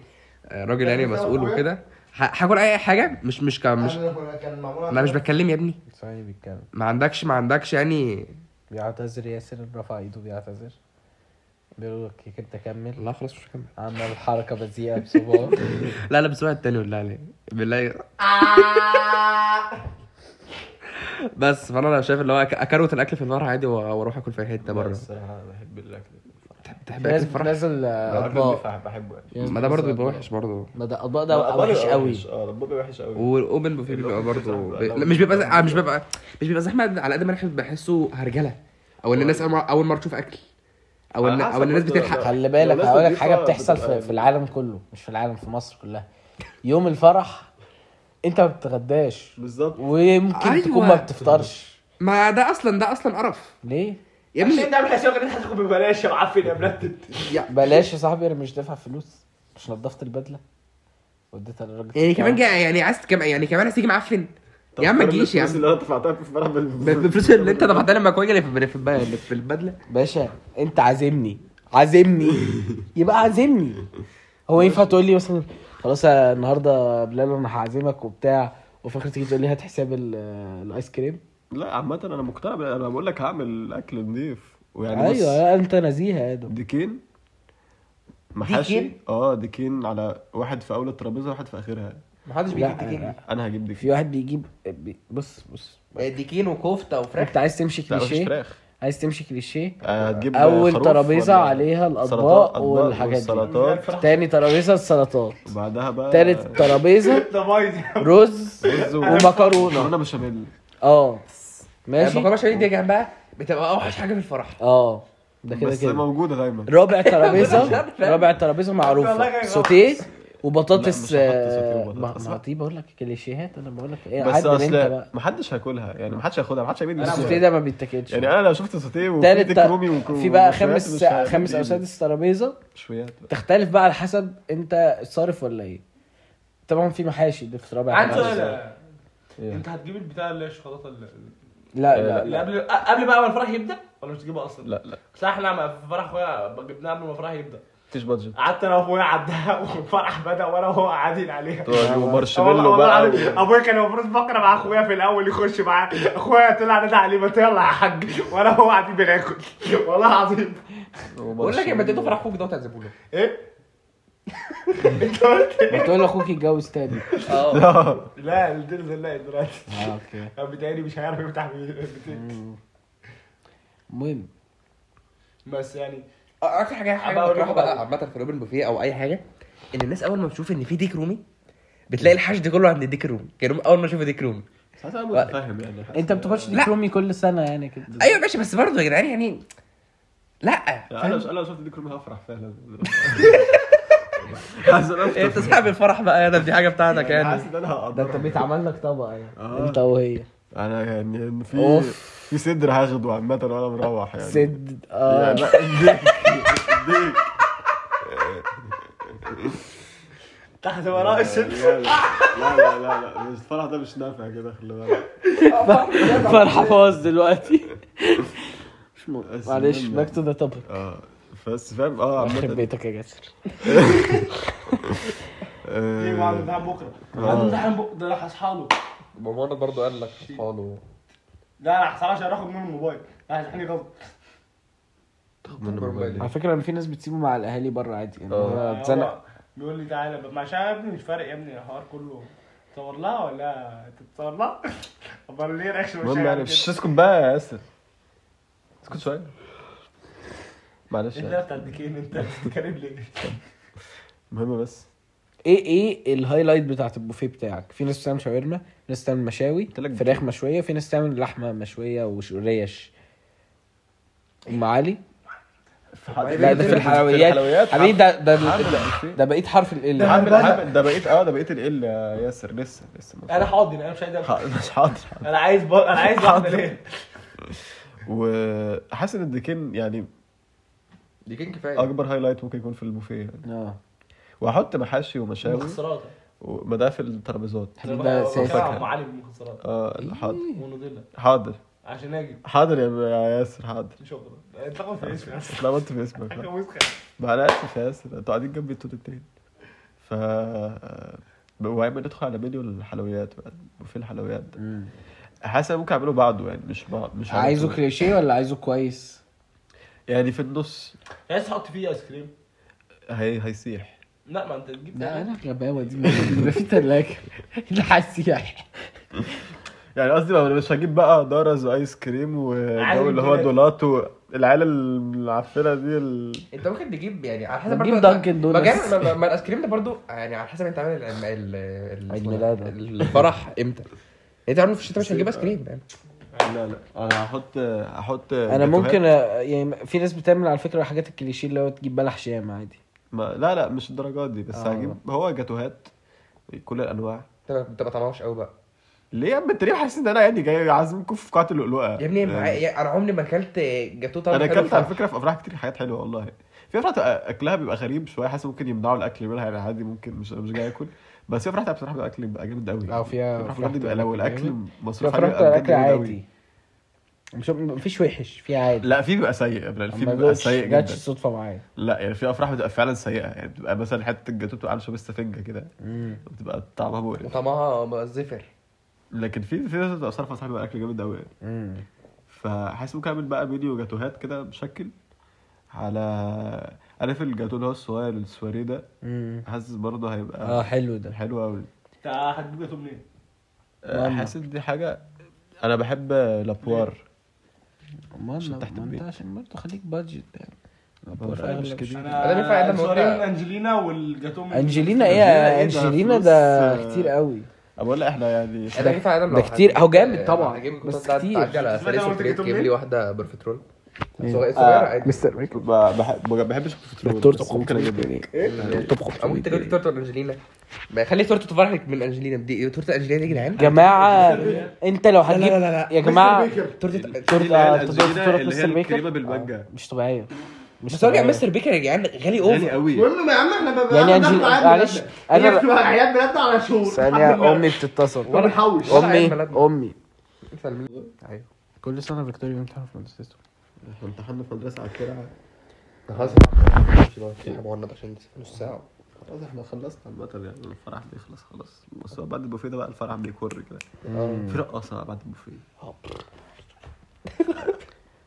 [SPEAKER 2] آه، راجل يعني مسؤول وكده ه- هاكل اي حاجه مش مش ك- مش
[SPEAKER 4] انا كان معمول
[SPEAKER 2] انا مش بتكلم يا ابني
[SPEAKER 1] ثواني بيتكلم
[SPEAKER 2] ما عندكش ما عندكش يعني
[SPEAKER 1] بيعتذر ياسر رفع ايده بيعتذر بيقول لك انت كمل
[SPEAKER 2] لا خلاص مش هكمل
[SPEAKER 1] عمل حركه بذيئه (laughs) بصباعه
[SPEAKER 2] لا لا بس واحد تاني بالله عليك بالله بس فانا أنا شايف اللي هو أك- اكروت الاكل في الفرح عادي وأ- واروح اكل في حته بره
[SPEAKER 6] الصراحه بحب الاكل
[SPEAKER 2] تحب اكل
[SPEAKER 1] لازم
[SPEAKER 2] الفرح
[SPEAKER 1] تنزل
[SPEAKER 2] آه،
[SPEAKER 1] اطباق
[SPEAKER 6] الدفع بحبه يعني
[SPEAKER 2] ما ده برضه بيبقى وحش برضه
[SPEAKER 1] ما ده اطباق ده بقى وحش قوي
[SPEAKER 6] اه ربنا وحش قوي
[SPEAKER 2] والاوبن بوفيه بيبقى
[SPEAKER 6] الأوبن بوفيه
[SPEAKER 2] برضه
[SPEAKER 6] زحمة.
[SPEAKER 2] بي... لا، مش بيبقى زي... آه، مش بيبقى مش بيبقى زحمه على قد ما انا بحسه هرجله او ان الناس أول مرة- اول مره تشوف اكل او ان
[SPEAKER 6] على حسب
[SPEAKER 2] او ان الناس
[SPEAKER 6] برضه، لا،
[SPEAKER 2] بتلحق
[SPEAKER 1] خلي بالك
[SPEAKER 6] الناس
[SPEAKER 1] هقول لك
[SPEAKER 6] نضيفة
[SPEAKER 1] حاجه بتحصل في,
[SPEAKER 6] بتبقى-
[SPEAKER 1] في العالم كله مش في العالم في مصر كلها يوم الفرح انت ما بتتغداش
[SPEAKER 6] بالظبط
[SPEAKER 1] ويمكن
[SPEAKER 2] أيوة.
[SPEAKER 1] تكون ما بتفطرش
[SPEAKER 2] ما ده اصلا ده اصلا قرف
[SPEAKER 1] ليه
[SPEAKER 2] يا ابني
[SPEAKER 6] نعمل حسابك ان انت هتاخد ببلاش يا معفن يا ملتت
[SPEAKER 1] بلاش يا صاحبي انا مش دافع فلوس مش نضفت البدله وديتها للراجل
[SPEAKER 2] يعني كمان جا يعني عايز كم... يعني كمان هتيجي معفن يا عم ما تجيش يا
[SPEAKER 3] الفلوس
[SPEAKER 2] عم
[SPEAKER 3] اللي انا دفعتها في الفرح بال-
[SPEAKER 2] بالفلوس اللي انت دفعتها لما كويجي اللي في الب- اللي في البدله
[SPEAKER 1] باشا انت عازمني عازمني يبقى عازمني هو ينفع تقول لي مثلا خلاص يا النهارده بلال انا هعزمك وبتاع وفي الاخر تيجي تقول لي هات حساب ال- الايس كريم
[SPEAKER 3] لا عامة انا مقتنع بال- انا بقول لك هعمل اكل نضيف
[SPEAKER 2] أيوة،
[SPEAKER 3] ويعني يعني بص،
[SPEAKER 1] ايوه انت نزيه يا ادم
[SPEAKER 3] ديكين محاشي
[SPEAKER 2] ديكين؟
[SPEAKER 3] اه ديكين على واحد في اول الترابيزه وواحد في اخرها
[SPEAKER 2] محدش
[SPEAKER 1] لا،
[SPEAKER 2] بيجيب تيكين
[SPEAKER 3] انا هجيب
[SPEAKER 1] في
[SPEAKER 3] ديكين
[SPEAKER 1] واحد بيجيب بي- بص بص
[SPEAKER 2] تيكين وكفته وفراخ
[SPEAKER 1] انت عايز تمشي
[SPEAKER 3] لا مفيش
[SPEAKER 1] كليشيه
[SPEAKER 3] فراخ
[SPEAKER 1] عايز تمشي كليشيه
[SPEAKER 3] آه، هتجيب
[SPEAKER 1] اول
[SPEAKER 3] خروف
[SPEAKER 1] ترابيزه
[SPEAKER 3] ولا
[SPEAKER 1] عليها
[SPEAKER 3] سلطات،
[SPEAKER 1] الاطباق
[SPEAKER 3] أطباق
[SPEAKER 1] والحاجات دي
[SPEAKER 3] والسلطات
[SPEAKER 1] تاني ترابيزه السلطات
[SPEAKER 3] وبعدها بقى
[SPEAKER 1] تالت
[SPEAKER 3] (laughs)
[SPEAKER 1] ترابيزه
[SPEAKER 6] ده بايظ
[SPEAKER 1] رز
[SPEAKER 3] آه. رز و-
[SPEAKER 1] ومكرونه
[SPEAKER 3] مكرونه بشاميل
[SPEAKER 1] اه ماشي
[SPEAKER 2] المكرونه بشاميل دي يا جدعان بقى بتبقى اوحش حاجه في الفرح
[SPEAKER 1] اه ده كده
[SPEAKER 3] بس
[SPEAKER 1] كده
[SPEAKER 3] موجوده دايما (laughs)
[SPEAKER 1] رابع ترابيزه رابع ترابيزه معروفه سوتيه وبطاطس
[SPEAKER 3] لا، مش هحط
[SPEAKER 1] آه،
[SPEAKER 3] سوتيه وبطاطس.
[SPEAKER 1] ما- ما
[SPEAKER 3] أصلاً.
[SPEAKER 1] دي بقول لك كليشيهات انا بقول لك ايه
[SPEAKER 3] بس
[SPEAKER 1] عدل انت
[SPEAKER 3] اصل
[SPEAKER 1] بقى
[SPEAKER 3] محدش هاكلها يعني محدش هياخدها محدش هيمد
[SPEAKER 1] السوتيه
[SPEAKER 3] السوتيه
[SPEAKER 1] ده ما بيتاكلش
[SPEAKER 3] يعني انا لو شفت سوتيه
[SPEAKER 1] تالت
[SPEAKER 3] وفي رومي وكو-
[SPEAKER 1] في بقى
[SPEAKER 3] وشويات
[SPEAKER 1] خمس
[SPEAKER 3] مش إيه. هعمل
[SPEAKER 1] خمس او
[SPEAKER 3] بإيدي.
[SPEAKER 1] سادس ترابيزه
[SPEAKER 3] شويات بقى.
[SPEAKER 1] تختلف بقى على حسب انت صارف ولا ايه طبعا في محاشي دي في رابع
[SPEAKER 4] عندي
[SPEAKER 1] محاشي.
[SPEAKER 4] سؤال
[SPEAKER 1] إيه؟
[SPEAKER 4] انت هتجيب البتاع اللي هي الشوكولاته اللي
[SPEAKER 1] لا لا
[SPEAKER 4] اللي
[SPEAKER 1] لا
[SPEAKER 4] قبل قبل بقى ما الفرح يبدا ولا مش تجيبها اصلا؟
[SPEAKER 3] لا لا
[SPEAKER 4] بس احنا في فرح اخويا جبناها قبل ما الفرح يبدا
[SPEAKER 3] مفيش
[SPEAKER 1] (laughs)
[SPEAKER 3] بادجت
[SPEAKER 4] قعدت انا واخويا عدها (laughs) والفرح بدا وانا وهو قاعدين عليها
[SPEAKER 3] ومارشميلو
[SPEAKER 4] والله
[SPEAKER 3] بقى
[SPEAKER 4] العظيم ابويا كان المفروض بكره مع اخويا في الاول يخش معاه اخويا طلع ندى عليه ما يلا يا حاج وانا هو قاعدين بناكل (laughs) والله العظيم
[SPEAKER 2] بقول لك لما
[SPEAKER 3] لما
[SPEAKER 2] تدوا
[SPEAKER 3] (laughs)
[SPEAKER 2] فرح اخوك ده تعذبوا له
[SPEAKER 4] ايه؟ انت قلت إيه؟
[SPEAKER 1] بتقول لاخوك يتجوز (laughs) تاني
[SPEAKER 3] أه.
[SPEAKER 4] لا الدنيا زلقت دلوقتي
[SPEAKER 1] اه اوكي
[SPEAKER 4] بتهيألي مش هيعرف يفتح بيتك
[SPEAKER 1] المهم
[SPEAKER 4] بس يعني
[SPEAKER 2] آه، اكتر حاجه حاجه
[SPEAKER 4] أبقى أقول
[SPEAKER 2] بكرهها
[SPEAKER 4] لكم بعدين.
[SPEAKER 2] بقى عامه في الاوبن بوفيه او اي حاجه ان الناس اول ما بتشوف ان في ديك رومي بتلاقي الحشد كله عند الديك رومي كانوا اول ما يشوفوا ديك رومي
[SPEAKER 3] انا متفاهم يعني
[SPEAKER 1] انت
[SPEAKER 3] (laughs)
[SPEAKER 1] ما بتاخدش
[SPEAKER 2] لا.
[SPEAKER 1] دبلومي كل سنه يعني كده
[SPEAKER 2] ايوه ماشي بس برضه يا جدعان يعني إيه، لا
[SPEAKER 3] لا، انا مش انا لو شفت دي كلمه هفرح
[SPEAKER 1] (laughs)
[SPEAKER 3] فعلا حاسس ان انا
[SPEAKER 2] انت صاحب الفرح بقى يا ده دي حاجه بتاعتك
[SPEAKER 3] (laughs) حاسس
[SPEAKER 2] يعني
[SPEAKER 3] ان
[SPEAKER 1] ده
[SPEAKER 3] انا
[SPEAKER 1] انت
[SPEAKER 3] هقدرها
[SPEAKER 1] بيتعمل لك طبقه يعني
[SPEAKER 3] آه.
[SPEAKER 1] انت وهي
[SPEAKER 3] انا يعني في
[SPEAKER 1] أوف.
[SPEAKER 3] في صدر هاخده عامه وانا مروح يعني
[SPEAKER 1] سد
[SPEAKER 3] لا،
[SPEAKER 1] اه
[SPEAKER 3] لا، الديك الديك
[SPEAKER 4] تحت وراء الست
[SPEAKER 3] لا لا لا لا لا مش- الفرح ده مش نافع كده خلي بالك
[SPEAKER 1] فرحه فاز دلوقتي
[SPEAKER 3] بس
[SPEAKER 1] معلش
[SPEAKER 3] المهم
[SPEAKER 1] باك تو ذا توبيك
[SPEAKER 3] اه بس فاهم اه
[SPEAKER 1] يخرب
[SPEAKER 3] عامة
[SPEAKER 1] بيتك يا جاسر
[SPEAKER 3] آه،
[SPEAKER 4] ايه بعد امتحان بكره بعد امتحان بكره ده انا هصحى له
[SPEAKER 7] ماما برضه قال لك قالوا
[SPEAKER 4] لا انا هصحى عشان اخد منه الموبايل هيصحيني غلط
[SPEAKER 3] من الموبايل.
[SPEAKER 1] على فكره ان في ناس بتسيبه مع الاهالي بره عادي يعني
[SPEAKER 7] آه.
[SPEAKER 1] هو اتزنق
[SPEAKER 4] بيقول لي تعالى بقى مع شعب يا ابني مش فارق يا ابني الحوار كله تصور لها ولا تتصور لها؟ (laughs) امال ليه رياكشن مش
[SPEAKER 3] المهم يعني مش اسكت بقى يا اسر اسكت شويه معلش
[SPEAKER 4] انت
[SPEAKER 3] يعني.
[SPEAKER 4] بتاع الدكين انت بتتكلم (laughs) ليه؟
[SPEAKER 3] المهم بس
[SPEAKER 1] ايه ايه الهايلايت بتاعت البوفيه بتاعك في ناس بتعمل شاورما في ناس بتعمل مشاوي
[SPEAKER 3] لك
[SPEAKER 1] فراخ مشويه في ناس بتعمل لحمه مشويه وريش ام علي لا ده في الحلويات
[SPEAKER 3] الحلويات.
[SPEAKER 1] حبيبي ده ده
[SPEAKER 3] هعمل البوفيه.
[SPEAKER 1] ده بقيت حرف ال
[SPEAKER 3] هعمل هعمل- ده بقيت اه ده بقيت ال يا ياسر لسه لسه ما-
[SPEAKER 4] انا حاضر انا مش عايز أبقى.
[SPEAKER 3] ح- مش حاضر
[SPEAKER 4] انا عايز بر... انا عايز واحده ليه؟
[SPEAKER 3] وحاسس ان الدكين يعني
[SPEAKER 2] دي كان كفايه
[SPEAKER 3] اكبر هايلايت ممكن يكون في البوفيه يعني
[SPEAKER 1] اه
[SPEAKER 3] واحط محاشي ومشاوي
[SPEAKER 4] مخسرات
[SPEAKER 3] وما ده في الترابيزات
[SPEAKER 1] ده
[SPEAKER 4] بتكلم
[SPEAKER 1] أساسي.
[SPEAKER 4] عن معالي بالمخسرات
[SPEAKER 3] اه حاضر
[SPEAKER 4] ونضلة
[SPEAKER 3] حاضر
[SPEAKER 4] عشان اجي
[SPEAKER 3] حاضر يا يا ياسر حاضر
[SPEAKER 4] شكرا انت قمت (laughs) في اسمي اصلا
[SPEAKER 3] اتلخبطت في اسمك
[SPEAKER 4] حاجه
[SPEAKER 3] لا.
[SPEAKER 4] وسخه
[SPEAKER 3] معلش يا ياسر انتوا قاعدين جنبي انتوا الاتنين ف وبعدين ندخل على منيو الحلويات بقى وفي الحلويات ده حاسس أنا ممكن اعمله بعده يعني مش بعد مش على
[SPEAKER 1] عايزه
[SPEAKER 3] طول.
[SPEAKER 1] كليشيه ولا عايزه كويس
[SPEAKER 3] يعني في النص
[SPEAKER 4] عايز تحط فيه ايس كريم
[SPEAKER 3] هي هيسيح
[SPEAKER 4] لا ما انت تجيب
[SPEAKER 1] لا انا الغباوه دي (laughs) ده في تلاجه ده حسيح
[SPEAKER 3] يعني قصدي ما- مش هجيب بقى درز وايس كريم
[SPEAKER 4] عالم
[SPEAKER 3] والجو اللي هو
[SPEAKER 4] جلاجي.
[SPEAKER 3] دولات والعيله العفنه دي ال...
[SPEAKER 2] انت ممكن تجيب يعني على حسب
[SPEAKER 1] نجيب
[SPEAKER 2] برضه
[SPEAKER 1] دانكن
[SPEAKER 2] ما
[SPEAKER 1] دونتس.
[SPEAKER 2] جاي- ما- ما- ما الايس كريم ده برضه يعني على حسب انت عامل ال- ال- ال-
[SPEAKER 1] عيد ميلادك.
[SPEAKER 2] الفرح امتى انت عامل في الشتاء مش هتجيب ايس كريم يعني
[SPEAKER 3] لا لا انا هحط هحط
[SPEAKER 1] انا
[SPEAKER 3] جاتوهات.
[SPEAKER 1] ممكن أ- يعني في ناس بتعمل على فكره حاجات الكليشيه اللي هو تجيب بلح شام عادي
[SPEAKER 3] ما... لا لا مش الدرجات دي بس
[SPEAKER 1] آه.
[SPEAKER 3] هجيب هو جاتوهات كل الانواع
[SPEAKER 2] انت انت ما طعمهاش قوي بقى
[SPEAKER 3] ليه يا عم انت ليه حاسس ان انا يعني جاي عازمكم في قاعه اللؤلؤه
[SPEAKER 2] يا ابني مع-
[SPEAKER 3] يعني
[SPEAKER 2] يا- انا عمري ما اكلت جاتوه طعمه
[SPEAKER 3] انا
[SPEAKER 2] حلو
[SPEAKER 3] اكلت على
[SPEAKER 2] بصراحة.
[SPEAKER 3] فكره في افراح كتير حاجات حلوه والله في افراح تبقى اكلها بيبقى غريب شويه حاسس ممكن يمنعوا الاكل منها يعني عادي ممكن مش انا مش جاي اكل بس في افراح تبقى بصراحه بيبقى اكل بيبقى جامد قوي
[SPEAKER 1] أو فيها
[SPEAKER 3] افراح
[SPEAKER 1] أفراح
[SPEAKER 3] بجد بيبقى لو
[SPEAKER 1] بتبقى
[SPEAKER 3] الاكل
[SPEAKER 1] جامد.
[SPEAKER 3] مصروف عليه
[SPEAKER 1] فراخ
[SPEAKER 3] بيبقى
[SPEAKER 1] اكل
[SPEAKER 3] بجد جامد أوي.
[SPEAKER 1] عادي مش مفيش وحش في عادي
[SPEAKER 3] لا في بيبقى سيء يا بلال في
[SPEAKER 1] ما
[SPEAKER 3] بيبقى
[SPEAKER 1] جاتش
[SPEAKER 3] سيء
[SPEAKER 1] جاتش
[SPEAKER 3] جدا
[SPEAKER 1] الصدفه معايا
[SPEAKER 3] لا يعني في افراح بتبقى فعلا سيئه يعني بتبقى مثلا حته الجاتوه بتبقى على شبه السفنجه كده بتبقى طعمها مقرف
[SPEAKER 2] وطعمها زفر
[SPEAKER 3] لكن في في ناس بتبقى صارفه صاحبي بيبقى اكل جامد قوي يعني.
[SPEAKER 1] مم.
[SPEAKER 3] فحاسس ممكن اعمل بقى فيديو جاتوهات كده مشكل على عارف الجاتوه اللي هو الصغير السواريه ده
[SPEAKER 1] مم.
[SPEAKER 3] حاسس برضه هيبقى
[SPEAKER 1] اه حلو ده
[SPEAKER 3] حلو قوي
[SPEAKER 4] انت هتجيب جاتوه منين؟
[SPEAKER 1] ماما.
[SPEAKER 3] حاسس دي حاجه انا بحب لابوار
[SPEAKER 1] ما
[SPEAKER 3] عشان
[SPEAKER 1] أنا-
[SPEAKER 3] تحت
[SPEAKER 1] ما انت
[SPEAKER 3] البيت.
[SPEAKER 1] عشان برضه خليك بادجت يعني
[SPEAKER 3] لابوار مش كده
[SPEAKER 2] ده بينفع
[SPEAKER 4] انا
[SPEAKER 2] إلا لما
[SPEAKER 4] الصورين
[SPEAKER 2] قلت-
[SPEAKER 4] انجلينا والجاتوه من-
[SPEAKER 1] انجلينا ايه
[SPEAKER 3] أنجلينا
[SPEAKER 1] يا
[SPEAKER 3] إيه ده؟
[SPEAKER 1] انجلينا
[SPEAKER 3] فلوس،
[SPEAKER 1] ده
[SPEAKER 3] آه،
[SPEAKER 1] كتير قوي
[SPEAKER 3] بقول لك احنا يعني
[SPEAKER 2] انا ينفع انا لو
[SPEAKER 1] إيه ده كتير.
[SPEAKER 2] هجيب-
[SPEAKER 1] هو جامد
[SPEAKER 2] آه،
[SPEAKER 1] طبعا،
[SPEAKER 2] هجيب
[SPEAKER 1] بس
[SPEAKER 2] بتاع-
[SPEAKER 1] كتير. إيه؟
[SPEAKER 2] تعدي على
[SPEAKER 4] سمعت أنا
[SPEAKER 2] سلاسل
[SPEAKER 4] قلت
[SPEAKER 2] كريت
[SPEAKER 4] جاتوه
[SPEAKER 2] تجيب لي
[SPEAKER 4] منين؟
[SPEAKER 2] واحده برفترول
[SPEAKER 1] آه،
[SPEAKER 8] صغير- صغيره عادي
[SPEAKER 9] مستر ميكل
[SPEAKER 3] ب- بحب- ما بحبش الكوليسترول،
[SPEAKER 9] التورته
[SPEAKER 3] بس ممكن اجيب لك.
[SPEAKER 8] او انت جبت تورته انجلينا ما خلي تورته تفرحك من انجلينا دي تورته انجلينا دي يا جدعان
[SPEAKER 9] جماعه انت لو هتجيب
[SPEAKER 8] لا، لا، لا،
[SPEAKER 9] يا جماعه
[SPEAKER 8] تورته
[SPEAKER 3] دي اللي هي
[SPEAKER 1] آه،
[SPEAKER 9] تورته
[SPEAKER 3] الأنجلينا
[SPEAKER 9] تورته
[SPEAKER 3] اللي هي
[SPEAKER 9] مستر بيكر؟
[SPEAKER 3] الكريمه بالمانجا
[SPEAKER 9] مش طبيعيه مش
[SPEAKER 8] بس هو
[SPEAKER 9] طبيعيه
[SPEAKER 8] مستر بيكر يا جدعان غالي
[SPEAKER 3] غالي
[SPEAKER 8] اوفر
[SPEAKER 3] قوي
[SPEAKER 4] المهم يا عم احنا بقى
[SPEAKER 9] يعني
[SPEAKER 4] عندنا
[SPEAKER 9] أنجل-
[SPEAKER 4] عياد
[SPEAKER 9] معلش،
[SPEAKER 4] ميلاد.
[SPEAKER 9] أنا-
[SPEAKER 4] هي بتبقى عياد ميلادنا على شهور
[SPEAKER 1] ثانية أمي بتتصل
[SPEAKER 4] ما بنحوش
[SPEAKER 8] أم-
[SPEAKER 1] أمي
[SPEAKER 8] بلدنا.
[SPEAKER 1] أمي
[SPEAKER 9] كل سنه فيكتوريا انت عارف مدرسته
[SPEAKER 3] احنا امتحنا في مدرسه على الكرعه
[SPEAKER 8] خلاص مغنط عشان نص ساعه
[SPEAKER 3] خلاص احنا خلصنا عامة يعني الفرح بيخلص خلاص بس هو بعد البوفيه ده بقى الفرح بيكر كده في رقاصة بقى بعد البوفيه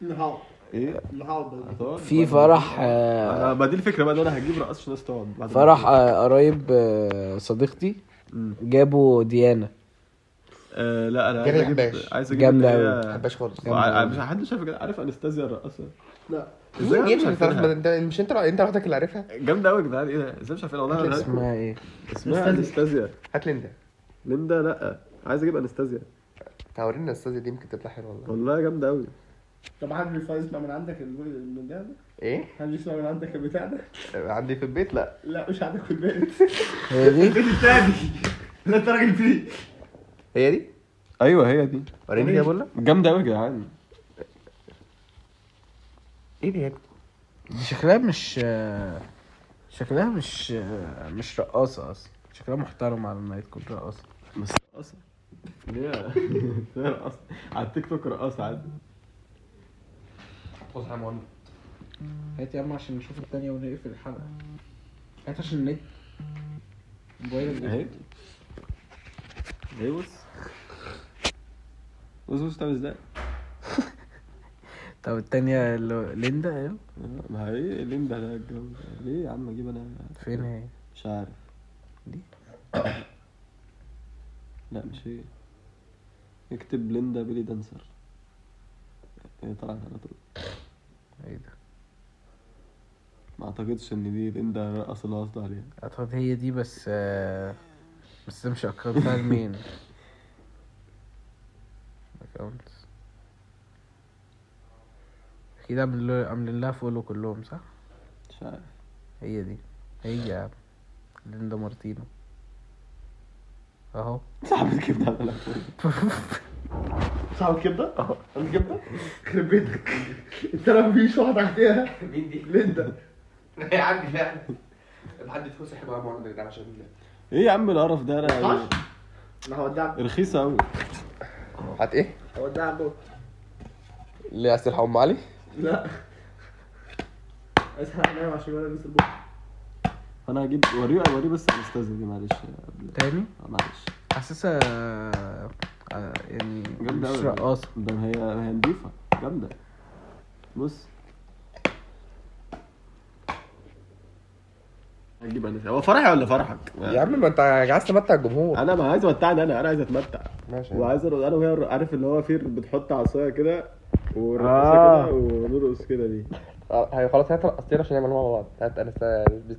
[SPEAKER 4] نهار
[SPEAKER 3] ايه؟
[SPEAKER 4] نهار
[SPEAKER 3] هزار؟
[SPEAKER 1] في فرح آه،
[SPEAKER 3] انا ما دي الفكرة بقى ان انا هجيب رقاصة عشان الناس تقعد بعد
[SPEAKER 1] فرح
[SPEAKER 3] البوفيه.
[SPEAKER 1] آه، قرايب آه، صديقتي
[SPEAKER 3] مم.
[SPEAKER 1] جابوا ديانا
[SPEAKER 3] آه لا انا عايز
[SPEAKER 8] جري
[SPEAKER 3] اجيب
[SPEAKER 8] حباش.
[SPEAKER 3] عايز اجيب
[SPEAKER 1] جامدة
[SPEAKER 3] اللي
[SPEAKER 1] أوي.
[SPEAKER 3] هي-
[SPEAKER 8] بحبهاش خالص
[SPEAKER 3] وع- مش حد شايف كده عارف انستازيا الرقاصة؟
[SPEAKER 4] لا.
[SPEAKER 3] ازاي
[SPEAKER 8] إيه
[SPEAKER 3] أنا مش عارفينها؟
[SPEAKER 8] انت مش انت انت لوحدك اللي عارفها
[SPEAKER 3] جامدة قوي يا جدعان ايه ده؟ ازاي مش عارفينها والله أنا-
[SPEAKER 1] اسمها ايه؟
[SPEAKER 3] اسمها انستازيا
[SPEAKER 8] هات ليندا
[SPEAKER 3] ليندا لا عايز اجيب انستازيا
[SPEAKER 8] تورينا الاستاذه دي يمكن تطلع حلوه والله
[SPEAKER 3] والله جامدة قوي
[SPEAKER 4] طب هنجي فايز اسمع من عندك البتاع ده
[SPEAKER 8] ايه
[SPEAKER 4] هنجي اسمع من عندك البتاع ده
[SPEAKER 8] عندي في البيت لا
[SPEAKER 4] لا مش عندك في البيت
[SPEAKER 1] هي دي؟
[SPEAKER 4] البيت التاني اللي انت راجل فيه
[SPEAKER 8] هي دي
[SPEAKER 1] أيوة،
[SPEAKER 3] ايوه هي دي
[SPEAKER 8] وريني كده بقول لك
[SPEAKER 3] جامدة قوي يا جدعان
[SPEAKER 8] ايه دي يا ابني؟
[SPEAKER 1] دي (laughs) شكلها مش آه، شكلها مش آه، مش رقاصة أصلا شكلها محترم على ما تكون رقاصة
[SPEAKER 3] بس رقاصة ليه ليه رقاصة (laughs) على التيك اه توك رقاصة عادي
[SPEAKER 8] بص يا مهند
[SPEAKER 1] هات يا عم عشان نشوف التانية ونقفل الحلقة هات عشان نجم موبايلك
[SPEAKER 3] اهي اهي بص بص بص تعمل ازاي
[SPEAKER 1] طب التانية اللي- ليندا ايوه
[SPEAKER 3] ما هي ايه اللي ده الجو ده؟ ليه يا عم اجيب انا
[SPEAKER 1] فين هي؟
[SPEAKER 3] مش عارف دي لا مش هي اكتب ليندا بيلي دانسر هي طلعت على طول
[SPEAKER 1] ايه ده؟
[SPEAKER 3] ما اعتقدش ان دي ليندا الرقصة اللي قصدي عليها
[SPEAKER 1] اعتقد هي دي بس آه، بس ده مش اكونت بتاع (laughs) مين؟ اكونت اكيد عامل له- عاملين لها فولو كلهم صح؟
[SPEAKER 3] مش عارف (laughs)
[SPEAKER 1] هي دي هي يا عم ليندا مارتينو اهو
[SPEAKER 3] صاحب كده على الأخوة.
[SPEAKER 4] صعب الكبده؟ اه الكبده؟ يخرب بيتك انت لو مفيش واحده عندها
[SPEAKER 8] مين دي؟
[SPEAKER 4] ليندا
[SPEAKER 8] هي عندي فعلا حد يتفوز يحب يا مهند يا جدعان عشان
[SPEAKER 3] ايه يا عم القرف ده انا
[SPEAKER 4] صح؟ انا هودعك
[SPEAKER 3] رخيصة قوي
[SPEAKER 8] هات ايه؟
[SPEAKER 4] هودعك جوه
[SPEAKER 8] اللي عايز تلحق ام علي؟
[SPEAKER 4] لا اسحب عليا عشان ولا البس البوكس
[SPEAKER 3] انا هجيب وريه وريه بس الاستاذ دي معلش قبل-
[SPEAKER 1] تاني
[SPEAKER 3] معلش
[SPEAKER 1] حاسسها آه، آه، يعني
[SPEAKER 3] جامدة
[SPEAKER 1] مش
[SPEAKER 3] أوي.
[SPEAKER 1] رقاصة
[SPEAKER 3] ده هي هي نضيفة جامدة بص هتجيب انا هو فرحي ولا فرحك؟
[SPEAKER 8] يا عم ما انت عايز تمتع الجمهور
[SPEAKER 3] انا ما عايز اتمتعني انا انا عايز اتمتع
[SPEAKER 8] ماشي
[SPEAKER 3] وعايز أرقص انا وهي الر- عارف اللي هو في بتحط عصايه كده والرقصه
[SPEAKER 1] آه.
[SPEAKER 3] كده ونرقص كده دي
[SPEAKER 8] آه، هي خلاص هات القصتين عشان يعملوا مع بعض هات انا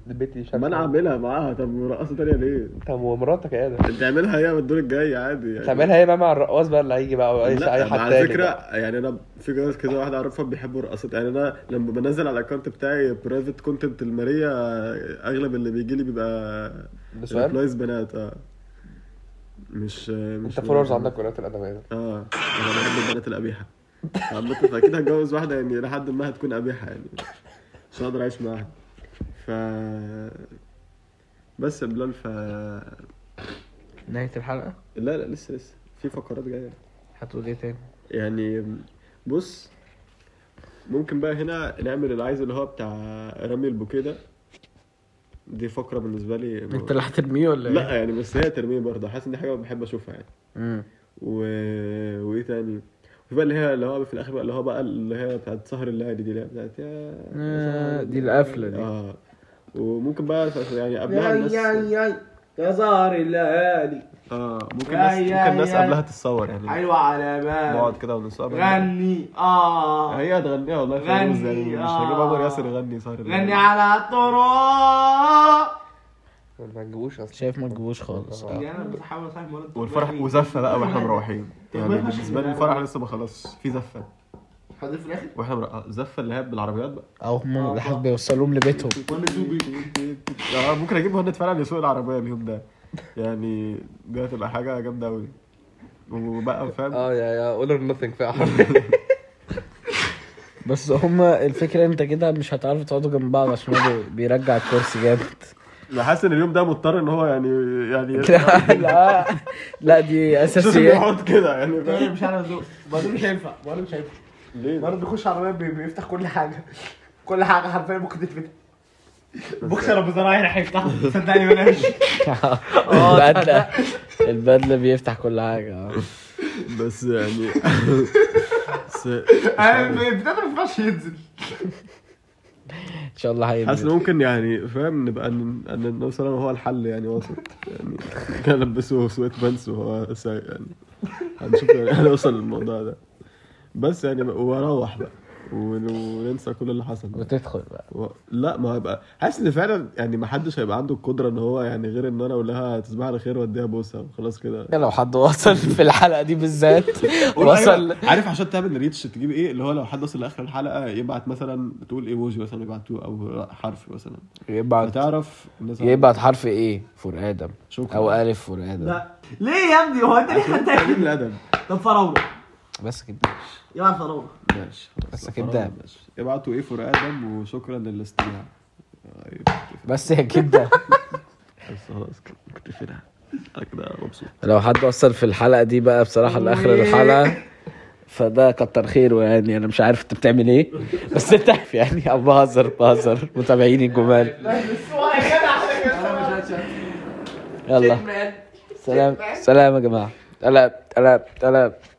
[SPEAKER 8] بيتي شغال
[SPEAKER 3] طب ما انا عاملها معاها طب رقصه تانيه ليه؟
[SPEAKER 8] طب ومراتك يا ادم
[SPEAKER 3] انت اعملها هي من الدور الجاي عادي يعني
[SPEAKER 8] تعملها ايه بقى مع الرقاص بقى اللي هيجي بقى او اي
[SPEAKER 3] لا
[SPEAKER 8] اي حد
[SPEAKER 3] على
[SPEAKER 8] تاني
[SPEAKER 3] فكره
[SPEAKER 8] بقى.
[SPEAKER 3] يعني انا في جواز كذا واحد اعرفهم بيحبوا الرقصات يعني انا لما بنزل على الاكونت بتاعي برايفت كونتنت الماريه اغلب اللي بيجي لي بيبقى
[SPEAKER 8] بسؤال
[SPEAKER 3] ريبلايز بنات اه مش مش
[SPEAKER 8] انت فولورز عندك ولايات الادب يا ادم
[SPEAKER 3] اه انا بحب البنات القبيحه عامة فاكيد هتجوز واحده يعني لحد ما هتكون قبيحه يعني مش هقدر اعيش معاها ف بس يا بلال ف
[SPEAKER 1] نهاية الحلقة
[SPEAKER 3] لا لا لسه لسه في فقرات جايه
[SPEAKER 1] هتقول ايه تاني؟
[SPEAKER 3] يعني بص ممكن بقى هنا نعمل العايز اللي هو بتاع رمي البوكيه ده دي فقرة بالنسبة لي
[SPEAKER 1] انت اللي هترميه ولا ايه؟
[SPEAKER 3] لا يعني بس هي ترمية برضه حاسس ان دي حاجة بحب اشوفها يعني
[SPEAKER 1] مم.
[SPEAKER 3] و... وايه تاني وفي بقى اللي هي اللي هو في الاخر بقى اللي هو بقى اللي هي بتاعت سهر الليالي دي اللي هي بتاعت يا
[SPEAKER 1] آه، دي القفلة دي
[SPEAKER 3] اه وممكن بقى يعني قبلها
[SPEAKER 4] ياي
[SPEAKER 3] الناس
[SPEAKER 4] ياي ياي يا زهر الليالي
[SPEAKER 3] اه ممكن
[SPEAKER 4] يا-
[SPEAKER 3] الناس
[SPEAKER 4] يا-
[SPEAKER 3] ممكن الناس
[SPEAKER 4] يا-
[SPEAKER 3] قبلها تتصور يعني
[SPEAKER 4] ايوه على بالي
[SPEAKER 3] نقعد كده أيوة. ونصور
[SPEAKER 4] غني اه
[SPEAKER 3] هي هتغنيها والله فيروز يعني
[SPEAKER 4] غني،
[SPEAKER 3] مش
[SPEAKER 4] آه.
[SPEAKER 3] هجيب عمر ياسر يغني يعني سهر
[SPEAKER 4] غني على الطرق
[SPEAKER 8] ما تجيبوش اصلا
[SPEAKER 1] شايف ما تجيبوش خالص آه.
[SPEAKER 4] يعني انا بحاول افهم ولا (laughs)
[SPEAKER 3] يعني والفرح وزفه بقى واحنا مروحين يعني بالنسبه لي الفرح لسه ما خلصش في زفه
[SPEAKER 10] فدي في الاخر
[SPEAKER 3] واحنا مرقع زفه آه، اللي هي بالعربيات بقى
[SPEAKER 1] او هم لحد بيوصلوهم لبيتهم
[SPEAKER 3] أنا آه، ممكن اجيب مهند فعلا يسوق العربيه اليوم ده يعني دي هتبقى حاجه جامده قوي وبقى فاهم
[SPEAKER 2] اه يا يا اول اور نوثينج فعلا
[SPEAKER 8] (laughs)
[SPEAKER 1] بس هم الفكره انت كده مش هتعرفوا تقعدوا جنب بعض عشان هو بي- بيرجع الكرسي جامد
[SPEAKER 3] انا حاسس ان اليوم ده مضطر ان هو يعني يعني
[SPEAKER 1] لا لا (laughs) لا دي
[SPEAKER 3] عشان (laughs)
[SPEAKER 1] اساسيات
[SPEAKER 3] يقعد كده يعني فاهم
[SPEAKER 4] مش عارف ازوق وبعدين مش هينفع وبعدين مش هينفع
[SPEAKER 3] ليه؟
[SPEAKER 4] وبعدين بيخش عربيه بي- بيفتح كل حاجه كل حاجه حرفيا ممكن تتفتح بوكسر ابو زراعي راح يفتحه يعني صدقني بلاش
[SPEAKER 1] البدله البدله بيفتح كل حاجه آه.
[SPEAKER 3] بس يعني بس
[SPEAKER 4] انا البتاع ده ما ينفعش ينزل
[SPEAKER 1] ان شاء الله
[SPEAKER 3] حاسس إن
[SPEAKER 1] هيبقى
[SPEAKER 3] ممكن يعني فاهم نبقى ان ان نوصل انا هو الحل يعني وسط يعني (laughs) كان لبسه سويت بانس وهو سايق يعني هنشوف يعني (laughs) هنوصل للموضوع ده بس يعني بقى- واروح بقى ون- وننسى كل اللي حصل ده.
[SPEAKER 1] وتدخل بقى
[SPEAKER 3] و... لا ما هيبقى حاسس ان فعلا يعني ما حدش هيبقى عنده القدره ان هو يعني غير ان انا اقول لها تصبح على خير واديها بوسه وخلاص كده
[SPEAKER 1] لو حد وصل في الحلقه دي بالذات وصل
[SPEAKER 3] أيوة. عارف عشان تعمل ريتش تجيب ايه اللي هو لو حد وصل لاخر الحلقه يبعت مثلا تقول ايموجي مثلا يبعتوه او حرف مثلا
[SPEAKER 1] يبعت
[SPEAKER 3] هتعرف الناس
[SPEAKER 1] يبعت حرف ايه فور ادم
[SPEAKER 3] شكرا
[SPEAKER 1] او الف فور ادم
[SPEAKER 4] لا ليه يا ابني هو انت ليه حد
[SPEAKER 3] قليل الادب
[SPEAKER 4] طب فراوله
[SPEAKER 1] بس كده
[SPEAKER 4] يا فراوله
[SPEAKER 3] ماشي
[SPEAKER 1] بس كده
[SPEAKER 3] ماشي ابعتوا ايه فور ادم وشكرا للاستماع
[SPEAKER 1] بس هي كده
[SPEAKER 3] بس خلاص كده آه، أيوه، كنت فينا انا كده مبسوط
[SPEAKER 1] لو حد وصل في الحلقه دي بقى بصراحه لاخر الحلقه فده كتر خيره يعني انا مش عارف انت بتعمل ايه بس انت عارف يعني أنا بهزر بهزر متابعيني الجمال يلا سلام سلام يا جماعه قلب قلب قلب